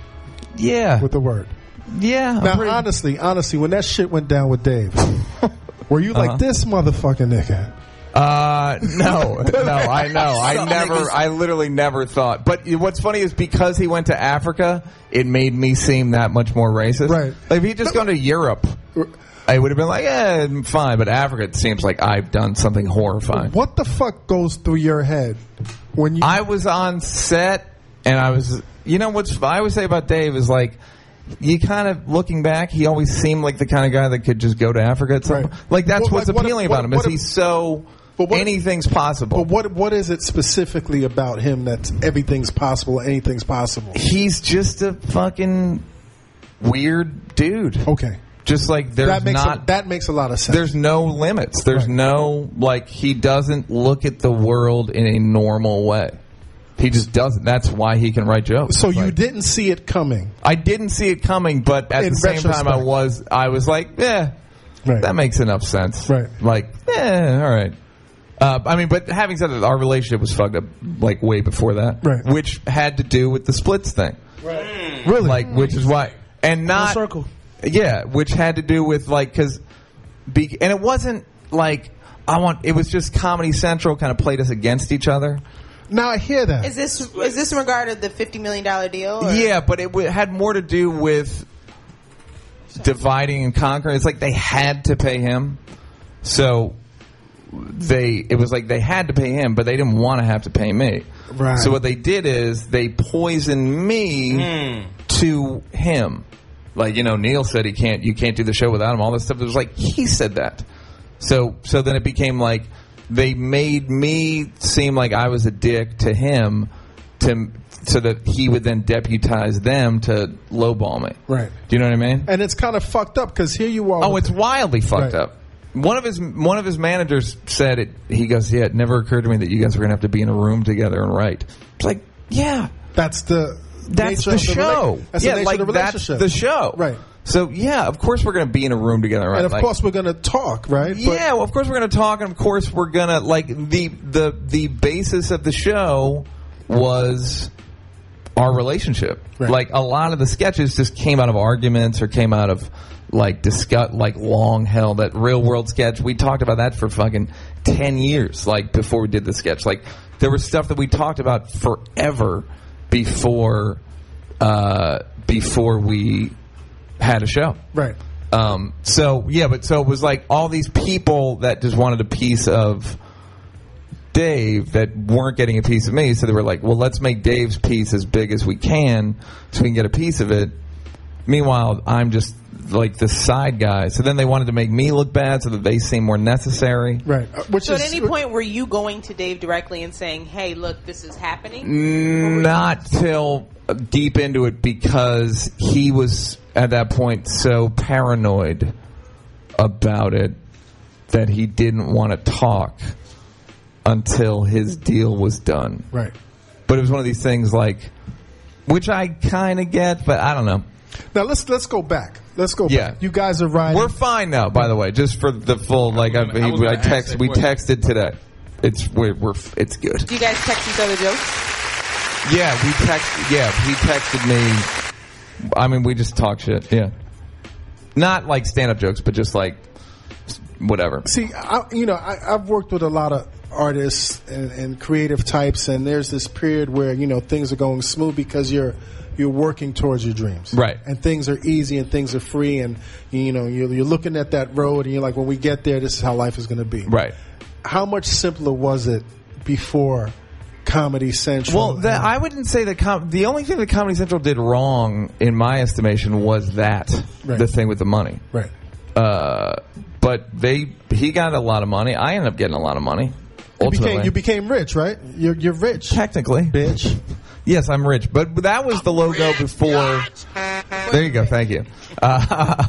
Yeah. With the word. Yeah. Now, honestly, honestly, when that shit went down with Dave, <laughs> were you Uh-huh. like this motherfucking nigga? Uh, no, no, I know. I Suck never, niggas. I literally never thought. But what's funny is because he went to Africa, it made me seem that much more racist. Right. Like if he'd just gone to Europe, I would have been like, yeah, fine. But Africa, it seems like I've done something horrifying. What the fuck goes through your head when you? I was on set and I was, you know, what's I always say about Dave is like, you kind of looking back, he always seemed like the kind of guy that could just go to Africa. At some, Like that's Well, what's like, what if- appealing what about if- him what is if- he's so anything's possible. But what what is it specifically about him that's everything's possible, anything's possible? He's just a fucking weird dude. Okay. Just like there's that makes not a, that makes a lot of sense. there's no limits. There's no like he doesn't look at the world in a normal way. He just doesn't. That's why he can write jokes. so you didn't see it coming. I didn't see it coming, but at In the same time, I retrospect. was I was like, yeah, that makes enough sense. Right. Like, yeah, all right. Uh, I mean, but having said that, our relationship was fucked up like way before that, right? Which had to do with the splits thing, right? Really, like, which is why, and not circle, yeah, which had to do with like because, be, and it wasn't like I want. It was just Comedy Central kind of played us against each other. Now I hear that. Is this is this in regard of the fifty million dollar deal? or- Yeah, but it w- had more to do with dividing and conquering. It's like they had to pay him, so they it was like they had to pay him, but they didn't want to have to pay me. Right. So what they did is they poisoned me to him. Like you know, Neil said he can't. You can't do the show without him. All this stuff. It was like he said that. So so then it became like they made me seem like I was a dick to him to so that he would then deputize them to lowball me. Right. Do you know what I mean? And it's kind of fucked up because here you are. Oh, it's wildly fucked Right. up. One of his one of his managers said it. He goes, "Yeah, it never occurred to me that you guys were gonna have to be in a room together and write." It's like, yeah, that's the that's nature the of the rela- show. that's the yeah, nature like of the that's relationship. the show. Right. So yeah, of course we're gonna be in a room together. and write. and of Like, course we're gonna talk, right? But- yeah, well, of course we're going to talk, and of course we're going to like the the the basis of the show was our relationship. Like uh, a lot of the sketches just came out of arguments or came out of like discuss like long hell that real world sketch. We talked about that for fucking ten years, like before we did the sketch. Like there was stuff that we talked about forever before uh, before we had a show. Right. Um, so yeah, but so it was like all these people that just wanted a piece of Dave that weren't getting a piece of me. So they were like, well, let's make Dave's piece as big as we can so we can get a piece of it. Meanwhile, I'm just like the side guy. So then they wanted to make me look bad so that they seem more necessary. Right. Uh, so at any point were you going to Dave directly and saying, "Hey, look, this is happening"? Not till deep into it because he was at that point so paranoid about it that he didn't want to talk until his deal was done. Right. But it was one of these things like, which I kind of get, but I don't know. Now let's let's go back. Let's go Yeah. back. You guys are riding. We're fine now, by the way, just for the full, like, I, I was he, I, gonna ask text, that we question. texted today. It's, we're, we're, it's good. Do you guys text each other jokes? Yeah, we text. Yeah, he texted me. I mean, we just talk shit. Yeah, not like stand-up jokes, but just like s- whatever. See, I, you know, I, I've worked with a lot of artists and, and creative types, and there's this period where you know things are going smooth because you're you're working towards your dreams, Right. And things are easy and things are free, and you know you're, you're looking at that road, and you're like, when we get there, this is how life is going to be, Right. how much simpler was it before Comedy Central? Well, the, I wouldn't say that. Com- the only thing that Comedy Central did wrong, in my estimation, was that the thing with the money. Right. Uh, but they he got a lot of money. I ended up getting a lot of money. you became ultimately. you became rich, right? You're you're rich. Technically, bitch. Yes, I'm rich, but that was the logo before. There you go. Thank you. Uh,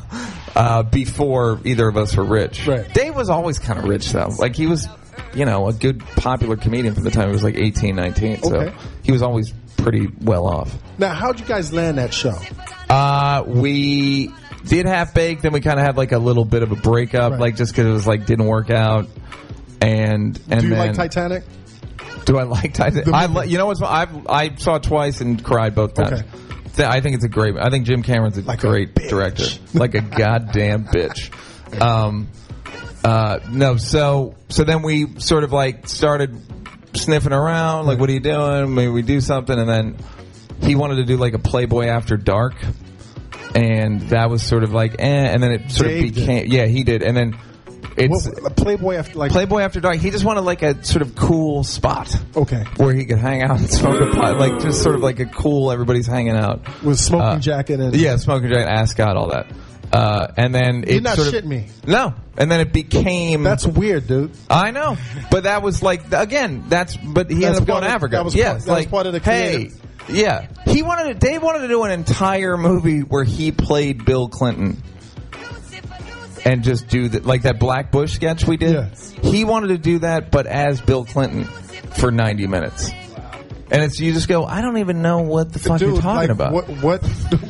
<laughs> uh, before either of us were rich, right. Dave was always kind of rich though. Like he was, you know, a good popular comedian from the time he was like 18, 19. So Okay. he was always pretty well off. Now, how'd you guys land that show? Uh, we did half baked, then we kind of had like a little bit of a breakup, like just because it was like didn't work out. And and Do you like then, Titanic? do I like Titanic? The I movie. li- you know what's I I saw it twice and cried both times. Th- I think it's a great. I think Jim Cameron's a great director, like a goddamn bitch. Um, uh, no, so so then we sort of like started sniffing around, like, what are you doing? Maybe we do something, and then he wanted to do like a Playboy After Dark, and that was sort of like, eh, and then it sort Dave of did. became, yeah, he did, and then it's What- Playboy after like Playboy After Dark. He just wanted like a sort of cool spot. Okay. Where he could hang out and smoke a pot, like just sort of like a cool everybody's hanging out. Uh, with smoking jacket and Yeah, smoking jacket, ascot, all that. Uh, and then it You're not sort of- shitting me. No, and then it became. That's weird, dude. I know, but that was like again. That's but he That's ended up going part to of- Africa. that was yes, part- that was like part of the hey, creative. yeah. He wanted to, Dave wanted to do an entire movie where he played Bill Clinton and just do that, like that Black Bush sketch we did. He wanted to do that, but as Bill Clinton for ninety minutes. And it's you just go. I don't even know what the fuck Dude, you're talking like, about. What? what <laughs> Do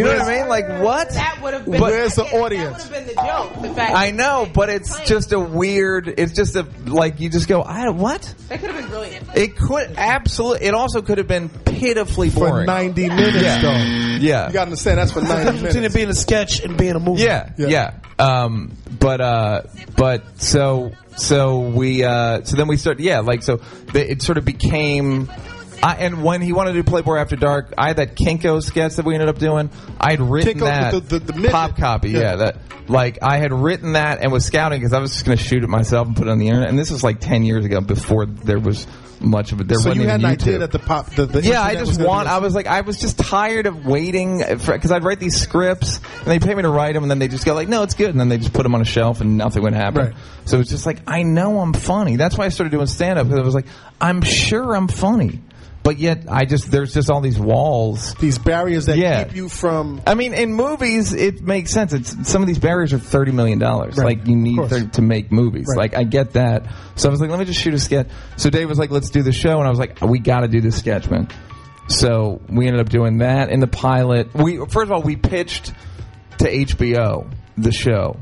you know what I mean? Like what? That would have been. But- where's Where's the audience? That would have been the joke. The fact I know, but it's just a weird. It's just a like you just go. I what? that could have been brilliant. It could absolutely. It also could have been pitifully For boring. 90 minutes, yeah. though. Yeah. You gotta understand that's for 90 <laughs> difference between minutes. it being a sketch and being a movie. Yeah, yeah. Um, but uh, but so so we uh, so then we started. Yeah, like so the, it sort of became. I, and when he wanted to do Playboy After Dark, I had that Kinko sketch that we ended up doing. I had written Kinko's that with the- the- the midget. pop copy. Yeah. Yeah. that like I had written that and was scouting because I was just going to shoot it myself and put it on the internet. And this was like ten years ago before there was much of it. There so wasn't you had an even idea YouTube that the pop. The, the yeah, I internet just was gonna want. be- I was like, I was just tired of waiting because I'd write these scripts and they pay me to write them, and then they just go like, "No, it's good," and then they just put them on a shelf and nothing would happen. So it's just like, I know I'm funny. That's why I started doing stand up because I was like, I'm sure I'm funny, but yet I just there's just all these walls, these barriers that yeah. keep you from. I mean, in movies, it makes sense. It's some of these barriers are thirty million dollars. Like you need 30, to make movies. Right. Like I get that. So I was like, let me just shoot a sketch. So Dave was like, let's do the show, and I was like, we got to do this sketch, man. So we ended up doing that in the pilot. We first of all we pitched to HBO the show,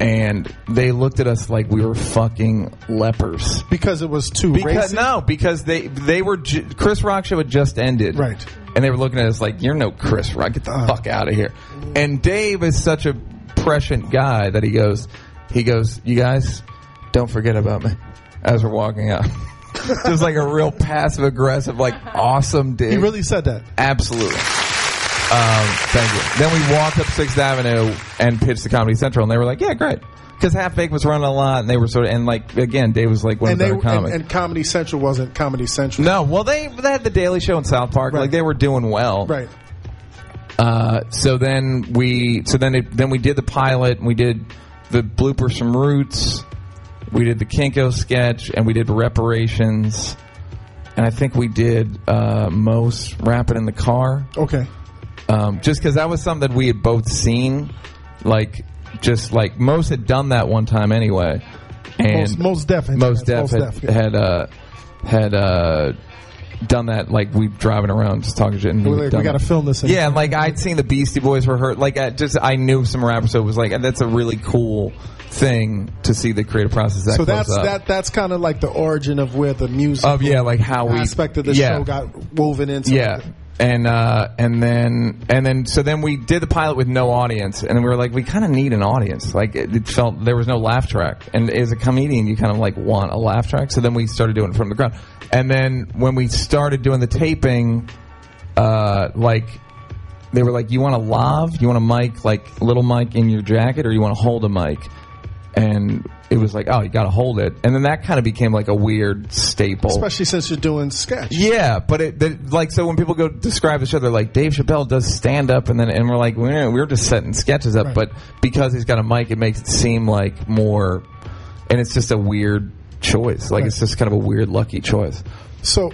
and they looked at us like we were fucking lepers because it was too because racist? no, because they they were ju- Chris Rock show had just ended, right? And they were looking at us like, "You're no Chris Rock. Get the Uh-huh. fuck out of here." And Dave is such a prescient guy that he goes, he goes, "You guys, don't forget about me." As we're walking out, <laughs> just like a real passive aggressive, like awesome Dave. He really said that. Absolutely. Um, thank you. Then we walked up Sixth Avenue and pitched to Comedy Central, and they were like, "Yeah, great." Because Half Baked was running a lot, and they were sort of, and like again, Dave was like one And they of the better and, comics. and Comedy Central wasn't Comedy Central. No, well they they had the Daily Show in South Park, like they were doing well. Right. Uh, so then we so then it, then we did the pilot and we did the bloopers from Roots, we did the Kinko sketch, and we did reparations, and I think we did uh, most rapping in the car Okay. um, just because that was something that we had both seen, like just like most had done that one time anyway, Most- and Mos Def had done most that. Mos def had Def, yeah. had uh, had uh, done that. Like we driving around just talking shit. And We're we'd like, done we gotta it. film this and- Yeah, and, like I'd seen the Beastie Boys were hurt. Like I just I knew some rappers, so it was like that's a really cool thing to see the creative process. That so close that's up. that. That's kind of like the origin of where the music Of, yeah, like how we- aspect of the yeah. show got woven into. yeah and uh and then and then so then we did the pilot with no audience and we were like we kind of need an audience like it, it felt there was no laugh track and as a comedian you kind of like want a laugh track so then we started doing it from the ground and then when we started doing the taping uh like they were like you want a lav you want a mic like little mic in your jacket or you want to hold a mic and it was like, oh, you got to hold it. And then that kind of became like a weird staple. Especially since you're doing sketch. Yeah, but it, that like so when people go describe the show, they're like Dave Chappelle does stand up, and then and we're like we're, we're just setting sketches up, Right. but because he's got a mic, it makes it seem like more, and it's just a weird choice. Like it's just kind of a weird lucky choice. So,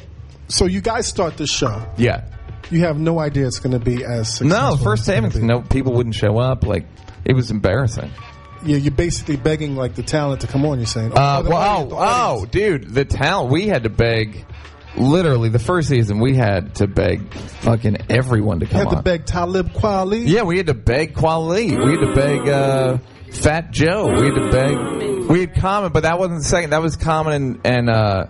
so you guys start this show. Yeah. You have no idea it's going to be as successful. No, first savings. No, people wouldn't show up. Like it was embarrassing. Yeah, you're basically begging like the talent to come on. You're saying, Uh, well, oh, oh, dude, the talent we had to beg. Literally, the first season we had to beg fucking everyone to you come have to on. beg Talib Kweli. Yeah, we had to beg Quali. We had to beg uh, Fat Joe. We had to beg. We had Common, but that wasn't the second. That was Common and and uh,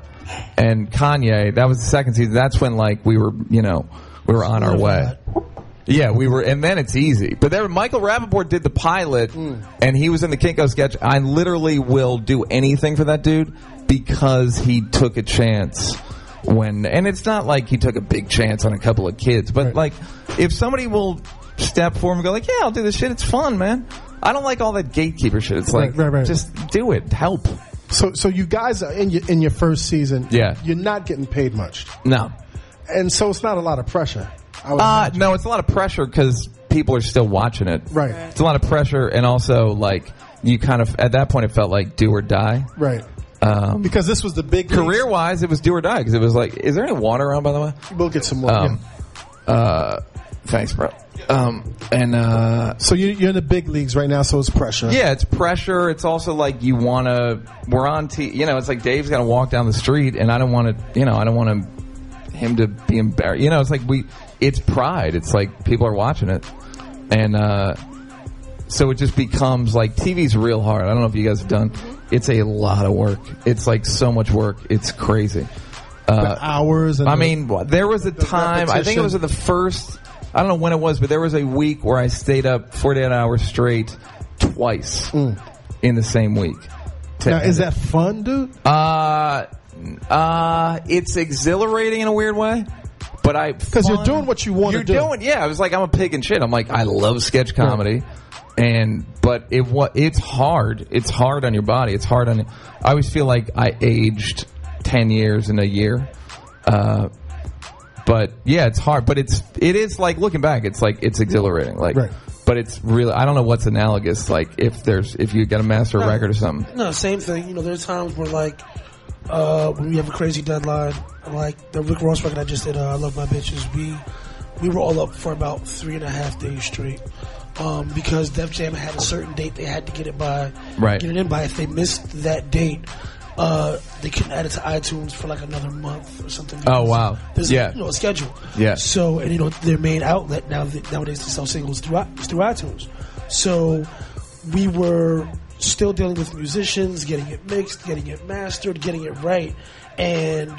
and Kanye. That was the second season. That's when like we were, you know, we were on our way. Yeah, we were, and then it's easy. But there, Michael Rappaport did the pilot, and he was in the Kinko sketch. I literally will do anything for that dude because he took a chance when, and it's not like he took a big chance on a couple of kids, but like if somebody will step forward and go like, "Yeah, I'll do this shit. It's fun, man." I don't like all that gatekeeper shit. It's like, Right, right, right. just do it. Help. So, so you guys are in your in your first season. Yeah. you're not getting paid much, No, and so it's not a lot of pressure. I would Uh, no, it's a lot of pressure because people are still watching it. Right. It's a lot of pressure, and also like you kind of at that point it felt like do or die. Right. Um, because this was the big career wise, it was do or die because it was like, is there any water on by the way? We'll get some more. Um, uh, thanks, bro. Um, and uh, so you, you're in the big leagues right now, so it's pressure. Yeah, it's pressure. It's also like you want to. We're on. T- you know, it's like Dave's got to walk down the street, and I don't want to. You know, I don't want him him to be embarrassed. You know, it's like we. It's pride. It's like people are watching it, and uh, so it just becomes like TV's real hard. I don't know if you guys have done. It's a lot of work. It's like so much work. It's crazy. Uh, hours. And I the- mean, wh- there was a time. I think it was repetition. the first. I don't know when it was, but there was a week where I stayed up 48 hours straight twice in the same week. Mm. to Now, end is it. that fun, dude? Uh, uh, it's exhilarating in a weird way. But I because you're doing what you want to You're do. doing, yeah. I was like, I'm a pig and shit. I'm like, I love sketch comedy, and but it what it's hard. It's hard on your body. It's hard on. I always feel like I aged ten years in a year. Uh, but yeah, it's hard. But it's it is like looking back. It's like it's exhilarating. Like, but it's really. I don't know what's analogous. Like if there's if you got a master Right. record or something. No, same thing. You know, there's times where like uh, when we have a crazy deadline, like the Rick Ross record I just did, uh, "I Love My Bitches." We we were all up for about three and a half days straight um, because Def Jam had a certain date they had to get it by, Right. get it in by. If they missed that date. Uh, they couldn't add it to iTunes for like another month or something. Oh, wow. There's, Yeah. you know, a schedule. Yeah. So and you know their main outlet now nowadays to sell singles through i- through iTunes. So we were still dealing with musicians, getting it mixed, getting it mastered, getting it right, and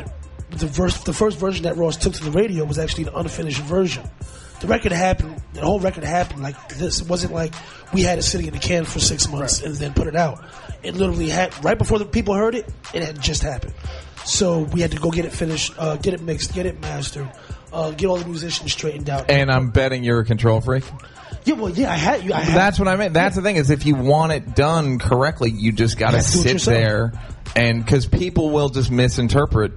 the verse the first version that Ross took to the radio was actually the unfinished version. The record happened. The whole record happened like this. It wasn't like we had it sitting in the can for six months and then put it out. It literally had right before the people heard it. It had just happened. So we had to go get it finished, uh, get it mixed, get it mastered, uh, get all the musicians straightened out. And I'm betting you're a control freak. yeah, well, yeah, I had you. I had, That's what I meant. That's the thing is if you want it done correctly, you just got to You have to do it sit yourself. there and because people will just misinterpret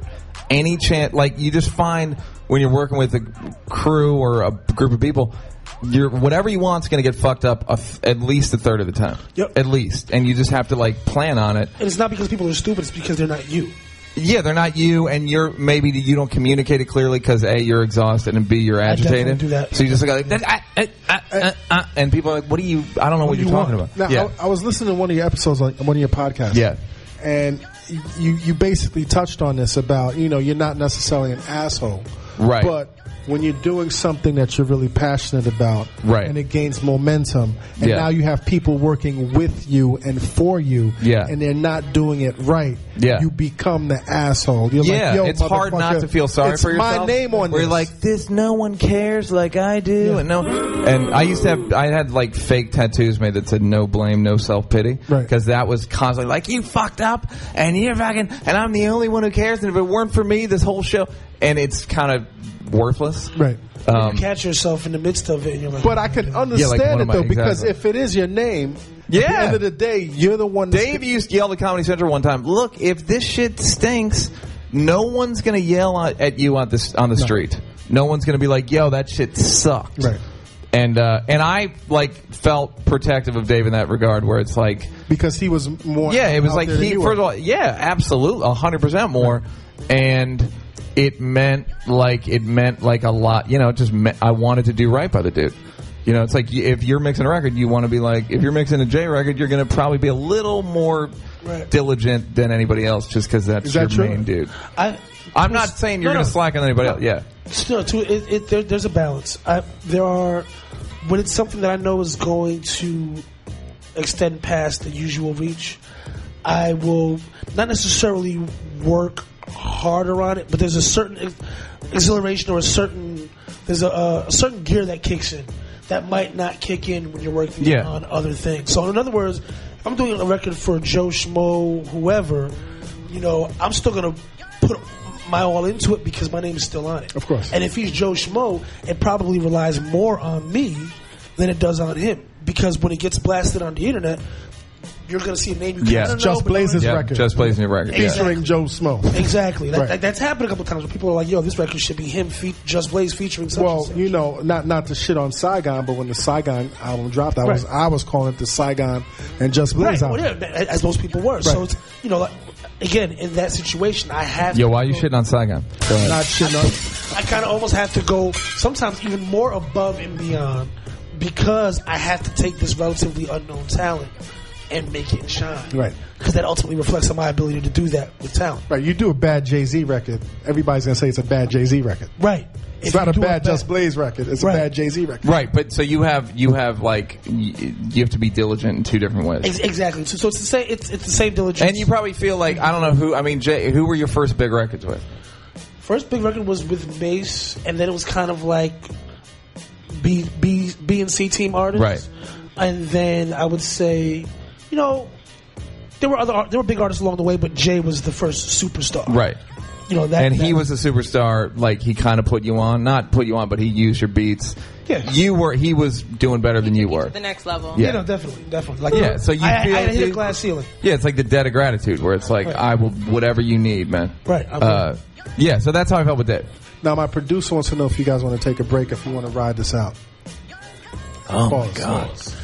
any chance. Like you just find when you're working with a crew or a group of people, your whatever you want's going to get fucked up a th- at least a third of the time. Yep. At least, and you just have to like plan on it. and it's not because people are stupid; it's because they're not you. Yeah, they're not you, and you're maybe you don't communicate it clearly because a you're exhausted and b you're definitely agitated. do that. So you just go like, "Ah, ah, ah, ah, ah," and people are like, "What do you? I don't know what, you you're talking want. about." Now, yeah. I, I was listening to one of your episodes, like one of your podcasts. Yeah. And you you basically touched on this about you know you're not necessarily an asshole, Right. But when you're doing something that you're really passionate about, Right. and it gains momentum, and Yeah. now you have people working with you and for you, Yeah. and they're not doing it right, Yeah. you become the asshole. You're yeah, like, Yo, it's hard not motherfucker, to feel sorry it's for yourself. My name on We're this. like this. No one cares like I do, and no. And I used to have, I had like fake tattoos made that said "No blame, no self pity," Right. Because that was constantly like you fucked up, and you're fucking, and I'm the only one who cares. And if it weren't for me, this whole show, and it's kind of worthless, right? Um, Catch yourself in the midst of it, and you're like, But I could Yeah, like understand one of it my- though, because exactly. if it is your name, Yeah. At the end of the day, you're the one. Dave used to yell at Comedy Central one time. Look, if this shit stinks, no one's gonna yell at at you on this on the street. No one's gonna be like, "Yo, that shit sucked." Right. And uh, and I like felt protective of Dave in that regard, where it's like, because he was more. yeah, it was out like there than he you were. first of all, yeah, absolutely, hundred percent more, and it meant like it meant like a lot. You know, it just meant, I wanted to do right by the dude. You know, it's like y- if you're mixing a record, you want to be like if you're mixing a J record, you're going to probably be a little more diligent than anybody else, just because that's Is that your true? main dude. I, I'm not saying you're No, no. going to slack on anybody else. Yeah. Still, too, it, it, there, there's a balance. I, there are when it's something that I know is going to extend past the usual reach. I will not necessarily work harder on it, but there's a certain ex- exhilaration or a certain there's a, uh, a certain gear that kicks in that might not kick in when you're working Yeah. on other things. So in other words, if I'm doing a record for Joe Schmo, whoever, you know, I'm still gonna put my all into it because my name is still on it. Of course. And if he's Joe Schmo, it probably relies more on me than it does on him because when it gets blasted on the internet, you're gonna see a name you Yeah. kind of know. Just but you Blaze's don't- Yeah, record. Just Blaze's new record, yeah. Featuring Joe Smo. Exactly. That, Right. that- that's happened a couple times where people are like, "Yo, this record should be him, fe- Just Blaze featuring." Such and Well, such. you know, not not to shit on Saigon, but when the Saigon album dropped, I was Right. I was calling it the Saigon and Just Blaze right. album. Well, yeah, as most people were. So it's you know, like, again, in that situation, I have Yo, to why are you shitting on Saigon? Go ahead. not shit on. I kind of almost have to go sometimes even more above and beyond because I have to take this relatively unknown talent and make it shine. Right. Because that ultimately reflects on my ability to do that with talent. Right, you do a bad Jay Z record, everybody's gonna say it's a bad Jay Z record. Right. It's not a bad, Just Blaze record. It's a bad Jay Z record. Right, but so you have you have like y- you have to be diligent in two different ways. Ex- exactly. So, so it's the same. It's, it's the same diligence. And you probably feel like I don't know who. I mean, Jay, who were your first big records with? First big record was with Mace, and then it was kind of like B B B and C team artists. Right. And then I would say, you know, there were other ar- there were big artists along the way, but Jay was the first superstar. Right. You know that. and he that- was a superstar. Like he kind of put you on, not put you on, but he used your beats. Yeah. You were. He was doing better than you were. the next level. Yeah. You know, definitely, definitely. Like, Yeah, so you I, feel I, I hit the- a glass ceiling. Yeah, it's like the debt of gratitude, where it's like Right. I will whatever you need, man. Right. I will. Uh, yeah. So that's how I felt with that. Now my producer wants to know if you guys want to take a break if you want to ride this out. Oh Pause.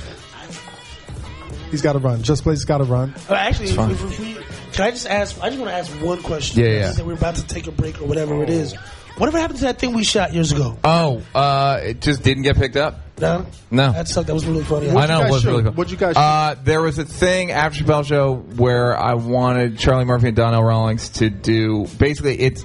He's got to run. Just Blaze got to run. Uh, actually, It's if, fine. if we, can I just ask? I just want to ask one question. Yeah, yeah. That we're about to take a break or whatever it is. Whatever happened to that thing we shot years ago? Oh, uh, it just didn't get picked up. No. No. That sucked. That was really funny. I know it was really cool. What'd you guys shoot? Uh, there was a thing after Chappelle show where I wanted Charlie Murphy and Donnell Rawlings to do. Basically, it's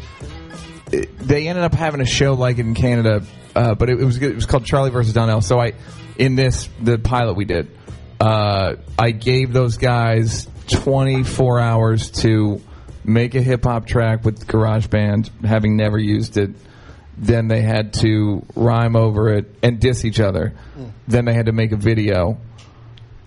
it, they ended up having a show like it in Canada, uh, but it, it was good. it was called Charlie versus Donnell. So I in this the pilot we did, uh, I gave those guys 24 hours to make a hip hop track with GarageBand, having never used it. Then they had to rhyme over it and diss each other. Then they had to make a video.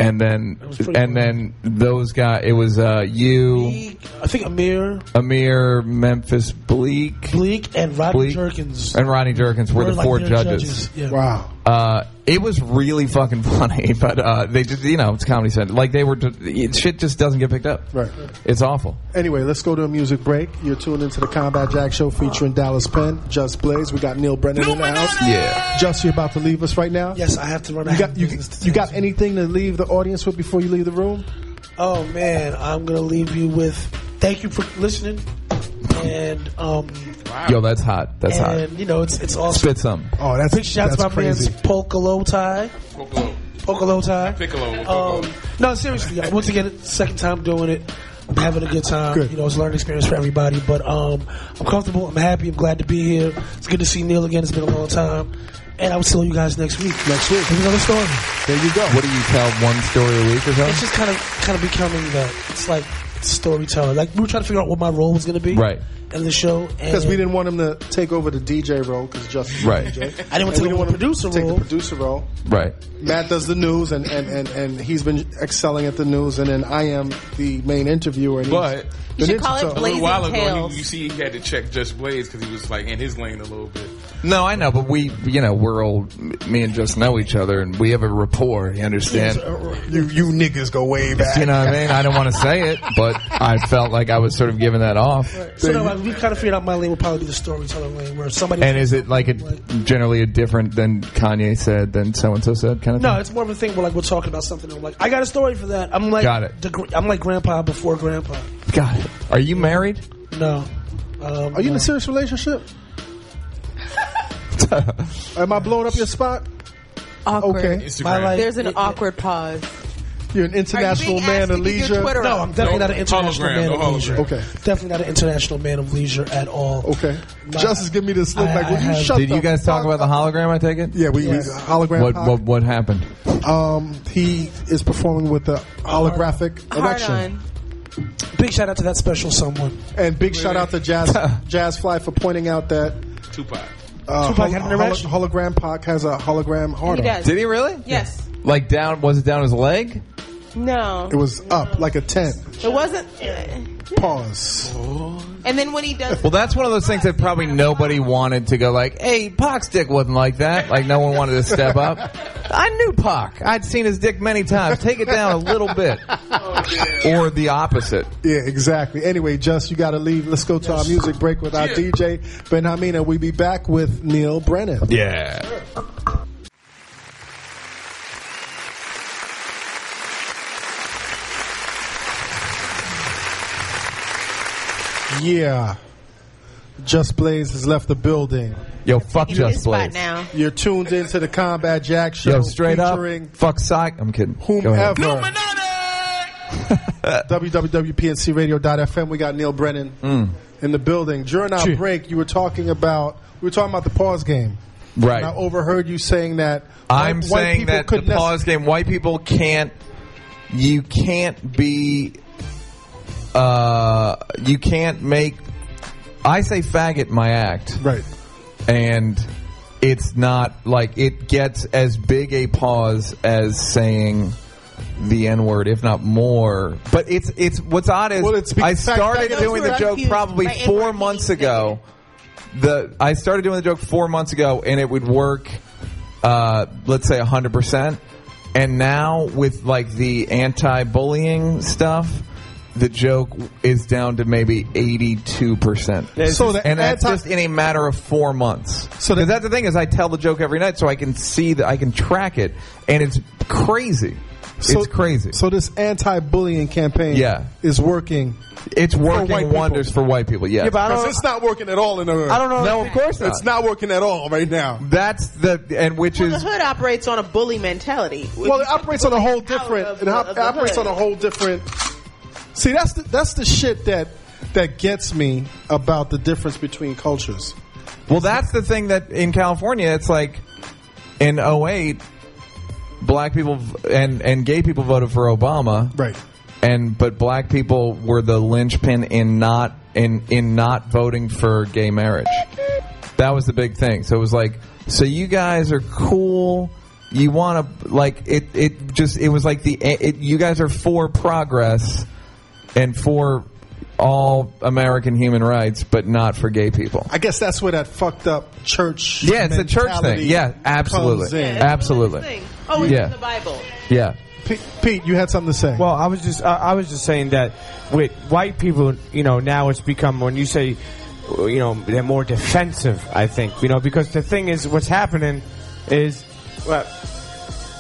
And then, and then those guys. It was uh, you, I think Amir, Amir, Memphis Bleak, Bleak, and Rodney Bleak. Jerkins. and Ronnie Jerkins were, We're the like four their judges. judges, yeah. Wow. Uh, it was really fucking funny, but uh, they just, you know, it's Comedy Central. Like, they were, just, it, shit just doesn't get picked up. Right. It's awful. Anyway, let's go to a music break. You're tuned into the Combat Jack Show featuring Dallas Penn, Just Blaze. We got Neil Brennan in the house. Yeah. Just, you're about to leave us right now. Yes, I have to run. You got you, you got anything to leave the audience with before you leave the room? Oh man, I'm gonna leave you with. Thank you for listening. And um, Yo, that's hot. That's and hot. you know it's it's awesome. Spit some. Oh, that's Big shout out to my man Pokalo Ty. Pokalo Ty. Piccolo. Um, no, seriously. I- Once again, it's the second time doing it. I'm having a good time. Good. You know, it's a learning experience for everybody. But um, I'm comfortable. I'm happy. I'm glad to be here. It's good to see Neil again. It's been a long time. And I will see you guys next week. Next week. Here's another story. There you go. What do you tell one story a week or something? It's just kind of kind of becoming the. It's like storyteller. Like we were trying to figure out what my role was going to be. Right. In the show. Because we didn't want him to take over the DJ role because Justin's the Right. DJ. I didn't want to take over the producer take role. the producer role. right. Matt does the news, and, and, and, and he's been excelling at the news, and then I am the main interviewer. And But- he's You should been call it inter- so- A little while ago, Blazing he, Tails. you see, he had to check Just Blaze because he was like in his lane a little bit. No, I know, but we, you know, we're old. Me and just know each other, and we have a rapport. You understand? uh, You you niggas go way back. You know what I mean? I don't want to say it, but I felt like I was sort of giving that off. So no, like, we kind of figured out my lane would probably be the storyteller lane, where somebody. And is it like a generally a different than Kanye said than so and so said kind of No, thing? it's more of a thing where like we're talking about something. And I'm like, I got a story for that. I'm like, Got it. The, gr- I'm like grandpa before grandpa. Got it. Are you married? No. Um, Are you in no. a serious <laughs> relationship? Am I blowing up your spot? Awkward. Okay. My life- There's an awkward pause. You're an international man of leisure. No, I'm definitely not an international man of leisure. Okay. Definitely not an international man of leisure at all. Okay. Justice, give me this slip I- back. Will I you have- shut Did you guys talk about the hologram? I take it. Yeah, we, we hologram. What what what happened? Um, he is performing with the holographic erection. Big shout out to that special someone. And big shout out to <laughs> Jazz Jazz Fly for pointing out that Tupac. uh, Tupac hol- had an holo- erection? hologram Pac has a hologram hard. on. Did he really? Yes. Like down? Was it down his leg? No. It was up like a tent. It wasn't. Pause. And then when he does, Well, that's one of those things that probably nobody wanted to go like, hey, Pac's dick wasn't like that. Like, no one wanted to step up. I knew Pac. I'd seen his dick many times. Take it down a little bit. Or the opposite. Yeah, exactly. Anyway, Just, you got to leave. Let's go to our music break with our DJ Ben Hamina. We be back with Neil Brennan. Yeah. Yeah. Just Blaze has left the building. Yo, fuck Just Blaze. now. You're tuned into the Combat Jack show Yo, straight up. featuring Fuck Sock. I'm kidding. Go ahead. whomever. <laughs> <laughs> www.pncradio.fm. We got Neil Brennan Mm. in the building. During our Cheer. break, you were talking about we were talking about the pause game. Right. And I overheard you saying that I'm white- white saying people that the could nec- pause game. White people can't. You can't be. Uh, you can't make. I say faggot in my act, Right. and it's not like it gets as big a pause as saying the n word, if not more. But it's it's what's odd is Well, it's because- I started Those doing who the are joke confused probably by N-word four meaning months ago. The I started doing the joke four months ago, and it would work. Uh, let's say hundred percent. And now with like the anti-bullying stuff, the joke is down to maybe eighty-two percent. So the and that's anti- just in a matter of four months. So So the- that's the thing is, I tell the joke every night, so I can see that I can track it, and it's crazy. So- it's crazy. So this anti-bullying campaign Yeah. is working. it's white working people. wonders for white people. Yeah. but I don't- Because it's not working at all in the I don't know. no, of course not. It's not working at all right now. That's the and which well, the is hood operates on a bully mentality. Well, it operates on a whole of different. It the- op- of it the operates on hood. a whole different. See, that's the that's the shit that that gets me about the difference between cultures. well, that's the thing that in California, it's like in 08, black people v- and and gay people voted for Obama, Right. and but black people were the linchpin in not in in not voting for gay marriage. That was the big thing. So it was like, so you guys are cool. You want to like it? It just it was like the it, you guys are for progress and for all American human rights, but not for gay people. I guess that's where that fucked up church. Yeah, it's a church mentality thing. Yeah, absolutely, comes in. absolutely. Oh, it's Yeah. in the Bible. Yeah, Pete, Pete, you had something to say. Well, I was just I, I was just saying that with white people, you know, now it's become when you say, you know, they're more defensive. I think you know because the thing is, what's happening is, well,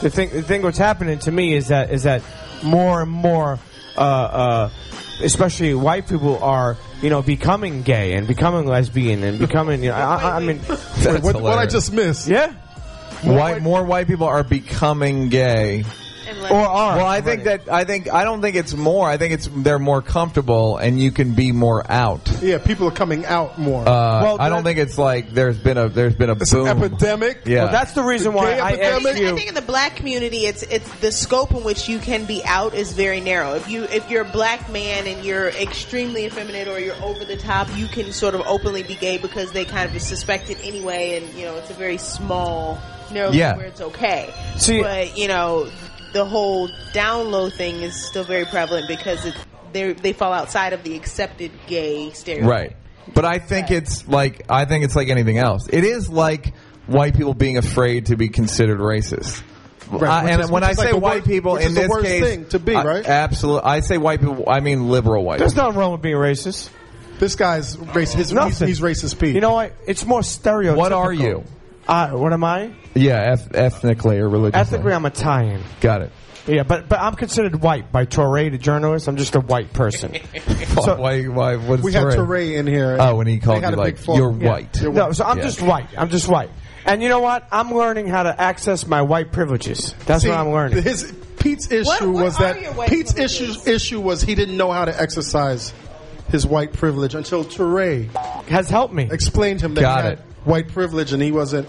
the thing the thing what's happening to me is that is that more and more, uh, uh, especially white people are you know becoming gay and becoming lesbian and becoming. You know, I, I, I mean, That's what, what I hilarious. just missed. yeah, White, more white people are becoming gay. And or like, are Well, I think that I think I don't think it's more. I think it's they're more comfortable and you can be more out. Uh, Yeah, people are coming out more. Well, I don't that- think it's like there's been a there's been a it's boom. an epidemic. Yeah, Well, that's the reason why Gay I I, asked think, you. I think in the black community, it's it's the scope in which you can be out is very narrow. If you if you're a black man and you're extremely effeminate or you're over the top, you can sort of openly be gay because they kind of suspect it anyway, and you know it's a very small narrow group Yeah. where it's okay. See- but you know the whole down low thing is still very prevalent because it they they fall outside of the accepted gay stereotype. right. But I think it's like I think it's like anything else. It is like white people being afraid to be considered racist. Right, Uh, which and is- when which I is say like the white worst- people, which in is the this worst case, thing to be, right? Absolutely. I say white people. I mean liberal white. There's nothing wrong with being racist. This guy's racist. His, he's, he's racist. P. You know what? It's more stereotypical. What are you? Uh, what am I? Yeah, eth- ethnically or religiously. Ethnically, I'm Italian. Got it. Yeah, but but I'm considered white by Torre, the journalist. I'm just a white <laughs> person. So- why? Why? What is We had Torre? Torre in here. Oh, and he They called had you a big like fall- you're yeah. white. No, so I'm Yeah. just white. I'm just white. And you know what? I'm learning how to access my white privileges. That's See, what I'm learning. <laughs> His Pete's issue was that Pete's issue issue was he didn't know how to exercise his white privilege until Teray has helped me explained him that Got he it. had white privilege and he wasn't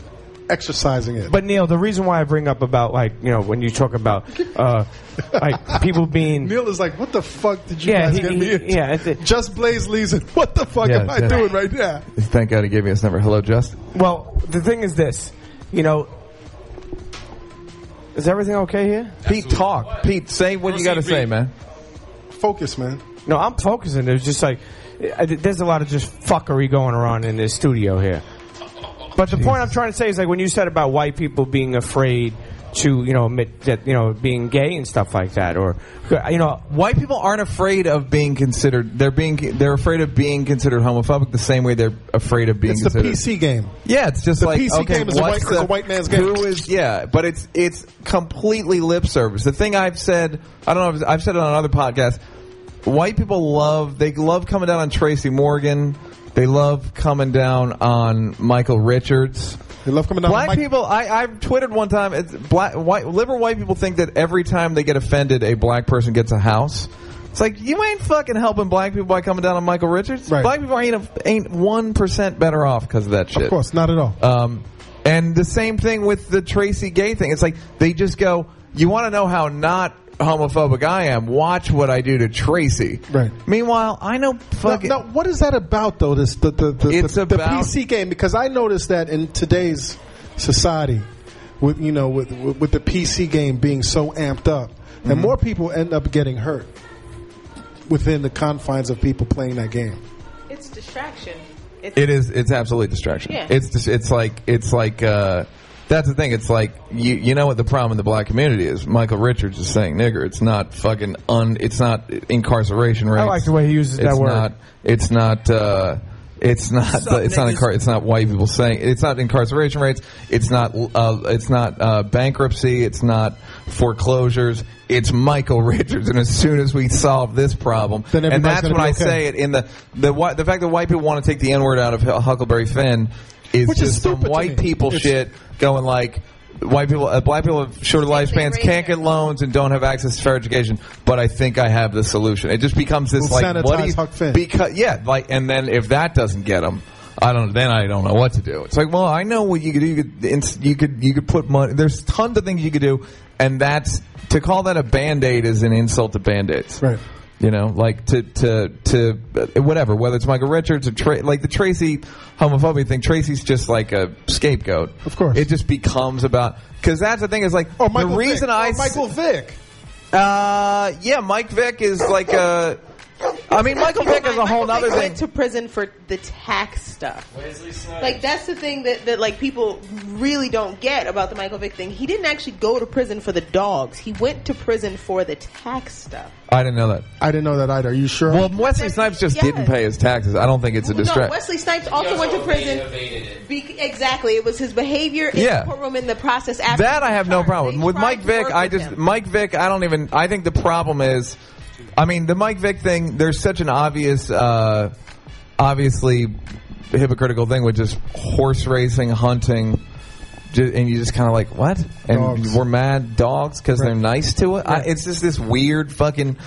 exercising it. But Neil, the reason why I bring up about like you know when you talk about uh, like people being Neil is like, what the fuck did you Yeah, guys he- get he- me into? yeah, Just Blaze Lee's and <laughs> what the fuck Yeah, am I yeah. doing right now? Thank God he gave me his number. Hello, Justin. Well, the thing is this, you know. Is everything okay here? Pete, talk. Pete, say what you got to say, man. Focus, man. No, I'm focusing. It's just like I- there's a lot of just fuckery going around in this studio here. But the point I'm trying to say is like when you said about white people being afraid to you know admit that you know being gay and stuff like that, or you know White people aren't afraid of being considered. They're being. They're afraid of being considered homophobic the same way they're afraid of being. It's the considered. PC game. Yeah, it's just The like PC okay, game is a what's white- is a white man's game. Who is yeah? But it's it's completely lip service. The thing I've said, I don't know, if it's- I've said it on another podcast. White people love they love coming down on Tracy Morgan. They love coming down on Michael Richards. They love coming down Black on Mike- people. I I tweeted one time. It's black white liberal white people think that every time they get offended, a black person gets a house. It's like you ain't fucking helping black people by coming down on Michael Richards. Black people ain't ain't one percent better off because of that shit. Of course, not at all. Um, and the same thing with the Tracy Gay thing. It's like they just go, "You want to know how not homophobic I am? Watch what I do to Tracy." Right. Meanwhile, I know fucking. Now, now, what is that about though? This the the the, It's the, the about- PC game because I noticed that in today's society, with you know with with, with the PC game being so amped up, Mm-hmm. and more people end up getting hurt within the confines of people playing that game. It's distraction. It's, It is. It's absolutely distraction. Yeah. It's just, it's like it's like uh, that's the thing. It's like you you know what the problem in the black community is. Michael Richards is saying nigger. It's not fucking un. It's not incarceration rates. I like the way he uses it's that word. Not, it's not. Uh, it's not. Sup, it's not. niggas? Incar- it's not white people saying. It's not incarceration rates. It's not. Uh, it's not uh, bankruptcy. It's not foreclosures. It's Michael Richards. And as soon as we solve this problem, Then and everybody's that's gonna when I be okay. say it in the the whi- the fact that white people want to take the N word out of Huckleberry Finn is Which is just some stupid to me. white people It's- shit going like. White people, uh, black people have shorter lifespans, can't get loans, and don't have access to fair education. But I think I have the solution. It just becomes this We'll like, what do sanitize you, Huck Finn. because yeah, like, and then if that doesn't get them, I don't. Then I don't know what to do. It's like, well, I know what you could do. You could, ins- you could, you could put money. There's tons of things you could do, and that's to call that a band aid is an insult to band aids. Right. You know, like to to to uh, whatever. Whether it's Michael Richards or Tra- like the Tracy homophobia thing. Tracy's just like a scapegoat. Of course, it just becomes about because that's the thing. Is like Or Oh, Michael the reason Vick. I or s- Michael Vick. uh, yeah, Mike Vick is like a. I mean, Michael Vick is a whole other Vick thing. went to prison for the tax stuff. Like that's the thing that, that like people really don't get about the Michael Vick thing. He didn't actually go to prison for the dogs. He went to prison for the tax stuff. I didn't know that. I didn't know that either. Are you sure? Well, Wesley Snipes just didn't pay his taxes. I don't think it's a No, distraction. Wesley Snipes also went to prison. Be- exactly, it was his behavior in Yeah. the courtroom in the process after that I have no problem with. Mike Vick, I just Mike Vick. I don't even. I think the problem is, I mean, the Mike Vick thing. There's such an obvious, uh, obviously hypocritical thing with just horse racing, hunting. ju- And you just kind of like what? And Dogs. we're mad dogs because they're nice to it. I, it's just this weird fucking,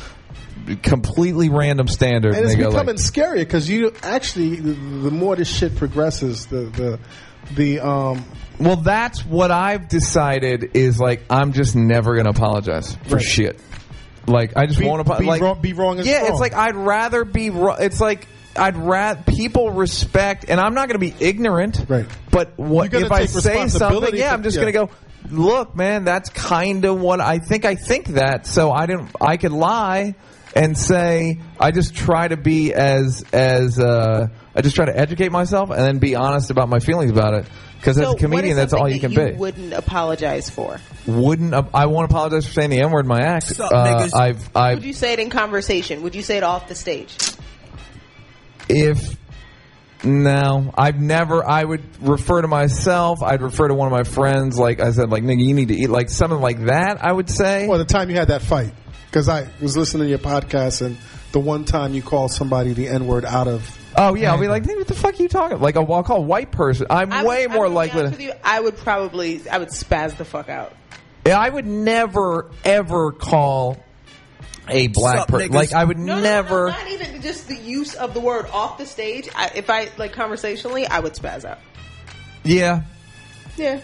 completely random standard. and it's they go becoming like, scarier because you actually the, the more this shit progresses, the the the um Well, that's what I've decided is like I'm just never gonna apologize for shit. Like I just Be- won't be apologize. Like, wrong- be wrong is yeah, it's wrong. like I'd rather be. Ro- it's like I'd rather people respect, and I'm not gonna be ignorant. Right. But what You're gonna if I take say something? responsibility Yeah, for- I'm just yeah. gonna go. Look, man, that's kind of what I think. I think that, so I didn't. I could lie and say I just try to be as as uh, I just try to educate myself and then be honest about my feelings about it. Because as So a comedian, what is that's all something you can that be. Wouldn't apologize for. Wouldn't ap- I won't apologize for saying the N word in my act? So, Uh, niggas- I've I Would you say it in conversation? Would you say it off the stage? If no, I've never. I would refer to myself. I'd refer to one of my friends. Like I said, like nigga, you need to eat. Like something like that. I would say. Or the time you had that fight, because I was listening to your podcast, and the one time you called somebody the N word out of. Oh yeah, I'll be like, "Nigga, what the fuck are you talking? Like a I'll call a white person. I'm I way would- I more would be likely. honest to... with you, I would probably, I would spaz the fuck out. Yeah, I would never ever call a black Sup, person. niggas? Like I would No, no, no, never. Not even just the use of the word off the stage. I, if I like conversationally, I would spaz out. Yeah, Yeah.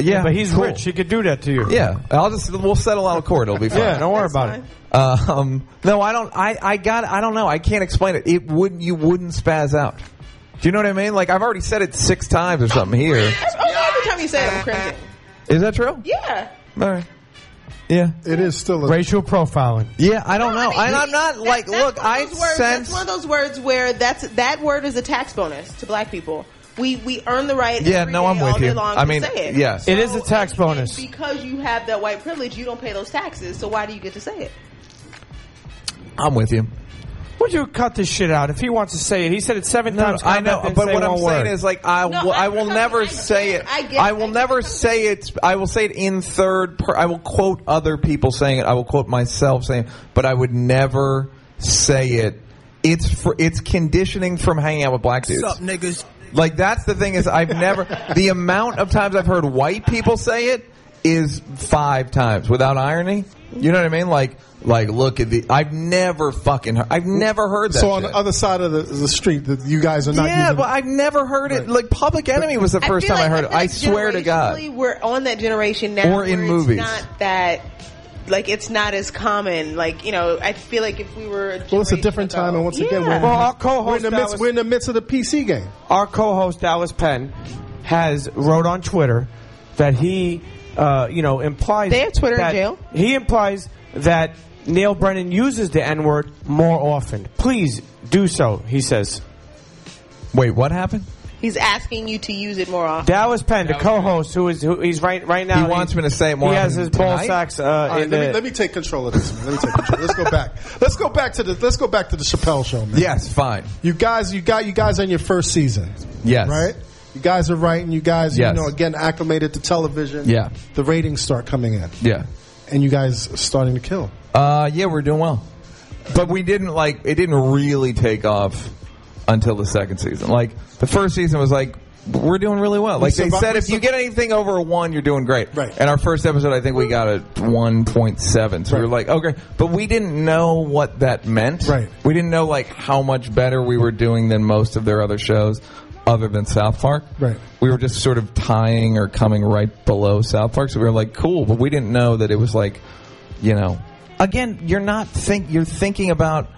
yeah. but he's cool. rich. He could do that to you. Yeah, I'll just we'll settle out of court. It'll be fine. Yeah, don't worry about it. Um, no, I don't. I I got. I don't know. I can't explain it. It would. You wouldn't spaz out. Do you know what I mean? Like I've already said it six times or something here. Oh, every time you say it, I'm cringing. Is that true? Yeah. All right. Yeah, it is still a racial profiling. Yeah, I Oh, don't know. And I'm not That- like, that's look, one of I those words, sense. that's one of those words where that's that word is a tax bonus to black people. We we earn the right. Yeah, every no, day, I'm with all day you. long I to mean, say it. yes. It is a tax bonus. Because you have that white privilege, you don't pay those taxes. So why do you get to say it? I'm with you. Would you cut this shit out if he wants to say it? He said it seven times. I know, but what I'm saying is like I No, will, I- I will never say it. I I, get- will never say it. I will say it in third. Per, I will quote other people saying it. I will quote myself saying, it, but I would never say it. It's for it's conditioning from hanging out with black dudes. Sup, niggas? Like that's the thing <laughs> is I've never the amount of times I've heard white people say it is five times without irony. You know what I mean? Like like look at the I've never fucking heard, I've never heard that. So on shit. the other side of the, the street, that you guys are not. Yeah, using but I've never heard it. Like Public Enemy was the I first feel time I like- heard it. feel I like swear to God. generationally, we're on that generation now. Or in where movies. it's not that like it's not as common. Like you know, I feel like if we were Well, it's a different time, and once again, we're, in- Well, our co-host we're in the midst. Alice- we're in the midst of the PC game. our co-host Alice Penn has wrote on Twitter that he, uh, you know, implies They have Twitter in that- jail. He implies that Neil Brennan uses the N word more often. Please do so. He says. Wait, what happened? he's asking you to use it more often. Dallas Penn, the co-host, who is who, he's right right now. He wants me to say it more He has often his ball tonight? sacks. Uh, All right, in let, the, me, let me take control of this. Man. Let me take control. let's go back. Let's go back to the. Let's go back to the Chappelle Show, man. Yes, fine. You guys, you got you guys on your first season. Yes. right. You guys are writing. You guys, Yes. you know, again acclimated to television. Yeah. the ratings start coming in, Yeah. and you guys are starting to kill. Uh, yeah, we're doing well, but we didn't like it. Didn't really take off until the second season. Like the first season was like we're doing really well. Like they survi- said, we if you get anything over a one, you're doing great. Right. And our first episode, I think we got a one point seven. So we were like, okay, but we didn't know what that meant. Right. We didn't know like how much better we were doing than most of their other shows, other than South Park. Right. We were just sort of tying or coming right below South Park. So we were like, cool, but we didn't know that it was like, you know, again, you're not think you're thinking about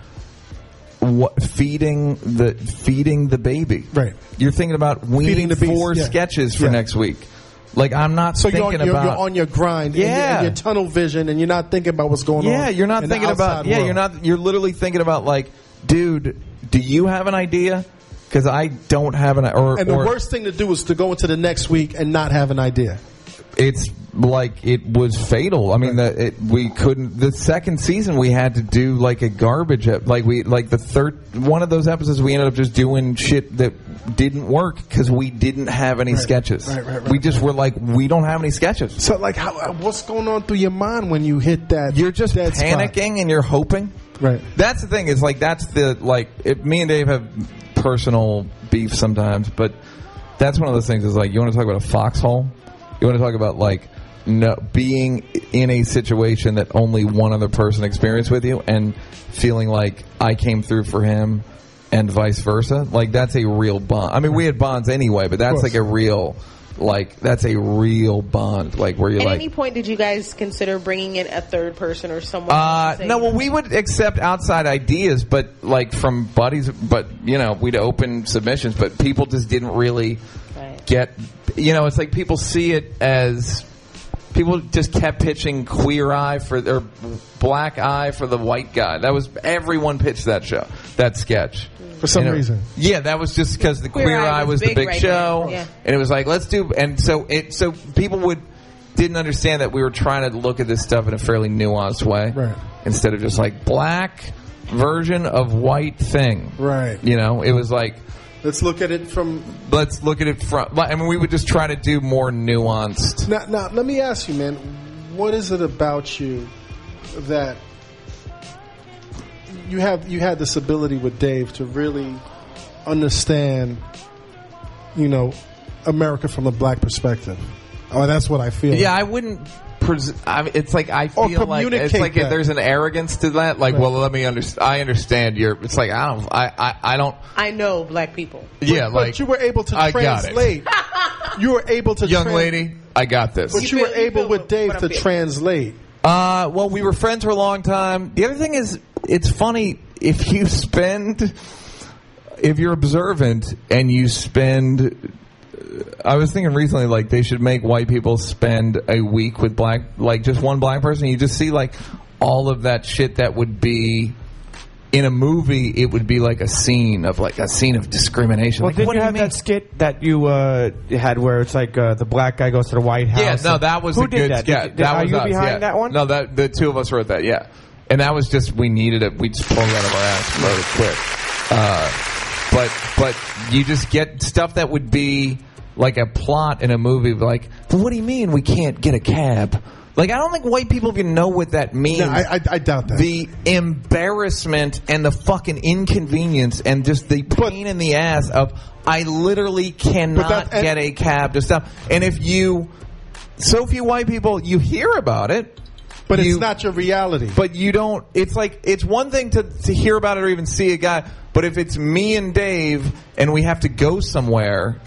what feeding the feeding the baby. Right. You're thinking about we Feeding need the beast, four yeah. sketches for Yeah. next week. Like I'm not So you're on, thinking you're, you're about on your grind, and you're- and Yeah. your tunnel vision, and you're not thinking about what's going on. yeah, you're not in the thinking about. outside Yeah, world. you're not. You're literally thinking about like, dude, do you have an idea? Because I don't have an. Or, And the or worst thing to do is to go into the next week and not have an idea. it's like it was fatal. I mean, the, it, we couldn't. The second season, we had to do like a garbage. ep- Like we like the third one of those episodes, we ended up just doing shit that didn't work because we didn't have any sketches. right, right, we just were like, we don't have any sketches. So like, how, uh, what's going on through your mind when you hit that? You're just that spot? panicking and you're hoping. Right. That's the thing. Is like that's the like. It, me and Dave have personal beef sometimes, but that's one of those things. Is like you want to talk about a foxhole. You want to talk about like no being in a situation that only one other person experienced with you, and feeling like I came through for him, and vice versa. Like that's a real bond. I mean, we had bonds anyway, but that's course. like a real. Like that's a real bond, like where you're At like any point, did you guys consider bringing in a third person or someone? uh, else to say- no, well, we would accept outside ideas, but like from buddies, but you know, we'd open submissions, but people just didn't really get, you know, it's like people see it as People just kept pitching queer eye for or black eye for the white guy. That was everyone pitched that show, that sketch. For some And it- reason. yeah, that was just because the queer, eye was, the big right show, then. Yeah. and it was like let's do. And so it so people would didn't understand that we were trying to look at this stuff in a fairly nuanced way, right. instead of just like black version of white thing, Right. You know, it was like Let's look at it from. let's look at it from. I mean, we would just try to do more nuanced. Now, now, let me ask you, man, what is it about you that you have? You had this ability with Dave to really understand, you know, America from a black perspective. Oh, that's what I feel. Yeah, I wouldn't. Pres- I mean, it's like I Or feel like it's communicate like that. if there's an arrogance to that. Like, Right. well, let me understand. I understand your. It's like I don't. I I, I don't. I know black people. Yeah, but like you were able to I got it. translate. <laughs> you were able to, young trans- lady. I got this. but you were able with Dave to translate. Uh, well, we were friends for a long time. The other thing is, it's funny if you <laughs> spend, if you're observant and you spend. uh, I was thinking recently, like they should make white people spend a week with black, like just one black person. You just see like all of that shit that would be. In a movie, it would be like a scene of like a scene of discrimination. Well, Like, did what you have that skit that you uh, had where it's like uh, the black guy goes to the White House? Yeah, no, and- that was who a did good that? sketch. Did- did- that are was you us, behind yeah. that one? No, that the two of us wrote that. Yeah, and that was just we needed it. We just pulled it out of our ass and wrote it quick. Uh, but but you just get stuff that would be like a plot in a movie. Like, what do you mean we can't get a cab? Like, I don't think white people even know what that means. No, I- I- I doubt that. The embarrassment and the fucking inconvenience and just the pain in the ass of I literally cannot and- get a cab to stop. And if you, so few white people, you hear about it. But it's You- not your reality. But you don't, it's like, it's one thing to, to hear about it or even see a guy, but if it's me and Dave and we have to go somewhere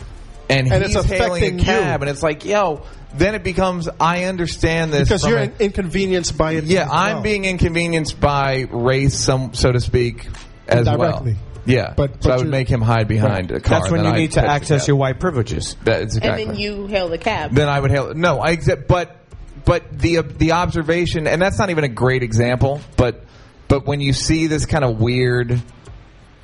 and, And it's he's hailing affecting a cab you. and it's like, yo, then it becomes, I understand this. Because from you're a- in- inconvenienced by it. yeah, as I'm well. being inconvenienced by race, some so to speak, as Indirectly. well. Yeah, But- so but I would you- make him hide behind Right. a car. That's when and you then I need to pitch the access cab. your white privileges. That is exactly. And then you hail the cab. Then I would hail. No, I accept, but but the uh, the observation, and that's not even a great example, but but when you see this kind of weird.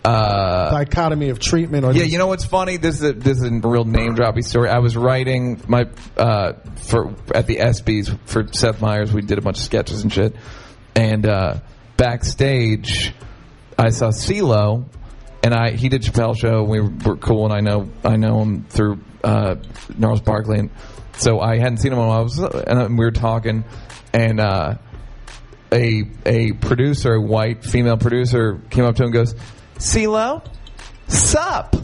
Uh, dichotomy of treatment. Or yeah, you know what's funny? This is a, this is a real name droppy story. I was writing my uh, for at the ESPYS for Seth Meyers. We did a bunch of sketches and shit. And uh, backstage, I saw CeeLo, and I he did Chappelle show. We were cool, and I know I know him through uh, Gnarls Barkley, and so I hadn't seen him in a while. I was- And we were talking, and. Uh, a a producer, a white female producer, came up to him and goes, CeeLo, sup?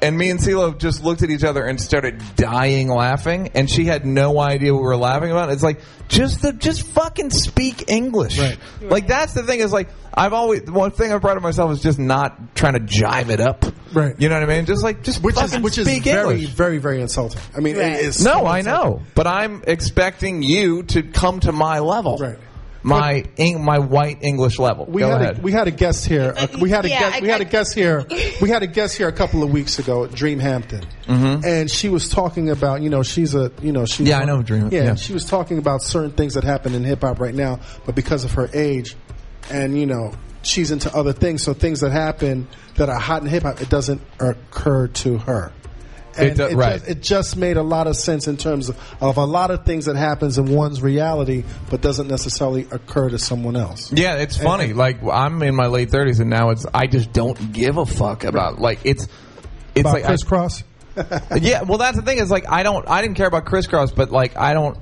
And me and CeeLo just looked at each other and started dying laughing, and she had no idea what we were laughing about. It's like just the just fucking speak English. Like that's the thing is like I've always one thing I've proud of myself is just not trying to jive it up. Right. You know what I mean? Just like just which is fucking which is speak very English. very very insulting. I mean, it is no, so I insulting. know, but I'm expecting you to come to my level, right? My Eng- my white English level. We Go had ahead. A, we had a guest here. uh, we had a yeah, guest, I- we had a guest <laughs> here. We had a guest here a couple of weeks ago, Dream Hampton, and she was talking about you know she's a you know she Mm-hmm. Yeah, I know Dream, yeah, yeah. she was talking about certain things that happen in hip hop right now, but because of her age, and you know she's into other things, so things that happen that are hot in hip hop, it doesn't occur to her. It And do- ju- right. it just made a lot of sense in terms of, of a lot of things that happens in one's reality, but doesn't necessarily occur to someone else. yeah, it's funny. like I'm in my late 30s, and now it's I just don't give a fuck about like it's it's About like I- crisscross. yeah, well, that's the thing is like I don't, I didn't care about crisscross, but like I don't,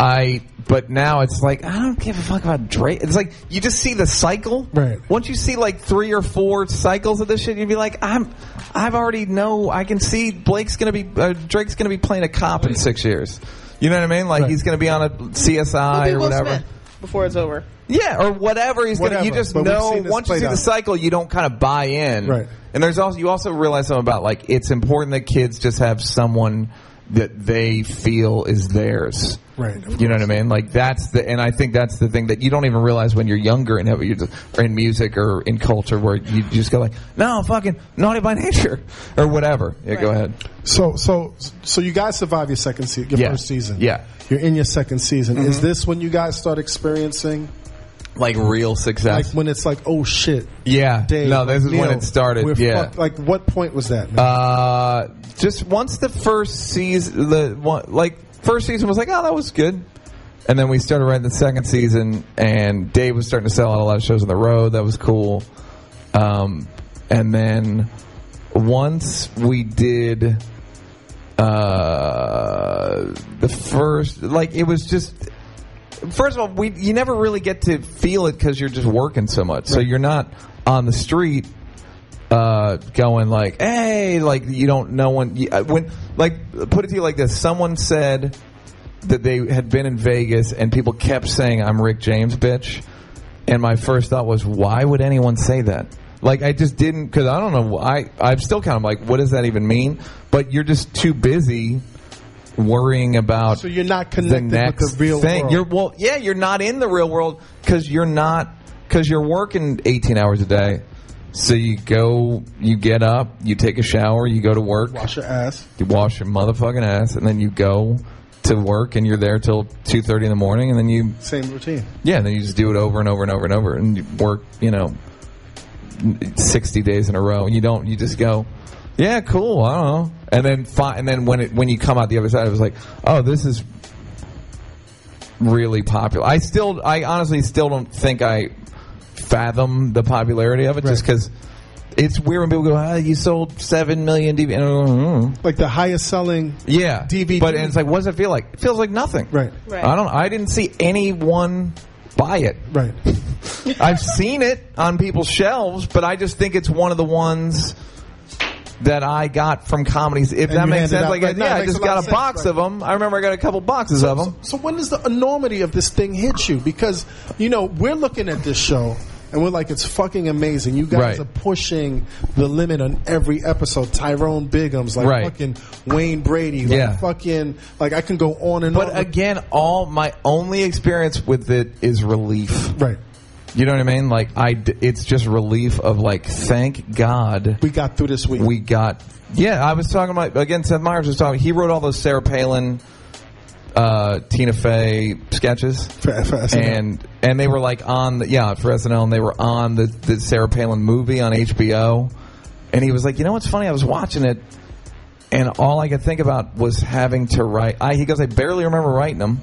I, but now it's like I don't give a fuck about Drake. It's like you just see the cycle, right? Once you see like three or four cycles of this shit, you'd be like, I'm, I've already know, I can see Blake's gonna be, uh, Drake's gonna be playing a cop in six years. You know what I mean? Like he's gonna be on a CSI Be or Will whatever. Smith before it's over. Yeah, or whatever he's gonna. You Whatever, just but we've know seen this once you played see the out. cycle, you don't kind of buy in. Right. And there's also you also realize something about like it's important that kids just have someone that they feel is theirs. Right. You know what I mean? Like that's the, and I think that's the thing that you don't even realize when you're younger and have you just, or in music or in culture where you just go like, no, fucking naughty by nature or whatever. Yeah, go ahead. So so so you guys survive your second season, your Yeah. first season. Yeah. You're in your second season. Mhm. Is this when you guys start experiencing Like real success. like when it's like, oh shit, yeah. Dave, no, this is Neil, when it started. we're yeah. fucked. Like what point was that? Uh, just once the first season, the one, like first season was like, oh, that was good, and then we started writing the second season, and Dave was starting to sell out a lot of shows on the road. That was cool, um, and then once we did uh, the first, like it was just. First of all, we you never really get to feel it because you're just working so much, so you're not on the street uh, going like, "Hey," like you don't know when you, uh, when like put it to you like this: someone said that they had been in Vegas and people kept saying, "I'm Rick James, bitch," and my first thought was, "Why would anyone say that?" Like I just didn't because I don't know. I I'm still kind of like, what does that even mean? But you're just too busy worrying about So you're not connected with Uh, the next the real thing. world. You're well, yeah, you're not in the real world because you're not because you're working 18 hours a day. So you go, you get up, you take a shower, you go to work, Wash your ass. you wash your motherfucking ass, and then you go to work, and you're there till 2:30 in the morning, and then you Same routine. yeah, and then you just do it over and over and over and over, and you work, you know, sixty days in a row. You don't. You just go, yeah, cool. I don't know. And then, fi- and then when it when you come out the other side, it was like, oh, this is really popular. I still, I honestly still don't think I fathom the popularity of it, just 'cause just because it's weird when people go, ah, you sold seven million DVDs. And I go, "Mm." Like the highest selling Yeah, DVD. But and it's like, what does it feel like? It feels like nothing. Right. Right. I don't. I didn't see anyone buy it. Right. I've seen it on people's shelves, but I just think it's one of the ones that I got from comedies. If And that you makes handed sense, out- like right, no, yeah, it I makes just a lot got a of sense, box right. of them. I remember I got a couple boxes of them. So when does the enormity of this thing hit you? Because you know we're looking at this show and we're like, it's fucking amazing. You guys Right. are pushing the limit on every episode. Tyrone Bigum's like Right. fucking Wayne Brady. Like Yeah. fucking like I can go on and But on. again, all my only experience with it is relief. Right. You know what I mean? Like I, d- it's just relief of like, thank God we got through this week. We got. Yeah, I was talking about again. Seth Meyers was talking. He wrote all those Sarah Palin, uh, Tina Fey sketches, for SNL. and and they were like on the yeah for SNL, and they were on the the Sarah Palin movie on HBO, and he was like, you know what's funny? I was watching it, and all I could think about was having to write. I he goes, I barely remember writing them,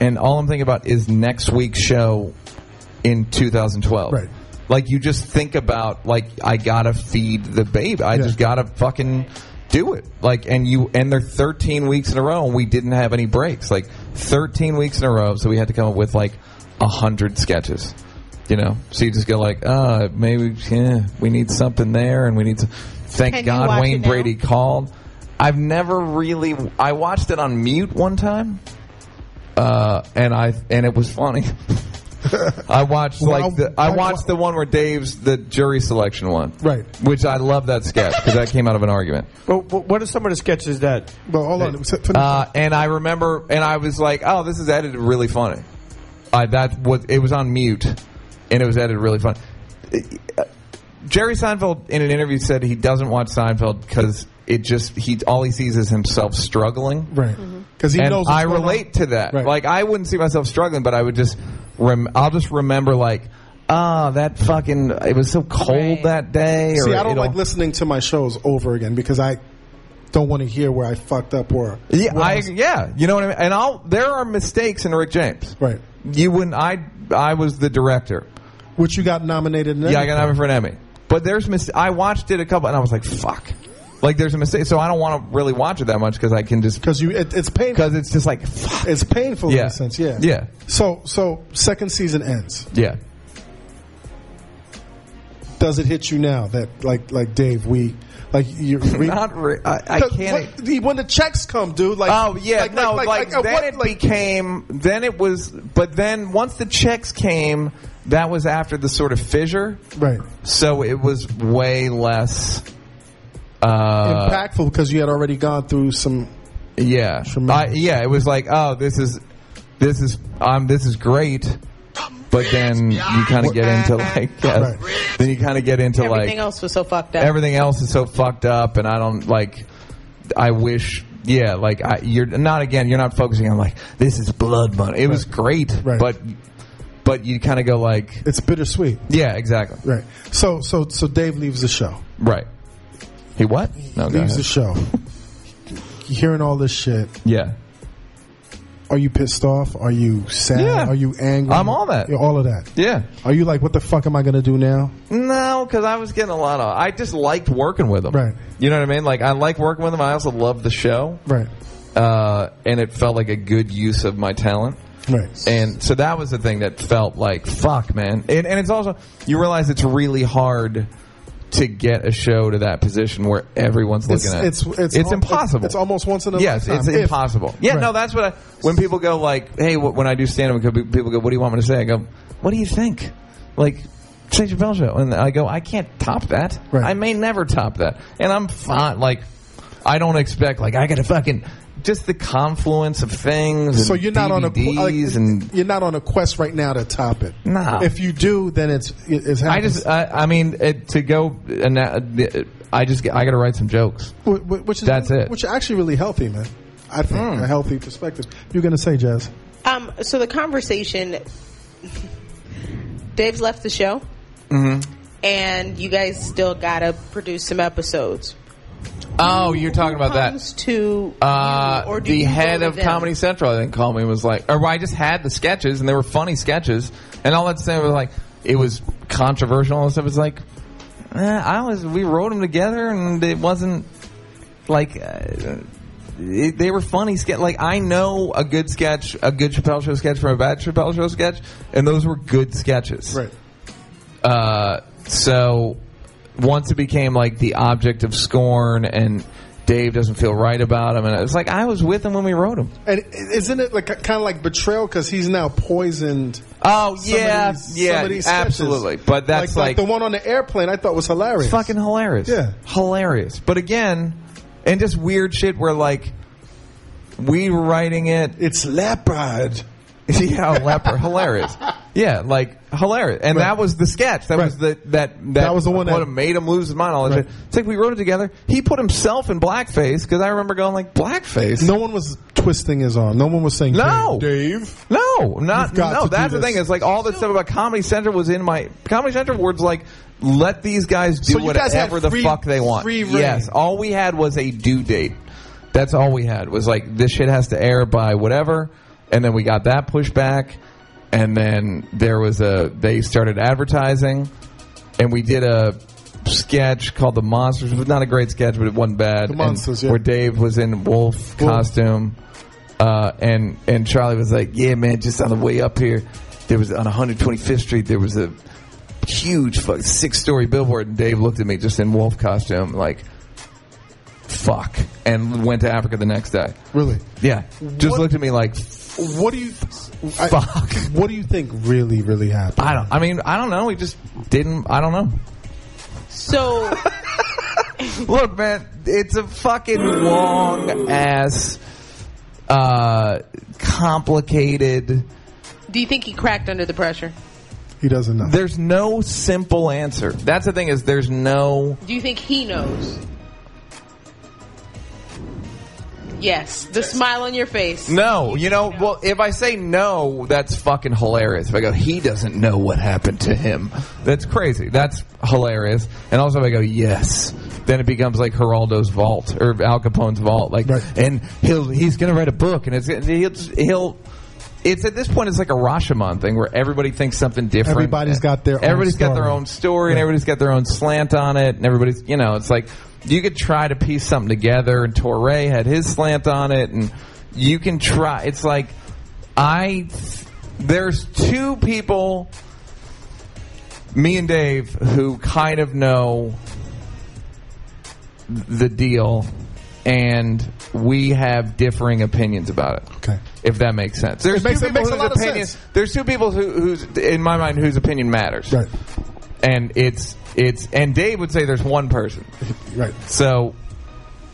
and all I'm thinking about is next week's show in 2012. Right. Like you just think about like I gotta feed the baby. I just gotta fucking do it. Like and you and they're 13 weeks in a row and we didn't have any breaks. Like 13 weeks in a row, so we had to come up with like a hundred sketches. You know, so you just go like, uh, maybe yeah, we need something there, and we need to. <laughs> Thank Can you watch God it Wayne now? Brady called. I've never really. I watched it on mute one time, uh, and I and it was funny. I watched Well, like the, I I- watched the one where Dave's the jury selection one, right? Which I love that sketch because that came out of an argument. Well, wh- what are some of the sketches that? Well, hold on. Uh, and I remember, and I was like, "Oh, this is edited really funny." I that was it was on mute, and it was edited really funny. Uh, Jerry Seinfeld in an interview said he doesn't watch Seinfeld because it just he all he sees is himself struggling. Right. 'Cause he And knows what's I going on. relate to that. Like I wouldn't see myself struggling, but I would just rem- I'll just remember like. Ah, that fucking! It was so cold that day. or See, I don't it'll- like listening to my shows over again because I don't want to hear where I fucked up or Yeah, I, yeah, you know what I mean. And I'll there are mistakes in Rick James. Right. You wouldn't. I I was the director. which you got nominated. And Yeah, I everything. got nominated for an Emmy. But there's mis- I watched it a couple, and I was like, fuck. Like there's a mistake, so I don't want to really watch it that much because I can just because you it, it's painful because it's just like fuck. It's painful in Yeah. a sense, yeah. Yeah. So so second season ends. yeah. Does it hit you now that like like Dave we like <laughs> you're we, Not re- I, I Cause can't. e-, what- the- when the checks come, dude. Like oh yeah, like, no, like, like, like, at then what- it became. Then it was, but then once the checks came, that was after the sort of fissure, Right. so it was way less. Uh, impactful because you had already gone through some. Yeah, I, yeah. It was like, oh, this is this is um, this is great. But then you kind of get into like, yeah, then you kind of get into like Everything else was so fucked up. everything else is so fucked up and i don't like i wish yeah like I, you're not again you're not focusing on like this is blood money it was great but but you kind of go like it's bittersweet yeah exactly right So so so Dave leaves the show. right he what no go leaves ahead. the show. You're hearing all this shit. yeah Are you pissed off? Are you sad? Yeah. Are you angry? I'm all that. You're all of that. yeah Are you like, what the fuck am I gonna do now? no because i was getting a lot of i just liked working with him right you know what i mean like i like working with him i also love the show Right. uh, and it felt like a good use of my talent. Right. And so that was the thing that felt like fuck, man. And, and it's also you realize it's really hard to get a show to that position where everyone's looking It's at. it's it's, al- impossible. It's almost once in a yes, lifetime. it's If- impossible. Yeah, Right. no, that's what I. When people go like, "Hey," wh- when I do stand up, people go, "What do you want me to say?" I go, "What do you think?" Like. St. Chappelle show, and I go. I can't top that. I may never top that, and I'm fine. Like, I don't expect like I gotta fucking just the confluence of things. So and you're not on a DVDs like, and you're not on a quest right now to top it. Nah. If you do, then it's it's. I happening. just, I, I mean, it, to go and uh, I just, I gotta write some jokes. Wh- which is That's it. Hmm. Which is actually really healthy, man. I think a healthy perspective. You're gonna say, Jazz. Um, so the conversation. Dave's left the show, Mm-hmm. and you guys still gotta produce some episodes. Oh, you're talking about that. To uh, or do the you go head to of them? Comedy Central, I think, called me and was like, or well, I just had the sketches and they were funny sketches, and all that stuff was like, it was controversial. and All that stuff was like, eh, I was, we wrote them together, and it wasn't like. Uh, it, they were funny sketch. Like I know a good sketch, a good Chappelle show sketch from a bad Chappelle show sketch, and those were good sketches. Right. Uh, so once it became like the object of scorn and Dave doesn't feel right about him, and it's like I was with him when we wrote him. And isn't it like kind of like betrayal because he's now poisoned? Oh some of yeah, these- yeah, some of these sketches. absolutely. But that's like, like, the one on the airplane. I thought was hilarious. fucking hilarious. Yeah. hilarious. But again, and just weird shit where like we were writing it. It's leopard. yeah, leopard. Hilarious. Yeah, like hilarious. And that was the sketch. That was the that that, That was the one what that- made him lose his mind. All that shit. It's like we wrote it together. He put himself in blackface because I remember going like blackface. No one was twisting his arm. No one was saying No, Dave. Dave. Oh, No, not You've got no. to do That's the this. thing. It's like all this stuff about Comedy Central was in my Comedy Central words. Like, let these guys do So you guys had whatever the free- fuck they want. free reign. yes, all we had was a due date. That's all we had was like this shit has to air by whatever, and then we got that pushed back, and then there was a they started advertising, and we did a sketch called the monsters it was not a great sketch but it wasn't bad The Monsters, and yeah. where dave was in wolf costume uh, and and charlie was like yeah man just on the way up here there was on 125th street there was a huge fuck, six story billboard and dave looked at me just in wolf costume like fuck and went to africa the next day Really? yeah just What- looked at me like What do you? I- Fuck. What do you think really, really happened? i don't i mean i don't know he just didn't i don't know So Look, man, it's a fucking long ass, uh, complicated. do you think he cracked under the pressure? He doesn't know. There's no simple answer. That's the thing is, there's no. Do you think he knows? Yes. The smile on your face. No, you know, well, if I say no, that's fucking hilarious. If I go, he doesn't know what happened to him, that's crazy. That's hilarious. And also, if I go, yes, then it becomes like Geraldo's vault or Al Capone's vault. Like, and he'll he's gonna write a book, and it's he'll he'll. It's at this point, it's like a Rashomon thing where everybody thinks something different. Everybody's got their own everybody's got their story. own story, and everybody's got their own slant on it, and everybody's you know, it's like you could try to piece something together, and Torre had his slant on it, and you can try. It's like I there's two people, me and Dave, who kind of know the deal, and we have differing opinions about it. Okay. If that makes sense. There's It makes- two it makes people a lot whose of opinions- sense. There's two people who, who's in my mind whose opinion matters. Right. And it's it's and Dave would say there's one person. Right. So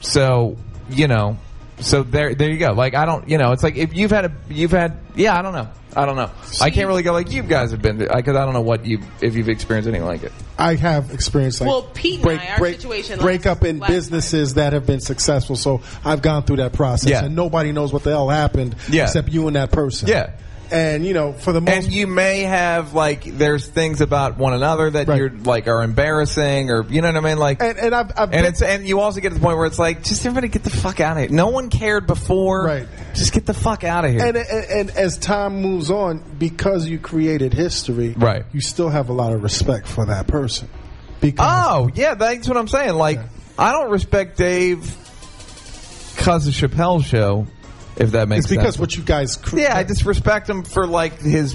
so you know So there, there you go. Like I don't, you know, it's like if you've had a, you've had, yeah, I don't know, I don't know. I can't really go like you guys have been because I, 'cause I don't know what you if you've experienced anything like it. I have experienced like Well, Pete and I, our situation break last- up in last businesses that have been successful. So I've gone through that process, Yeah. and nobody knows what the hell happened Yeah. except you and that person. Yeah. and you know, for the most, And you may have like there's things about one another that you're like are embarrassing or you know what I mean like and and, I've, I've and it's and you also get to the point where it's like just everybody get the fuck out of here. No one cared before, right? Just get the fuck out of here. and, and and as time moves on, because you created history, right? You still have a lot of respect for that person. Because oh yeah, that's what I'm saying. Like I don't respect Dave because of Chappelle's show. If that makes it's because sense. what you guys, cre- yeah, I just respect him for like his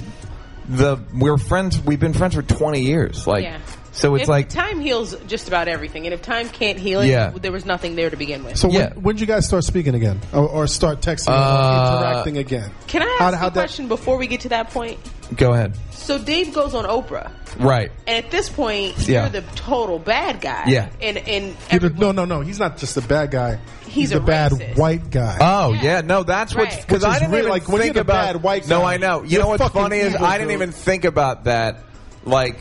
the we're friends. We've been friends for 20 years. Like Yeah. so, it's If like time heals just about everything, and if time can't heal it, Yeah. there was nothing there to begin with. So when, when did you guys start speaking again, or, or start texting, Uh, or interacting again? can I How- ask how a question before we get to that point? go ahead. So Dave goes on Oprah, Right. and at this point, Yeah. you're the total bad guy. Yeah. and and He did- no, no, no. He's not just a bad guy. He's, a a, bad white guy. Oh yeah, no, that's what's Right. because Which I is didn't real- even like, when you think get a about bad white No, guy, I know. You you're know what's fucking funny is evil, I didn't dude. even think about that. Like,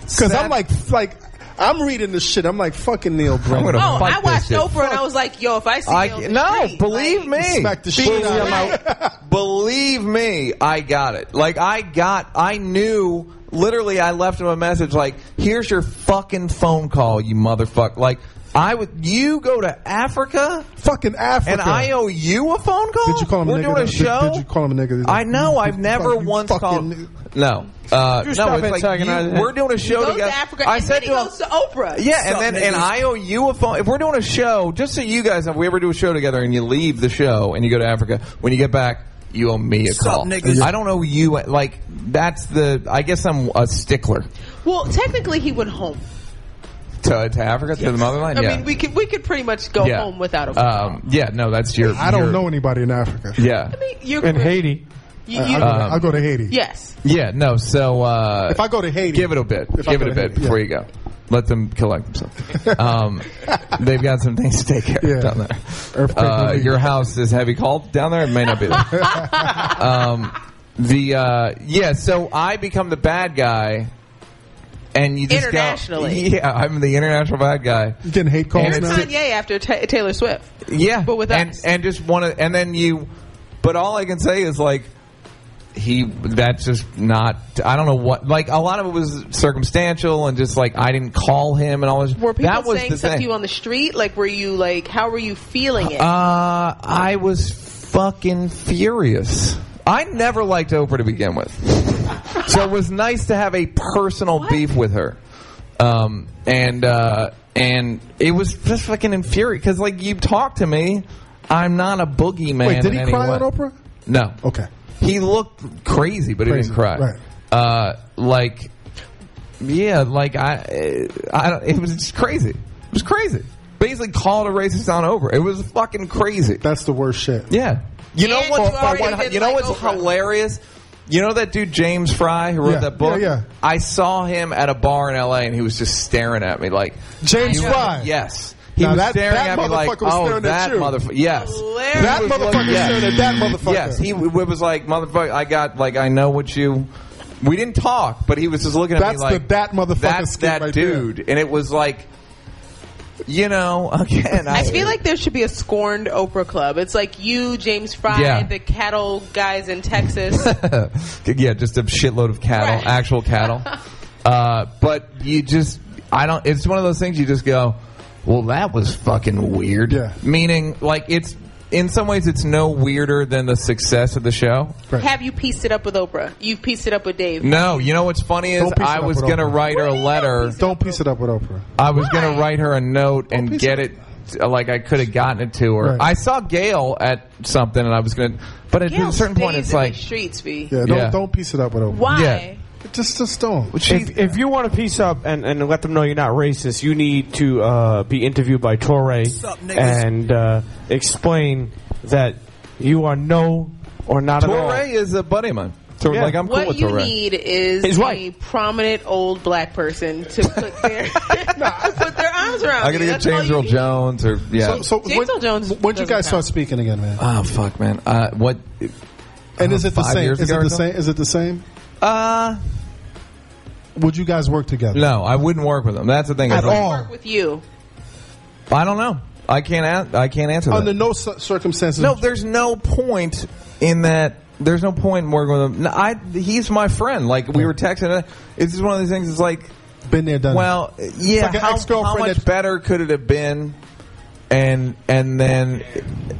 Because I'm like, like I'm reading this shit. I'm like, fucking Neil Brennan. oh, I watched Oprah, and I was like, yo, if I see I- Neil in the no, street, believe like- me. believe, me, <laughs> I'm- believe me, I got it. Like I got, I knew. Literally, I left him a message like, "Here's your fucking phone call, you motherfucker." Like I would, you go to Africa, fucking Africa, and I owe you a phone call. Did you call him We're a nigga? doing a Did- show. Did, you call him a nigga? I know. I've You never fucking- you once fucking called. nigga. No, uh, You no. stop It's like antagonizing you, him. we're doing a show He goes together. to Africa, I and said then he to him, goes to Oprah. yeah, and then and I owe you a phone. If we're doing a show, just so you guys, if we ever do a show together and you leave the show and you go to Africa, when you get back, you owe me a Sup, call. niggas? I don't owe you like that's the. I guess I'm a stickler Well, technically, he went home. to, to Africa to the motherland. I yeah. mean, we could we could pretty much go Yeah. home without a phone. um, yeah, no, that's your. I don't your- know anybody in Africa. Yeah, um, you're In correct. Haiti. You- you- I'll, uh, go, I'll go to Haiti. yes. Yeah, no. So uh, If I go to Haiti, give it a bit, If I give go it a to bit Haiti, before you go. Let them <laughs> collect themselves. Um, they've got some things to take care of down there. Uh, relief. your house is heavy called down there. It may not <laughs> be there. um, the uh, yeah. So I become the bad guy, and <laughs> you just Internationally. Go, yeah, I'm the international bad guy. You getting hate You're Kanye after Ta Taylor Swift. yeah, but with and, and just want to, and then you. But all I can say is like he. That's just not. I don't know what. Like a lot of it was circumstantial and just like I didn't call him and all this. Were people that was saying the stuff thing. to you on the street? Like, were you like, how were you feeling it? Uh, I was fucking furious. I never liked Oprah to begin with, so it was nice to have a personal beef with her. Um, and uh, and it was just fucking infuriating because like you talk to me, I'm not a boogeyman. Wait, did in he any cry way. on Oprah? No. Okay. He looked crazy, but he Crazy, didn't cry. right. Uh, like, yeah, like I, I don't. It was just crazy. It was crazy. Basically, called a racist on over. It was fucking crazy. That's the worst shit. Yeah. You know And what's you already fucking- didn't you know like what's hilarious? You know that dude James Fry who wrote Yeah, that book? yeah, yeah. I saw him at a bar in LA and he was just staring at me like James You- Fry. Yes. He Now was that- staring that at me like, motherfucker was oh, staring at that you." motherfucker. Yes. That He was motherfucker looking- was staring at that motherfucker. Yes, he w- was like, motherfucker, I got, like, I know what you. We didn't talk, but he was just looking at That's me the like. that motherfucker That's skit that right there." dude. And it was like, you know, <laughs> again. I, I feel like there should be a scorned Oprah club. It's like you, James Fry, Yeah. the cattle guys in <laughs> Texas. <laughs> yeah, just a shitload of cattle, actual cattle. Uh, but you just, I don't. It's one of those things you just go, well, that was fucking weird. Yeah. Meaning, like, it's in some ways, it's no weirder than the success of the show. Have you pieced it up with Oprah? You've pieced it up with Dave. No, you know what's funny is Don't piece I it up was with gonna Oprah. write her a letter. Don't piece it up with Oprah. I was gonna write her a note and get it like I could have gotten it to her. Right. I saw Gail at something and I was gonna, but at Gail a certain point, stays it's in like the streets, B. Yeah, don't Yeah. don't piece it up with Oprah. Why? Just just don't. If, if you want to piece up and, and let them know you're not racist, you need to uh, be interviewed by Torre Sup, niggas? and uh, explain that you are no or not at all. Torre is a buddy of mine. So Yeah. like I'm cool What with you Torre. need is He's a white. <laughs> <laughs> prominent old black person to put their to put their comes around. I gotta get James Earl Jones or yeah. So, so James when, Earl Jones when'd you doesn't guys start count. speaking again, man? oh fuck, man. Uh, what? And is it the Uh-huh. five same? years Is ago it or the something? same? Is it the same? Uh, would you guys work together? No, I wouldn't work with him. That's the thing. At I don't- all. Work with you. I don't know. I can't. a- I can't answer that. Under no cir- circumstances. No, there's no point in that. There's no point in working with him. No, I, he's my friend. Like we were texting. uh, It's just one of these things. It's like been there, done. Well, yeah. It's like an how, ex-girlfriend how much better could it have been? And and then,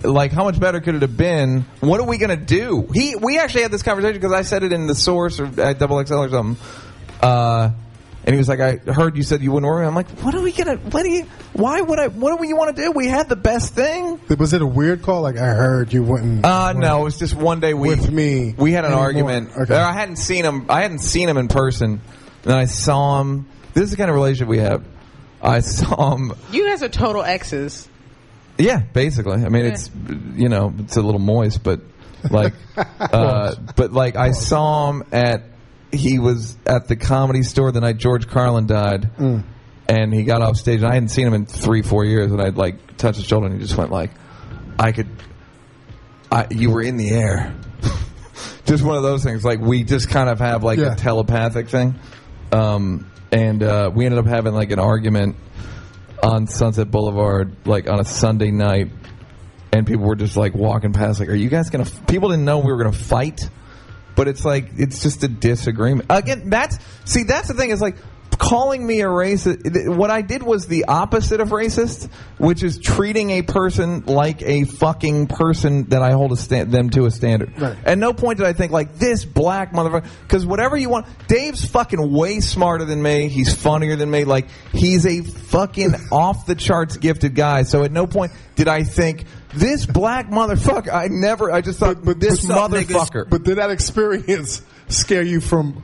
like, how much better could it have been? What are we gonna do? He we actually had this conversation because I said it in the source or at Double XL or something. Uh, and he was like, "I heard you said you wouldn't worry." I'm like, "What are we gonna? What do you? Why would I? What do you want to do? We had the best thing." Was it a weird call? Like I heard you wouldn't. Uh, no, it was just one day we With me We had an anymore. argument. Okay. Or I hadn't seen him. I hadn't seen him in person. And I saw him. This is the kind of relationship we have. I <laughs> saw him. You guys are total exes. Yeah, basically. I mean, it's you know, it's a little moist, but <laughs> like, uh, but like I saw him at he was at the comedy store the night George Carlin died, Mm. and he got off stage. And I hadn't seen him in three, four years, and I'd like touched his shoulder, and he just went like, "I could, I you were in the air." <laughs> just one of those things. Like we just kind of have like Yeah. a telepathic thing, um, and uh, we ended up having like an argument on Sunset Boulevard, like on a Sunday night, and people were just like walking past, like, "Are you guys gonna?" F-? People didn't know we were gonna fight, but it's like it's just a disagreement. Again, that's see, that's the thing is like calling me a racist. What I did was the opposite of racist, which is treating a person like a fucking person that I hold a stand them to a standard. Right. At no point did I think like this black motherfucker. Because whatever you want, Dave's fucking way smarter than me. He's funnier than me. Like he's a fucking off the charts gifted guy. So at no point did I think this black motherfucker. I never. I just thought this What's up, motherfucker. niggas? But did that experience <laughs> scare you from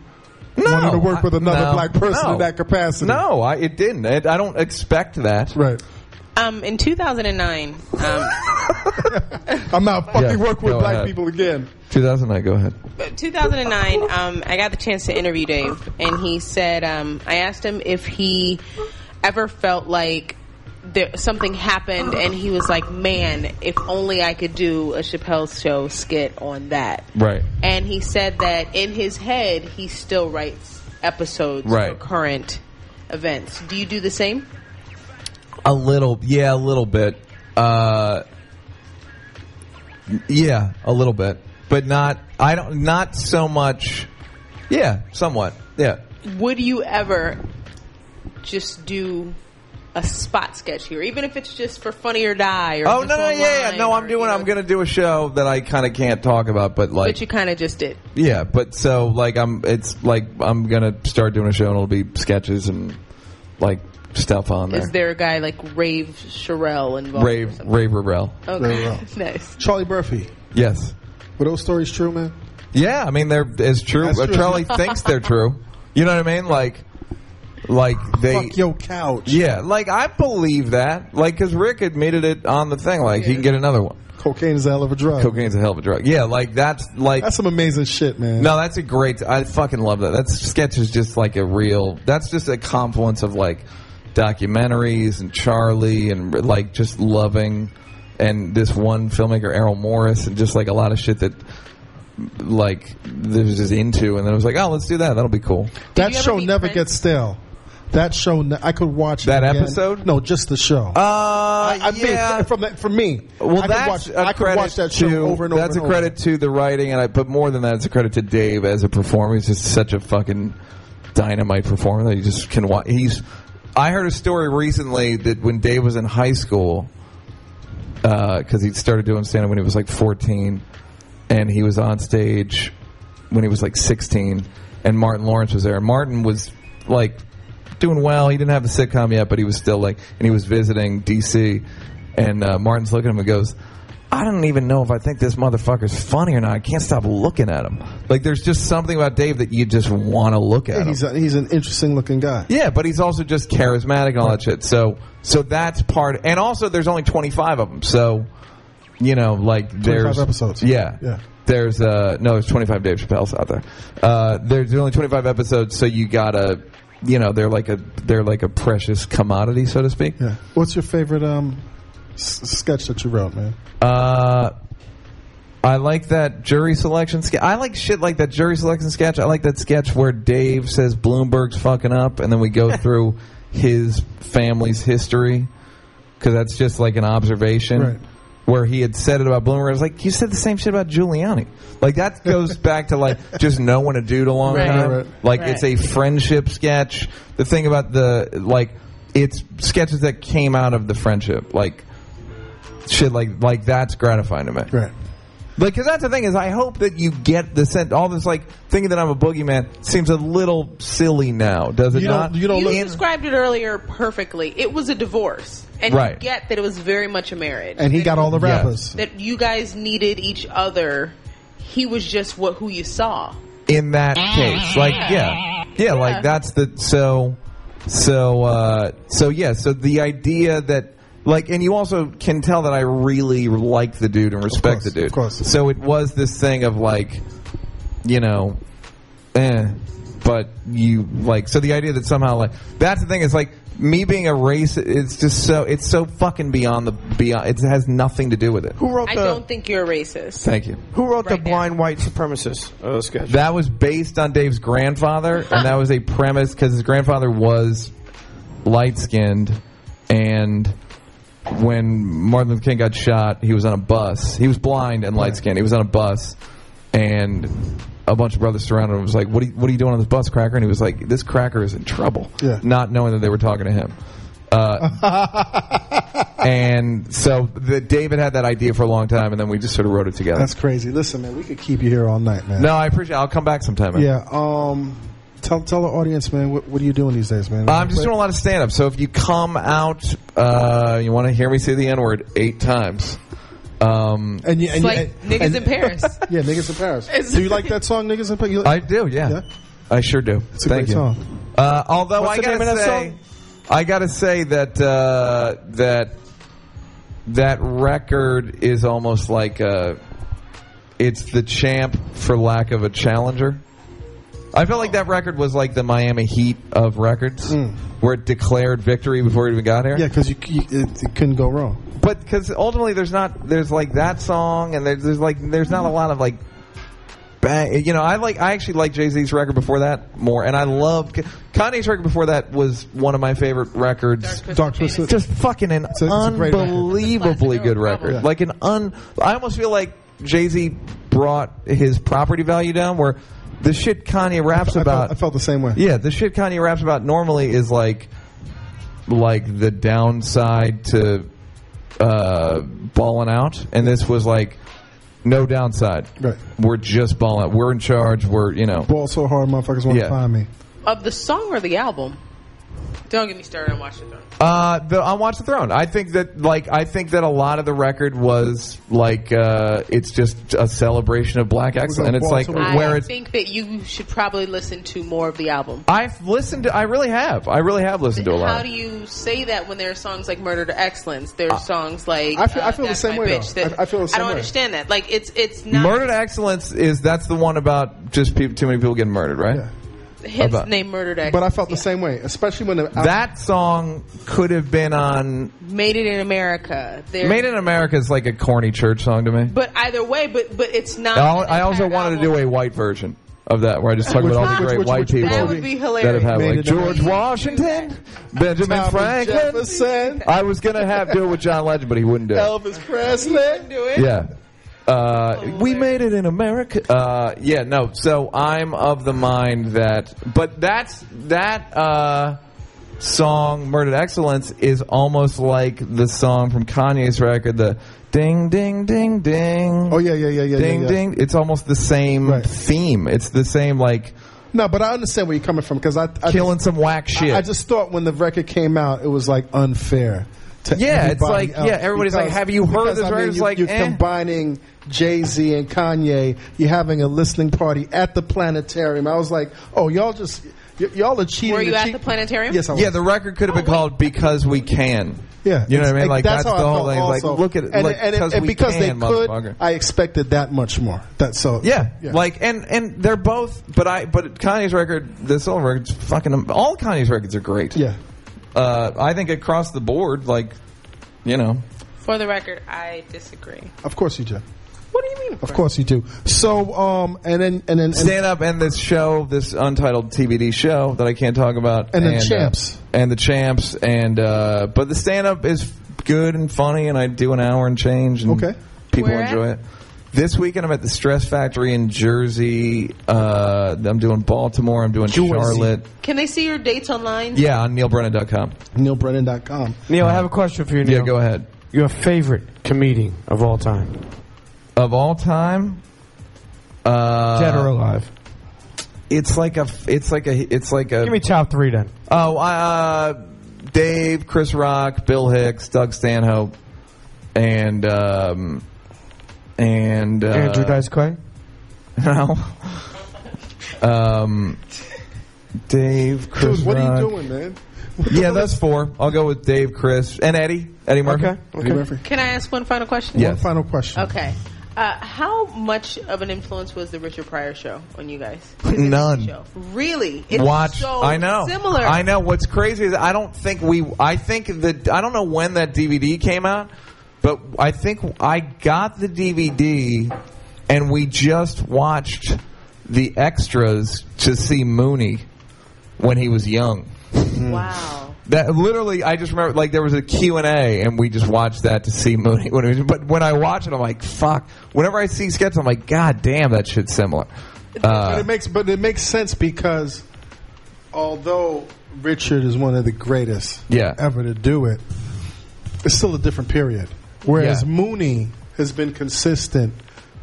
wanting to work with another No. black person No. in that capacity? No, I, it didn't. It, I don't expect that. Right. Um, in 2009, um, I'm not fucking Yeah, working with go black ahead. people again. 2009. Go ahead. But 2009, um, I got the chance to interview Dave, and he said, um, I asked him if he ever felt like there, something happened, and he was like, Man, if only I could do a Chappelle show skit on that. Right. And he said that in his head, he still writes episodes Right. for current events. Do you do the same? A little, yeah, a little bit. Uh, yeah, a little bit, but not. I don't. Not so much. Yeah, somewhat. Yeah. Would you ever just do a spot sketch here, even if it's just for Funny or Die? Or Oh just no, no, yeah, yeah. online No, or- I'm doing. I'm gonna do a show that I kind of can't talk about, but like, but you kind of just did. yeah, but so like, I'm. It's like I'm gonna start doing a show, and it'll be sketches and like stuff on there. Is there a guy like Rave Sherelle involved? Rave, rave rebel. <laughs> Okay, nice. Charlie Murphy. Yes. Were those stories true, man? Yeah, I mean they're as true. That's uh, true. Charlie thinks <laughs> they're true. You know what I mean? Like, like they. Fuck your couch. Yeah, like I believe that. Like, because Rick admitted it on the thing. Like he can get another one. Cocaine is a hell of a drug. Cocaine's a hell of a drug. Yeah, like that's like. That's some amazing shit, man. no, that's a great. I fucking love that. That sketch is just like a real. That's just a confluence of like documentaries and Charlie and like just loving and this one filmmaker Errol Morris and just like a lot of shit that like this is into and then I was like oh let's do that that'll be cool that you ever show meet never Prince? gets stale. That show, ne- I could watch it That again. episode? No, just the show. uh I mean, yeah from the, from me, I well could that's watch, a I could credit watch that show to, over and over. that's and a over. credit to the writing and I but more than that it's a credit to Dave as a performer he's just such a fucking dynamite performer that you just can watch he's I heard a story recently that when Dave was in high school because he started doing stand up when he was like 14, and he was on stage when he was like 16, and Martin Lawrence was there. And Martin was like doing well. He didn't have a sitcom yet, but he was still like, and he was visiting DC, and uh, Martin's looking at him and goes, I don't even know if I think this motherfucker's funny or not. I can't stop looking at him. Like, there's just something about Dave that you just want to look at. Yeah, him. he's a, he's an interesting looking guy. Yeah, but he's also just charismatic and all that shit. So so that's part. And also, there's only 25 of them. So you know, like there's episodes. Yeah, Yeah. There's uh no, there's 25 Dave Chappelle's out there. Uh, there's only 25 episodes, so you gotta you know they're like a they're like a precious commodity, so to speak. Yeah. What's your favorite um, s- sketch that you wrote, man? Uh, I like that jury selection sketch. I like shit like that jury selection sketch. I like that sketch where Dave says Bloomberg's fucking up, and then we <laughs> go through his family's history because that's just like an observation. Right. Where he had said it about Bloomberg, I was like, "You said the same shit about Giuliani." Like <laughs> that goes back to like just knowing a dude a long Right. time. Right. Like Right. it's a friendship sketch. The thing about the like, it's sketches that came out of the friendship. Like shit like like that's gratifying to me. Right. Like, cause that's the thing is, I hope that you get the sense. All this like thinking that I'm a boogeyman seems a little silly now, does it you not? described it earlier perfectly. It was a divorce, and you Right. get that it was very much a marriage. And he got all the rappers. that you guys needed each other. He was just what who you saw. in that case. Like, yeah. Yeah, like that's the so so uh so yeah, so the idea that like and you also can tell that I really like the dude and respect the dude. Of course. So it was this thing of like you know eh but you like so the idea that somehow like that's the thing is like me being a racist it's just so it's so fucking beyond the beyond it has nothing to do with it. Who wrote I the- don't think you're a racist. Thank you. Who wrote the blind white supremacist uh, sketch? That was based on Dave's grandfather, and that was a premise because his grandfather was light skinned, and when Martin Luther King got shot, he was on a bus. He was blind and light skinned. He was on a bus, and a bunch of brothers surrounded him. and Was like, "What are you, what are you doing on this bus, Cracker?" And he was like, "This Cracker is in trouble," Yeah. not knowing that they were talking to him. <laughs> Uh, and so the, David had that idea for a long time, and then we just sort of wrote it together. That's crazy. Listen, man, we could keep you here all night, man. no, I appreciate. I'll come back sometime. man. Yeah. Um, tell tell the audience, man, what, what are you doing these days, man? I'm just doing a lot of stand up. So if you come out, uh, you want to hear me say the N word eight times. Um, and you, It's like niggas in Paris. yeah, niggas in Paris. It's- Do you like that song, niggas in Paris? You- I do, yeah. I sure do. It's a Thank great you. song. Uh, although What's I the name of gotta that say, I gotta say that uh, that that record is almost like uh it's the champ for lack of a challenger. I felt like that record was like the Miami Heat of records, where it declared victory before it even got here. Hmm. Yeah, because you, you it, it couldn't go wrong. but because ultimately there's not there's like that song and there's, there's like there's not a lot of like bang you know i like i actually like jay-z's record before that more and i loved kanye's record before that was one of my favorite records Dark Twisted. just fucking an So it's a great record. unbelievably good record. Like an un. I almost feel like Jay Z brought his property value down. Where the shit Kanye raps I about, felt, I felt the same way. yeah, the shit Kanye raps about normally is like, like the downside to uh, balling out, and this was like no downside. Right. We're just balling out. We're in charge. We're you know. Ball so hard, motherfuckers want Yeah. to find me. Of the song or the album? Don't get me started on Watch the Throne. Uh, the, on Watch the Throne, I think that like I think that a lot of the record was like uh, it's just a celebration of black excellence, and it's like where I it's. think that you should probably listen to more of the album. I've listened to. I really have. I really have listened to a How lot. do you say that when there are songs like "Murder to Excellence"? There are songs like I feel- uh, I feel the That's same My way, Bitch though. that- I- I feel the same don't way. understand that. Like it's it's not Murder to Excellence is that's the one about just peop too many people getting murdered, right? his about- name "Murder to Excellence." But I felt the same way, especially when the That song could have been on. Made it in America. There, Made in America is like a corny church song to me. But either way, but but it's not. I al- I also wanted to do a white version of that, where I just talk about all the Which- great which- white which- people That would be that have hilarious. had Made like in George America. Washington, Benjamin Thomas Franklin. Jefferson, I was gonna have do it with John Legend, but he wouldn't do it. Elvis Presley. do it. Yeah. Uh, we made it in America. Uh, yeah, no. So I'm of the mind that, but that's that uh, song, "Murdered Excellence," is almost like the song from Kanye's record, the "Ding Ding Ding Ding." Oh yeah, yeah, yeah, yeah, yeah, Ding yeah. ding! It's almost the same Right. theme. It's the same like No, but I understand where you're coming from because I, I killing some whack shit. I just thought when the record came out, it was like unfair. To Yeah, it's everybody like- else yeah, everybody's like, "Have you heard because, this I mean, record?" It's you- like, you're eh. combining Jay Z and Kanye. You're having a listening party at the planetarium. I was like, oh, y'all just y- y'all are cheating. Were you to at cheat- the planetarium? Yes, I was. yeah, the record could have been called "Because We Can." Yeah, You know what I mean? It's- Like, that's how I the whole felt thing. Like, also. look at it, and, like, and, 'cause and we because can, they could, motherfucker. I expected that much more. That's so Yeah, like and and they're both, but I but Kanye's record, the solo record's fucking all Kanye's records are great. Yeah, uh, I think across the board, like you know, For the record, I disagree. Of course you do. What do you mean? Of course you do. So um, and then and then and- stand up and this show, this untitled TBD show that I can't talk about, And the uh, champs. and the champs, and uh, but the stand up is good and funny, and I do an hour and change, and okay. people Where at? enjoy it. This weekend, I'm at the Stress Factory in Jersey. Uh, I'm doing Baltimore. I'm doing Charlotte. Can they see your dates online? Yeah, on neilbrennan.com. neilbrennan.com. Neil, I have a question for you. Neil. Yeah, go ahead. Your favorite comedian of all time, Of all time, uh, dead or alive? It's like a. It's like a. It's like a. Give me top three then. Oh, uh, Dave, Chris Rock, Bill Hicks, Doug Stanhope, and um, and uh, Andrew Dice Clay. <laughs> No. um, Dave, Chris Dude, what Rock. are you doing, man? Yeah, that's four. I'll go with Dave, Chris, and Eddie. Eddie Murphy. Okay, okay. Eddie Murphy. Can I ask one final question? Yes. One final question. Okay. Uh, how much of an influence was the Richard Pryor show on you guys? None. Really? It's Watch. so I know. Similar. I know. What's crazy is I don't think we. I think that I don't know when that DVD came out, but I think I got the DVD, and we just watched the extras to see Mooney when he was young. Wow. That literally, I just remember like there was a Q and A, and we just watched that to see Mooney. When it was, but when I watch it, I'm like, fuck. Whenever I see sketches, I'm like, god damn, that shit's similar. but Uh, it makes but it makes sense because although Richard is one of the greatest Yeah. ever to do it, it's still a different period. Whereas Yeah. Mooney has been consistent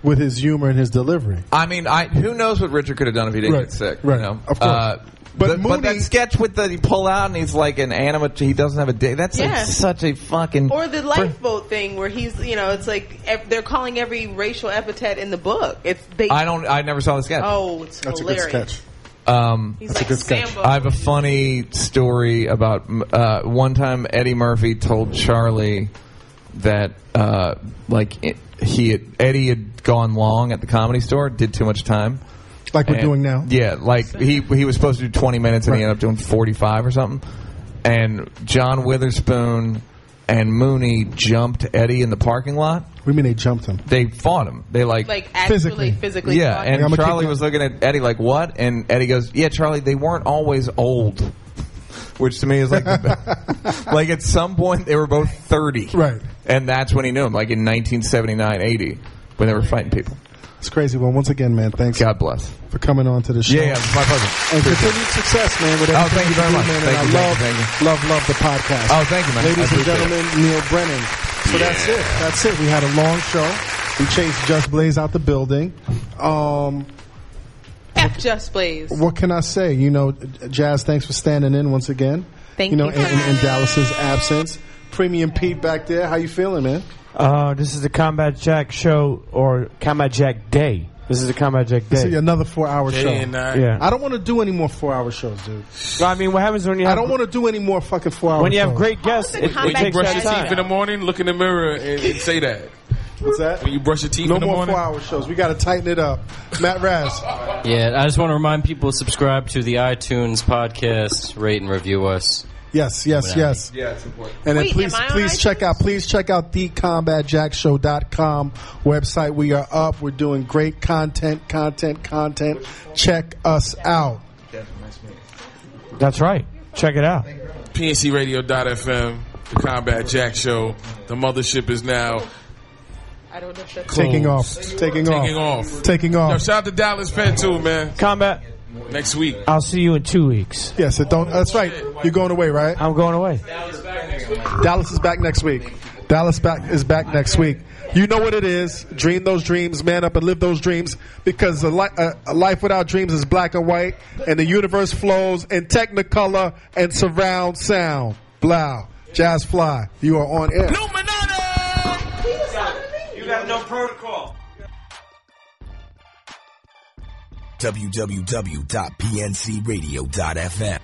with his humor and his delivery. I mean, I who knows what Richard could have done if he didn't get sick. Right. You know? Of course. but, the, but that sketch with the he pull out and he's like an animate. He doesn't have a day. That's like Yeah. such a fucking. Or the lifeboat thing where he's, you know, it's like ev- they're calling every racial epithet in the book. It's they. I don't. I never saw the sketch. Oh, it's hilarious. Um, He's That's a like good sketch. Sambo. I have a funny story about uh, one time Eddie Murphy told Charlie that uh, like it, he had, Eddie had gone long at the comedy store, did too much time, Like we're And- doing now. Yeah, like he he was supposed to do 20 minutes and he ended up doing 45 or something. And John Witherspoon and Mooney jumped Eddie in the parking lot. We mean they jumped him. They fought him. They like Like actually physically, physically yeah, fought and him. Charlie was looking at Eddie like, "What?" And Eddie goes, "Yeah, Charlie, they weren't always old." Which to me is like, <laughs> the be- like at some point they were both thirty, Right. And that's when he knew him, like in 1979, 80, when they were fighting people. It's crazy. Well, once again, man, thanks. God bless for coming on to the show. Yeah, yeah, it's my pleasure. And continued success, man. With Oh, everything thank you very do, much. Man, Thank and you, I thank love, you, thank love, love the podcast. Oh, thank you, man. I Ladies and appreciate it. gentlemen, Neil Brennan. So that's it. That's it. We had a long show. We chased Just Blaze out the building. Um, F Just Blaze. what can I say? You know, Jazz, thanks for standing in once again. Thank you. know, you. In, in, in Dallas's absence. Premium Pete back there. How you feeling, man? Uh, this is the Combat Jack show or Combat Jack Day. This is the Combat Jack Day. See, another four-hour Day show. and night. Yeah. I don't want to do any more four-hour shows, dude. I mean, what happens when you? I don't want to do any more fucking four-hour. When you have shows. great guests, it, When it you takes brush that your teeth in the time. morning, look in the mirror and, and say that. What's that? When you brush your teeth No in the more morning. four-hour shows. We got to tighten it up. Matt Raz. Yeah, I just want to remind people to subscribe to the iTunes podcast, rate and review us. Yes, yes, Whatever. yes. Yeah, it's important. And then Wait, please, am I on please check out, please check out thecombatjackshow.com website. We are up. We're doing great content, content, content. Check us out. That's right. Check it out. PNCRadio.fm, the Combat Jack Show. The mothership is now I don't know if that's Taking off, taking off, taking off. taking Yo, off. shout out to Dallas Penn too, man. Combat. Next week. Uh, I'll see you in two weeks. Yes, it don't. That's Oh, right. You're going away, right? I'm going away. Dallas is back next week. Dallas back is back next week. You know what it is. Dream those dreams, man up and live those dreams because a, li- a, a life without dreams is black and white and the universe flows in technicolor and surround sound. Blau. Jazz Fly. You are on air. You have no protocol. www.pncradio.fm.